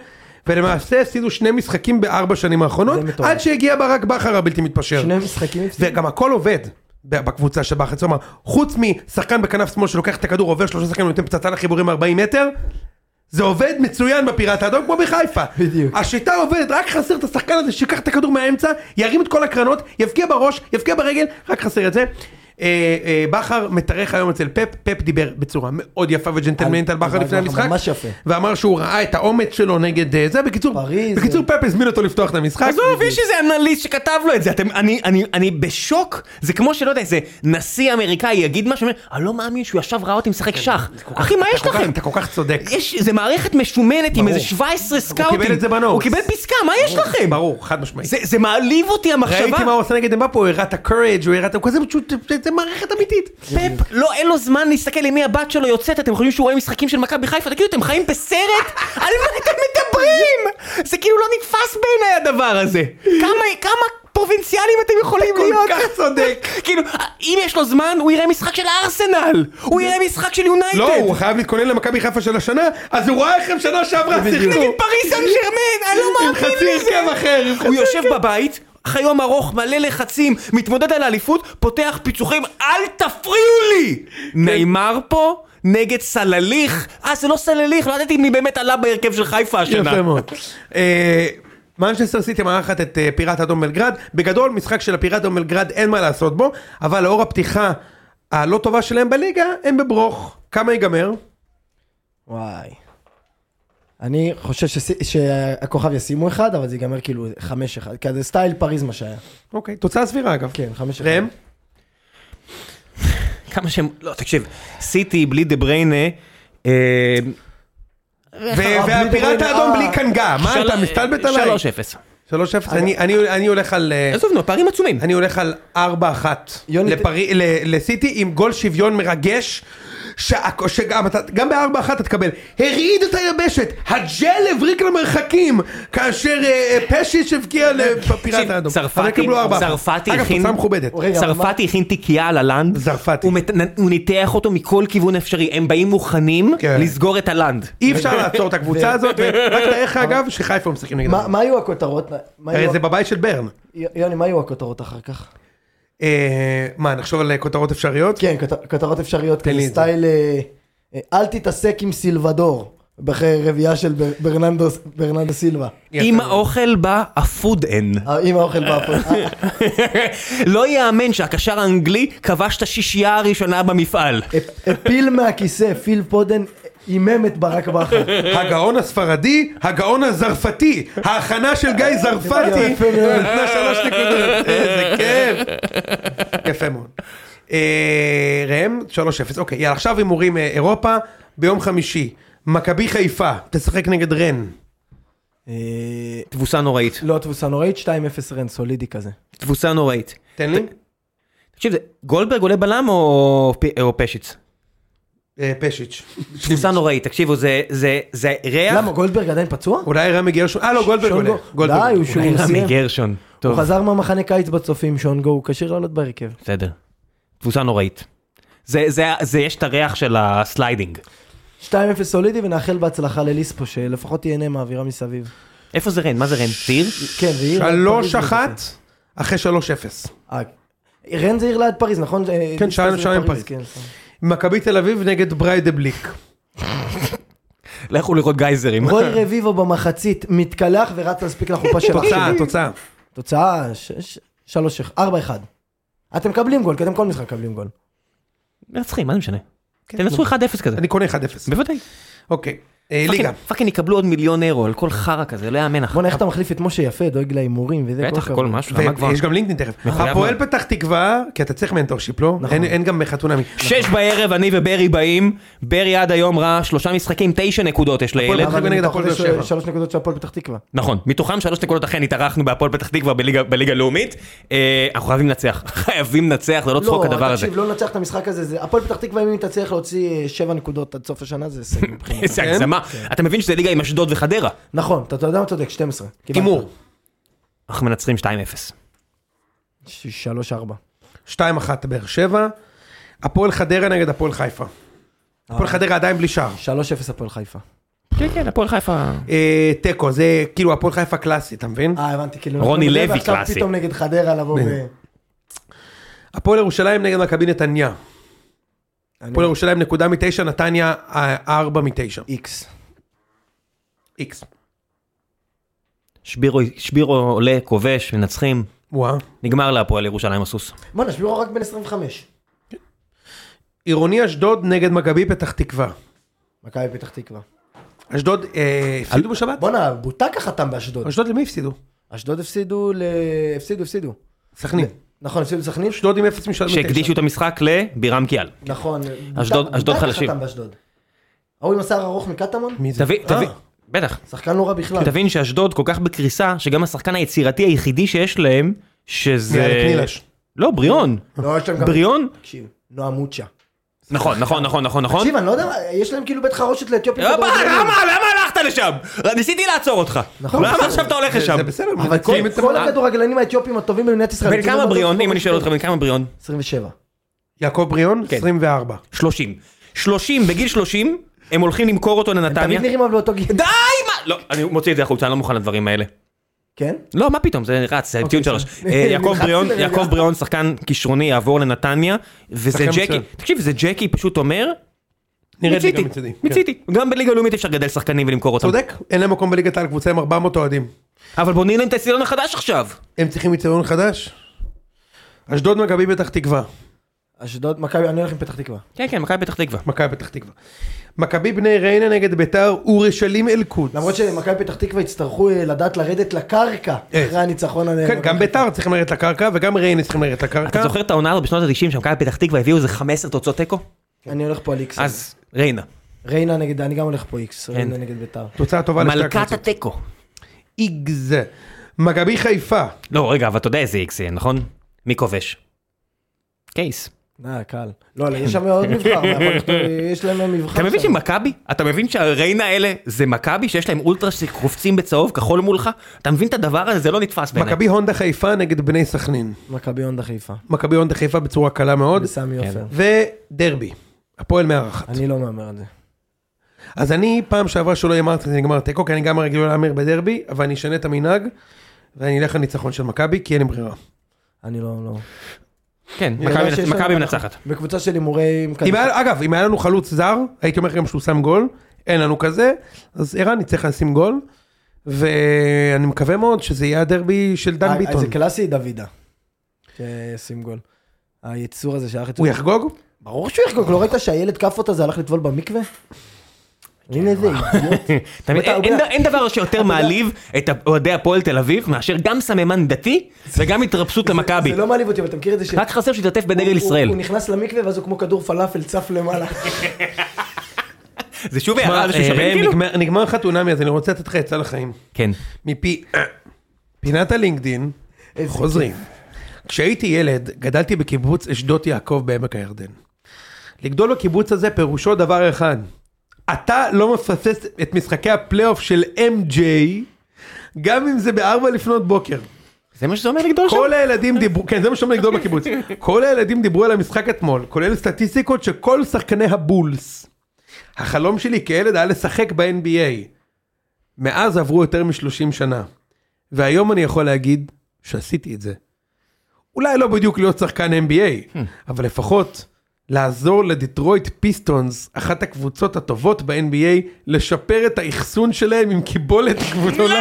Speaker 2: ולמעשה הפסידו שני משחקים בארבע שנים האחרונות,
Speaker 3: זה מטורף.
Speaker 2: עד שהגיע ברק בכר הבלתי מתפשר.
Speaker 3: שני משחקים הפסידו.
Speaker 2: וגם הכל עובד ב- בקבוצה של בכר, כלומר, חוץ משחקן בכנף שמאל שלוקח את הכדור, עובר שלושה שחקנים, נותן פצצה לחיבורים 40 מטר, זה עובד מצוין בפיראט האדום כמו בחיפה.
Speaker 3: בדיוק.
Speaker 2: השיטה עובדת, רק חסר את השחקן הזה שיקח את הכדור מהאמצע, ירים את כל הקרנות, יבקיע בראש, יבקיע ברגל, רק חסר את זה. אה, אה, בכר מתארח היום אצל פפ, פפ דיבר בצורה מאוד יפה וג'נטלמנית על
Speaker 3: על-
Speaker 2: בכר
Speaker 3: על
Speaker 2: לפני
Speaker 3: בכר,
Speaker 2: המשחק.
Speaker 3: ממש יפה.
Speaker 2: ואמר שהוא ראה את האומץ שלו נגד אה, זה, בקיצור,
Speaker 3: פריז,
Speaker 2: בקיצור
Speaker 3: זה-
Speaker 2: פפ הזמין אותו לפתוח את המשחק.
Speaker 1: עזוב, יש איזה אנליסט שכתב לו את זה, אתם, אני, אני, אני בשוק, זה כמו שלא יודע, איזה נשיא אמריקאי יגיד משהו, אומר, אני לא מאמין שהוא ישב ראה אותי משחק שח. אחי, מה
Speaker 2: אתה
Speaker 1: יש
Speaker 2: כן, כל כך-
Speaker 1: לכם?
Speaker 2: אתה כל כך צודק.
Speaker 1: יש, זה מערכת משומנת עם
Speaker 2: ברור.
Speaker 1: איזה 17 סקאוטים.
Speaker 2: קיבל את זה בנוטס.
Speaker 1: הוא קיבל פסקה, מה יש לכם?
Speaker 2: ברור, חד משמעית.
Speaker 1: זה, זה מעליב אותי המחשבה.
Speaker 2: ראיתי מה הוא עושה נגד אמבפה, הוא הראה את הקוראג', הוא הראה את... הוא כזה פשוט, זה מערכת אמיתית.
Speaker 1: פפ, לא, אין לו זמן להסתכל למי הבת שלו יוצאת, אתם חושבים שהוא רואה משחקים של מכבי חיפה? תגידו, אתם חיים בסרט?
Speaker 2: [laughs]
Speaker 1: על מה אתם מדברים? זה כאילו לא נתפס בעיניי הדבר הזה. כמה, כמה פרובינציאליים אתם יכולים
Speaker 2: כל
Speaker 1: להיות?
Speaker 2: כך צודק.
Speaker 1: [laughs] כאילו, אם יש לו זמן, הוא יראה משחק של ארסנל, הוא יראה משחק של יונייטד.
Speaker 2: לא, הוא חייב להתכונן למכבי חיפה של השנה, אז הוא רואה איך הם שנה שעברה
Speaker 1: נגד
Speaker 2: שיחקו.
Speaker 1: פריס סן שרמן, אני לא
Speaker 2: עם
Speaker 1: מאמין
Speaker 2: חצי
Speaker 1: לזה.
Speaker 2: הרכב אחר. עם
Speaker 1: הוא
Speaker 2: חצי
Speaker 1: יושב
Speaker 2: הרכב.
Speaker 1: בבית, אחרי יום ארוך, מלא לחצים, מתמודד על האליפות, פותח פיצוחים, אל תפריעו לי!
Speaker 2: כן.
Speaker 1: נאמר פה נגד סלליך, אה זה לא סלליך, לא ידעתי מי באמת עלה בהרכב של חיפה השנה.
Speaker 2: יפה מאוד. אה, מנצ'סטר סיטי מארחת את אה, פיראט אדום בלגרד, בגדול משחק של הפיראט אדום בלגרד אין מה לעשות בו, אבל לאור הפתיחה הלא טובה שלהם בליגה, הם בברוך. כמה ייגמר?
Speaker 3: וואי. אני חושב שס- שהכוכב ישימו אחד, אבל זה ייגמר כאילו 5-1, כי זה סטייל פריז מה שהיה.
Speaker 2: אוקיי, תוצאה סבירה אגב.
Speaker 3: כן, 5-1.
Speaker 2: ראם?
Speaker 1: כמה שהם, לא תקשיב, סיטי בלי דה בריינה, אה,
Speaker 2: אה, ו- והפיראט האדום בלי קנגה, מה
Speaker 1: של- אה,
Speaker 2: אתה מסתלבט עליי?
Speaker 1: 3-0.
Speaker 2: 3-0, אני- אני- אני הולך על... אה,
Speaker 1: עזוב נו, פערים עצומים.
Speaker 2: אני הולך על 4-1
Speaker 3: יוני, ת-
Speaker 2: לפרי- ל- לסיטי עם גול שוויון מרגש. שה- שגם אתה- גם ב-4-1 אתה תקבל. הרעיד את היבשת, הג'ל הבריק למרחקים, כאשר אה, אה, פשיץ' הבקיע לפיראט
Speaker 1: תקשיב,
Speaker 2: האדום.
Speaker 1: צרפתי-
Speaker 2: אבל יקבלו 4-1.
Speaker 1: צרפתי אוקיי.
Speaker 2: אגב,
Speaker 1: הכין-
Speaker 2: תוצאה מכובדת.
Speaker 3: רגע, אבל מה-
Speaker 1: צרפתי הכין תיקייה על הלנד,
Speaker 2: צרפתי.
Speaker 1: הוא מת- נ- הוא ניתח אותו מכל כיוון אפשרי, הם באים מוכנים
Speaker 2: כן.
Speaker 1: לסגור את הלנד.
Speaker 2: אי אפשר לעצור את הקבוצה הזאת, ורק תארך אגב שחיפה משחקים נגד
Speaker 3: מה מה היו הכותרות? מה היו-
Speaker 2: הרי זה בבית של ברן.
Speaker 3: יוני, מה היו הכותרות אחר כך?
Speaker 2: אה, מה, נחשוב על אה, כותרות אפשריות?
Speaker 3: כן, כות- כותרות אפשריות,
Speaker 2: לי
Speaker 3: כזה
Speaker 2: את זה.
Speaker 3: סטייל אה, אה, אל תתעסק עם סילבדור, אחרי רביעייה של בר- ברננדו- ברננדו סילבה.
Speaker 2: יפה.
Speaker 1: אם האוכל בא, הפוד [laughs] אין.
Speaker 3: אה, עם האוכל באפון. אה,
Speaker 1: לא ייאמן שהקשר האנגלי כבש את השישייה הראשונה במפעל.
Speaker 3: הפיל אה, מהכיסא, פיל פודן הימם את ברק בכר.
Speaker 2: הגאון הספרדי, הגאון הזרפתי, ההכנה של גיא זרפתי,
Speaker 3: יפה מאוד.
Speaker 2: נתנה שלוש נקודות, איזה כיף. יפה מאוד. אה, ראם, 3-0, אוקיי, יאללה, עכשיו הימורים אה, אירופה, ביום חמישי, מכבי חיפה, תשחק נגד רן.
Speaker 3: אה,
Speaker 1: תבוסה נוראית.
Speaker 3: לא תבוסה נוראית, 2-0 רן, סולידי כזה.
Speaker 1: תבוסה נוראית.
Speaker 2: תן לי.
Speaker 1: תקשיב, זה- גולדברג עולה בלם או פ- או פשיץ?
Speaker 2: אה, פשיץ'.
Speaker 1: תבוסה נוראית, תקשיבו, זה- זה זה ריח.
Speaker 3: למה, גולדברג עדיין פצוע?
Speaker 2: אולי רמי גרשון, אה לא, גולדברג
Speaker 3: שון
Speaker 2: עולה.
Speaker 3: גו-
Speaker 2: גולדברג.
Speaker 3: די, הוא
Speaker 2: אולי.
Speaker 3: שהוא
Speaker 1: אולי רמי
Speaker 3: סיים.
Speaker 1: גרשון.
Speaker 3: הוא
Speaker 1: טוב,
Speaker 3: חזר מהמחנה קיץ בצופים, שון גו, הוא כשיר לעלות בהרכב.
Speaker 1: בסדר. תבוסה נוראית. זה- זה- זה יש את הריח של הסליידינג.
Speaker 3: 2-0 סולידי ונאחל בהצלחה לליספו, שלפחות תהנה מהאווירה מסביב.
Speaker 1: איפה זה רן? מה זה רן? ציר?
Speaker 3: כן, ועיר... ליד פריז
Speaker 2: 3-1
Speaker 3: בזה.
Speaker 2: אחרי 3-0.
Speaker 3: אה, רן זה עיר ליד פריז, נכון?
Speaker 2: כן, שער- שער עם פריז.
Speaker 3: כן, נכון.
Speaker 2: מכבי תל אביב נגד בריידבליק.
Speaker 1: לכו לראות גייזרים.
Speaker 3: רוי רביבו במחצית מתקלח ורץ
Speaker 2: [laughs]
Speaker 3: להספיק לחופה של
Speaker 2: תוצאה,
Speaker 3: אחי.
Speaker 2: תוצאה.
Speaker 3: תוצאה, 3 4-1. אתם מקבלים גול, כי אתם כל משחק מקבלים גול.
Speaker 1: מנצחים, מה זה משנה? תנסו 1-0 כזה.
Speaker 2: אני קונה 1-0.
Speaker 1: בוודאי.
Speaker 2: אוקיי. אה, ליגה.
Speaker 1: פאקינג יקבלו עוד מיליון אירו על כל חרא כזה, לא יאמן אחי.
Speaker 3: בואנה, איך אתה מחליף את משה יפה, דואג להימורים וזה.
Speaker 1: בטח,
Speaker 3: הכבוד.
Speaker 1: כל משהו, למה כבר?
Speaker 2: ויש גם לינקדאין תכף.
Speaker 1: מחויב
Speaker 2: הפועל
Speaker 1: מאוד. נכון.
Speaker 2: פתח תקווה, כי אתה צריך מנטורשיפ, לא? אין- אין גם נכון. חתונמי.
Speaker 1: שש בערב אני וברי באים, ברי עד היום ראה שלושה משחקים, תשע נקודות יש לילד.
Speaker 2: אבל-
Speaker 3: אבל
Speaker 2: נגד הפועל
Speaker 3: מתוכו יש,
Speaker 2: באר שבע.
Speaker 3: אה, שלוש נקודות של הפועל פתח תקווה.
Speaker 1: נכון, מתוכם שלוש נקודות אכן התארחנו בהפועל פתח תקווה בליגה- בליגה הלאומית. אה, אנחנו חייבים לנצח, [laughs] חייבים לנצח, זה לא צחוק הדבר הזה.
Speaker 3: תקשיב, לא לנצח את המשחק הזה, זה- הפועל פתח תקווה, אם היא תצליח להוציא אה, שבע נקודות עד סוף השנה, זה הישג
Speaker 1: [laughs]
Speaker 3: מבחינתי.
Speaker 1: איזה הגזמה. אתה מבין שזה ליגה עם אשדוד וחדרה.
Speaker 3: נכון, אתה אתה יודע מה צודק, 12. קיבלת.
Speaker 2: הימור,
Speaker 1: אנחנו מנצחים 2-0.
Speaker 3: ש- שלוש, ארבע.
Speaker 2: 2-1 באר שבע, הפועל חדרה נגד הפועל חיפה. הפועל
Speaker 1: אה.
Speaker 2: חדרה עדיין בלי שער.
Speaker 3: שלוש, אפס הפועל חיפה.
Speaker 1: כן, כן, הפועל חיפה.
Speaker 2: אה, תיקו, זה כאילו הפועל חיפה קלאסי, אתה מבין?
Speaker 3: אה, הבנתי, כאילו...
Speaker 1: רוני
Speaker 3: אתה יודע,
Speaker 1: לוי
Speaker 3: ועכשיו
Speaker 1: קלאסי.
Speaker 3: פתאום נגד חדרה לבוא ו...
Speaker 2: הפועל ירושלים נגד מכבי נתניה.
Speaker 3: אני-
Speaker 2: הפועל ירושלים נקודה מתשע, נתניה אה, ארבע מתשע.
Speaker 3: איקס.
Speaker 2: איקס.
Speaker 1: שבירו, שבירו עולה, כובש, מנצחים,
Speaker 2: וואה.
Speaker 1: נגמר להפועל ירושלים הסוס.
Speaker 3: בואנה, שבירו רק בן 25.
Speaker 2: עירוני אשדוד נגד מכבי פתח תקווה.
Speaker 3: מכבי פתח תקווה.
Speaker 2: אשדוד אה, הפסידו בשבת?
Speaker 3: בואנה, בוטקה חתם באשדוד.
Speaker 2: אשדוד למי הפסידו?
Speaker 3: אשדוד הפסידו ל... הפסידו, הפסידו.
Speaker 2: סכנין.
Speaker 3: נכון, הפסידו לסכנין?
Speaker 2: אשדוד עם אפס משלם מתשע.
Speaker 1: שהקדישו את המשחק לבירם קיאל.
Speaker 3: נכון. בוטקה-
Speaker 1: אשדוד-
Speaker 3: בוטקה
Speaker 1: אשדוד חלשים.
Speaker 3: חתם באשדוד. ההוא עם השיער הארוך מקטמון?
Speaker 2: מי זה?
Speaker 1: תבין,
Speaker 2: אה,
Speaker 1: תבין, בטח.
Speaker 3: שחקן לא רע בכלל.
Speaker 1: תבין שאשדוד כל כך בקריסה, שגם השחקן היצירתי היחידי שיש להם,
Speaker 2: מי,
Speaker 1: שזה...
Speaker 2: אלקנילש.
Speaker 1: לא, בריאון.
Speaker 3: לא, יש להם גם...
Speaker 1: בריאון?
Speaker 3: תקשיב, נועה מוצ'ה.
Speaker 1: נכון, נכון, נכון, נכון, נכון.
Speaker 3: תקשיב, אני לא יודע, מה, יש להם כאילו בית חרושת לאתיופים.
Speaker 1: למה,
Speaker 3: כדורגלנים.
Speaker 1: למה, למה הלכת לשם? ניסיתי לעצור אותך.
Speaker 3: נכון,
Speaker 1: למה
Speaker 3: בסדר.
Speaker 1: עכשיו אתה הולך
Speaker 2: זה-
Speaker 1: לשם?
Speaker 2: זה בסדר.
Speaker 3: אבל כל-
Speaker 2: מנצלים את
Speaker 3: כל
Speaker 2: המ-
Speaker 3: הכדורגלנים האתיופים הטובים במדינת ישראל. לא
Speaker 1: בן כמה בריאון, אם אני שואל אותך, בן כמה בריאון?
Speaker 3: 27.
Speaker 2: יעקב בריאון,
Speaker 1: כן.
Speaker 2: 24.
Speaker 1: 30. 30, בגיל 30, הם הולכים למכור אותו
Speaker 3: תמיד
Speaker 1: לנתניה.
Speaker 3: נראים אבל באותו גיל.
Speaker 1: די, מה? לא, אני מוציא את זה החוצה, אני לא מוכן לדברים האלה.
Speaker 3: כן?
Speaker 1: לא, מה פתאום, זה רץ,
Speaker 2: אוקיי,
Speaker 1: זה ציון שלוש.
Speaker 2: [laughs]
Speaker 3: בסדר.
Speaker 1: אה, יעקב
Speaker 3: נלחצתי
Speaker 1: בריאון,
Speaker 3: לרגע.
Speaker 1: יעקב בריאון, שחקן כישרוני, יעבור לנתניה, וזה
Speaker 2: שחקן
Speaker 1: ג'קי,
Speaker 2: מצוין.
Speaker 1: תקשיב, זה ג'קי פשוט אומר,
Speaker 2: נראה לי
Speaker 1: מיציתי,
Speaker 2: גם מצידי. כן.
Speaker 1: מיציתי. גם בליגה הלאומית אפשר לגדל שחקנים ולמכור אותם.
Speaker 2: צודק, אין להם מקום בליגת העל, קבוצה עם 400 אוהדים.
Speaker 1: אבל בונים להם את הסילון החדש עכשיו.
Speaker 2: הם צריכים יצירון חדש? אשדוד מכבי פתח תקווה.
Speaker 3: אשדוד, מכבי, אני הולך עם פתח תקווה.
Speaker 1: כן, כן, מכבי פתח תקווה.
Speaker 2: מכבי פתח תקווה. מכבי בני ריינה נגד ביתר אורשלים אלקודס.
Speaker 3: למרות שמכבי פתח תקווה יצטרכו אה, לדעת לרדת לקרקע
Speaker 2: אה.
Speaker 3: אחרי הניצחון על...
Speaker 2: כן, גם ביתר צריכים לרדת לקרקע וגם ריינה צריכים לרדת
Speaker 1: לא אתה
Speaker 2: לקרקע.
Speaker 1: זוכר את העונה הזאת בשנות ה-90 שמכבי פתח תקווה הביאו איזה 15 תוצאות תיקו?
Speaker 3: אני הולך פה על איקס.
Speaker 1: אז ריינה.
Speaker 3: ריינה נגד, אני גם הולך פה איקס. ריינה נגד ביתר.
Speaker 2: תוצאה טובה לשתי
Speaker 1: מלכת
Speaker 2: הקבוצות.
Speaker 1: התיקו.
Speaker 2: איגז. מכבי חיפה.
Speaker 1: לא, רגע, אבל אתה יודע איזה איקס יהיה, נכון? מי כובש? קייס.
Speaker 3: אה, קל. לא, לא, יש שם עוד מבחר. אבל יכול להיות, אה, יש להם מבחר.
Speaker 1: כן. אתה מבין
Speaker 3: שם.
Speaker 1: שמכבי? אתה מבין שהריינה האלה זה מכבי שיש להם אולטרה שקופצים בצהוב כחול מולך? אתה מבין את הדבר הזה? זה לא נתפס בעיניי.
Speaker 2: מכבי הונדה חיפה נגד בני סכנין.
Speaker 3: מכבי הונדה חיפה.
Speaker 2: מכבי הונדה חיפה בצורה קלה מאוד.
Speaker 3: בסמי
Speaker 1: כן.
Speaker 3: עופר.
Speaker 2: ודרבי. הפועל מארחת.
Speaker 3: אני לא מהמר על זה.
Speaker 2: אז אני פעם שעברה שלא אמרתי זה נגמר תיקו, כי אני גם רגיל להמר בדרבי, אבל אני אשנה את המנהג, ואני אלך לניצחון של מכבי, כי אין לי ברירה.
Speaker 3: אני לא... לא.
Speaker 1: כן,
Speaker 3: אני יודע
Speaker 1: מכבי
Speaker 3: לא שיש
Speaker 1: מנצ-
Speaker 3: לנו-
Speaker 1: מכבי מנצחת.
Speaker 3: בקבוצה של הימורים...
Speaker 2: אם היה, אגב, אם היה לנו חלוץ זר, הייתי אומר גם שהוא שם גול, אין לנו כזה, אז ערן יצטרך לשים גול, ואני מקווה מאוד שזה יהיה הדרבי של דן
Speaker 3: אה,
Speaker 2: ביטון.
Speaker 3: זה קלאסי דוידה. שישים גול. היצור הזה שייך את...
Speaker 2: הוא יחגוג?
Speaker 3: ברור שהוא יחגוג, לא ראית שהילד כף אותה זה הלך לטבול במקווה? הנה זה אידיוט.
Speaker 1: אתה מבין? אין- אין ד- אין דבר שיותר מעליב את אוהדי הפועל תל אביב מאשר גם סממן דתי וגם התרפסות למכבי.
Speaker 3: זה לא מעליב אותי, אבל אתה מכיר את זה ש...
Speaker 1: רק חסר שיתעטף בדגל
Speaker 3: הוא-
Speaker 1: ישראל.
Speaker 3: הוא נכנס למקווה ואז הוא כמו כדור פלאפל צף למעלה.
Speaker 1: זה שוב הערה על
Speaker 2: אה,
Speaker 1: ששווה כאילו?
Speaker 2: נגמר- נגמר חתונמי, אז אני רוצה לתת לך עצה לחיים.
Speaker 1: כן.
Speaker 2: מפי פינת הלינקדין,
Speaker 3: איזה
Speaker 2: חוזרים. כשהייתי ילד, גדלתי בקיבוץ אשדות יעקב בעמק הירדן. לגדול בקיבוץ הזה פירושו דבר אחד, אתה לא מפספס את משחקי הפלייאוף של MJ, גם אם זה בארבע לפנות
Speaker 1: זה
Speaker 2: בוקר.
Speaker 1: מה אה? אוקיי. שזה אומר לגדול שם?
Speaker 2: כל הילדים דיברו, כן זה מה שאומרים לגדול בקיבוץ, כל הילדים דיברו על המשחק אתמול, כולל סטטיסטיקות של כל שחקני הבולס. החלום שלי כילד היה לשחק ב-NBA. מאז עברו יותר מ-30 שנה, והיום אני יכול להגיד שעשיתי את זה. אולי לא בדיוק להיות שחקן NBA,
Speaker 1: Hmm.
Speaker 2: אבל לפחות לעזור לדיטרויט פיסטונס, אחת הקבוצות הטובות ב-NBA, לשפר את האחסון שלהם עם קיבולת
Speaker 1: לא!
Speaker 2: כן, גבולת.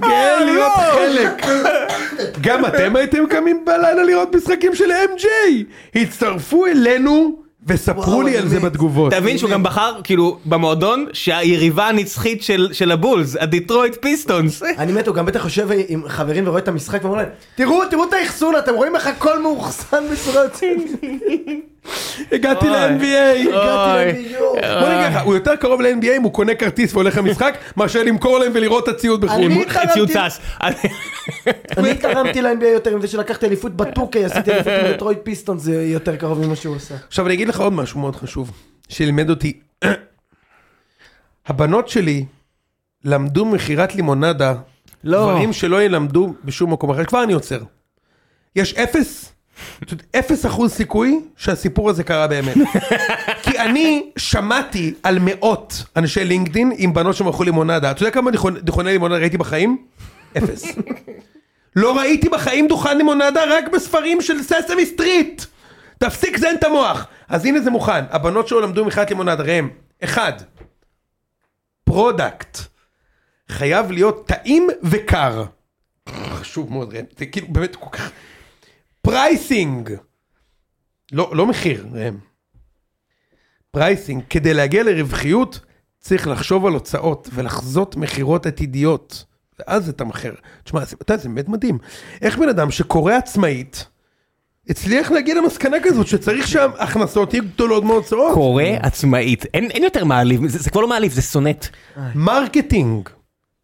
Speaker 2: גאה
Speaker 1: אה, לא!
Speaker 2: להיות חלק. גם אתם הייתם קמים בלילה לראות משחקים של MJ. הצטרפו אלינו וספרו
Speaker 3: וואו,
Speaker 2: לי על זה
Speaker 3: באמת.
Speaker 2: בתגובות.
Speaker 1: תבין שהוא גם בחר, כאילו, במועדון, שהיריבה הנצחית של, של הבולס, הדיטרויט פיסטונס.
Speaker 3: אני מת, הוא גם בטח יושב עם חברים ורואה את המשחק ואומר להם, תראו, תראו את האחסון, אתם רואים איך הכל מאוחסן בצורה יוצאת.
Speaker 2: הגעתי
Speaker 1: אוי.
Speaker 2: ל-NBA.
Speaker 1: אוי.
Speaker 3: הגעתי לניו יורק.
Speaker 2: בוא נגיד לך, הוא יותר קרוב ל-NBA אם הוא קונה כרטיס והולך למשחק, [laughs] מאשר למכור להם ולראות את הציוד בחו"ל.
Speaker 3: אני- התחרמתי.
Speaker 1: ציוד טס.
Speaker 3: אני תרמתי ל-NBA יותר עם זה שלקחתי אליפות בטורקיה, עשיתי אליפות עם דטרויד פיסטון, זה יותר קרוב ממה שהוא עשה.
Speaker 2: עכשיו אני אגיד לך עוד משהו מאוד חשוב, שלימד אותי. הבנות שלי למדו מכירת לימונדה,
Speaker 1: לא.
Speaker 2: דברים שלא ילמדו בשום מקום אחר. כבר אני עוצר. יש אפס, פשוט אפס אחוז סיכוי שהסיפור הזה קרה באמת. כי אני שמעתי על מאות אנשי לינקדין עם בנות שמכרו לימונדה. אתה יודע כמה דוכני- דוכני לימונדה ראיתי בחיים? אפס. לא ראיתי בחיים דוכן לימונדה רק בספרים של ססמי סטריט. תפסיק זן את המוח. אז הנה זה מוכן. הבנות שלו למדו מחלת לימונדה, ראם. אחד, פרודקט. חייב להיות טעים וקר. חשוב מאוד, ראם. זה כאילו באמת כל כך... פרייסינג. לא, לא מחיר, ראם. פרייסינג. כדי להגיע לרווחיות, צריך לחשוב על הוצאות ולחזות מכירות עתידיות. ואז זה תמחר. תשמע, זה, אתה יודע, זה באמת מדהים. איך בן אדם שקורא עצמאית, הצליח להגיע למסקנה כזאת שצריך שההכנסות יהיו גדולות מההוצאות?
Speaker 1: קורא עצמאית. אין, אין יותר מעליב, זה, זה כבר לא מעליב, זה סונט.
Speaker 2: מרקטינג.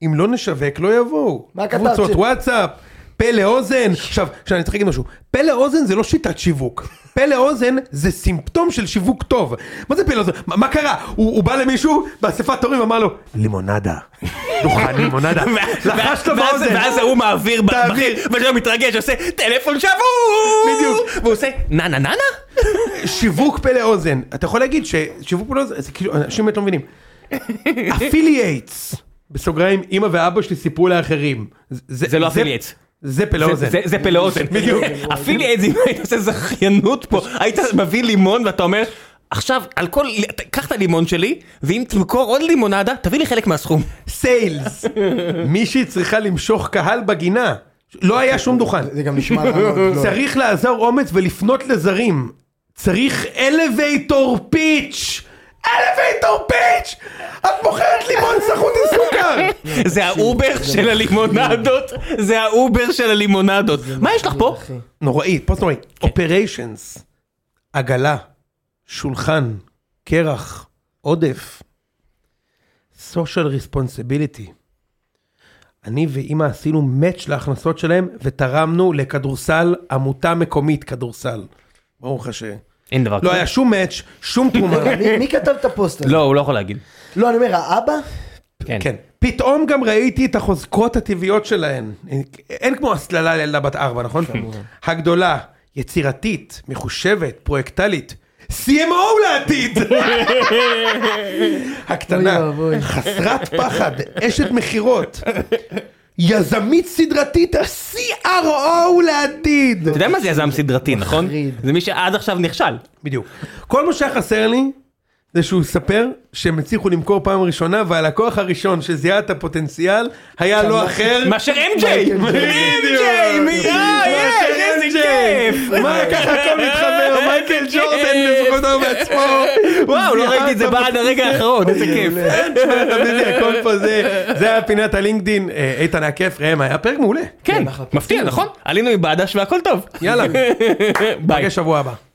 Speaker 2: אם לא נשווק, לא יבואו.
Speaker 3: מה כתבת?
Speaker 2: קבוצות וואטסאפ, פלא אוזן. עכשיו, עכשיו אני צריך להגיד משהו. פלא אוזן זה לא שיטת שיווק. פלא אוזן זה סימפטום של שיווק טוב. מה זה פלא אוזן? מה, מה קרה? הוא, הוא בא למישהו באספת הורים אמר לו, לימונדה. דוכן לימונדה. [laughs] לחש לו
Speaker 1: ואז-
Speaker 2: באוזן.
Speaker 1: ואז ההוא מעביר ב-
Speaker 2: תעביר.
Speaker 1: בחיר, ושם מתרגש, עושה טלפון שבור!
Speaker 2: בדיוק.
Speaker 1: והוא עושה נה נה נה נה?
Speaker 2: שיווק פלא אוזן. אתה יכול להגיד ששיווק פלא אוזן, זה כאילו, אנשים באמת
Speaker 1: [laughs]
Speaker 2: לא מבינים. אפילייטס. בסוגריים, אמא ואבא שלי סיפרו לאחרים.
Speaker 1: זה לא affiliates.
Speaker 2: זה פלא
Speaker 1: זה-
Speaker 2: אוזן.
Speaker 1: זה- זה פלא אוזן.
Speaker 2: בדיוק.
Speaker 1: אפילו איזה אם היית עושה זכיינות פה, היית מביא לימון ואתה אומר, עכשיו, על כל, קח את הלימון שלי, ואם תמכור עוד לימונדה, תביא לי חלק
Speaker 2: [laughs]
Speaker 1: מהסכום.
Speaker 2: סיילס.
Speaker 3: [laughs]
Speaker 2: מישהי צריכה למשוך קהל בגינה. לא היה שום דוכן.
Speaker 3: זה גם נשמע רע מאוד. לא.
Speaker 2: צריך לעזור אומץ ולפנות לזרים. צריך אלווייטור פיץ'. אלווייטור פיץ'! את מוכרת לימון סחוט עם סוכר!
Speaker 1: זה האובר של הלימונדות, זה האובר של הלימונדות. מה יש לך פה?
Speaker 3: אחי.
Speaker 2: נוראי, פוסט נוראי. אופריישנס. עגלה. שולחן. קרח. עודף. סושיאל ריספונסיביליטי. אני ואימא עשינו מאץ' להכנסות שלהם ותרמנו לכדורסל, עמותה מקומית כדורסל. ברור לך ש...
Speaker 1: אין דבר
Speaker 2: לא
Speaker 1: כזה.
Speaker 2: היה שום מאץ', שום
Speaker 3: [laughs]
Speaker 2: תרומה.
Speaker 3: לא, מי- מי כתב את הפוסט הזה?
Speaker 1: לא, הוא לא יכול להגיד.
Speaker 3: לא, אני אומר, האבא?
Speaker 2: כן. פתאום גם ראיתי את החוזקות הטבעיות שלהן. אין- אין כמו הסללה לילדה בת ארבע, נכון?
Speaker 3: כן.
Speaker 2: הגדולה, יצירתית, מחושבת, פרויקטלית. CMO
Speaker 3: [laughs]
Speaker 2: לעתיד!
Speaker 3: אוי
Speaker 2: הקטנה,
Speaker 3: ואבוי.
Speaker 2: חסרת פחד, אשת מכירות. יזמית סדרתית, ה-CRO לעתיד!
Speaker 1: אתה יודע מה זה יזם סדרתי, נכון?
Speaker 3: מחריד.
Speaker 1: זה מי שעד עכשיו נכשל.
Speaker 2: בדיוק. כל מה שהיה חסר לי, זה שהוא ספר שהם הצליחו למכור פעם ראשונה, והלקוח הראשון שזיהה את הפוטנציאל היה לא אחר.
Speaker 1: מאשר MJ! MJ! מייה, יש, איזה כיף!
Speaker 2: מה ככה הכל
Speaker 1: [laughs]
Speaker 2: מתחבר, מייקל ג'ורדן בזכותו בעצמו.
Speaker 1: וואו, לא ראיתי את זה בעד הרגע האחרון, איזה כיף.
Speaker 2: [laughs] אתה מבין, הכל פה זה, זה היה פינת הלינקדין, אה, איתן היה כיף, ראם היה פרק מעולה.
Speaker 1: כן,
Speaker 3: אחלה פרק.
Speaker 1: מפתיע, נכון? עלינו עם בעדש והכל טוב. [laughs]
Speaker 2: יאללה,
Speaker 1: ביי.
Speaker 2: נפגש שבוע הבא.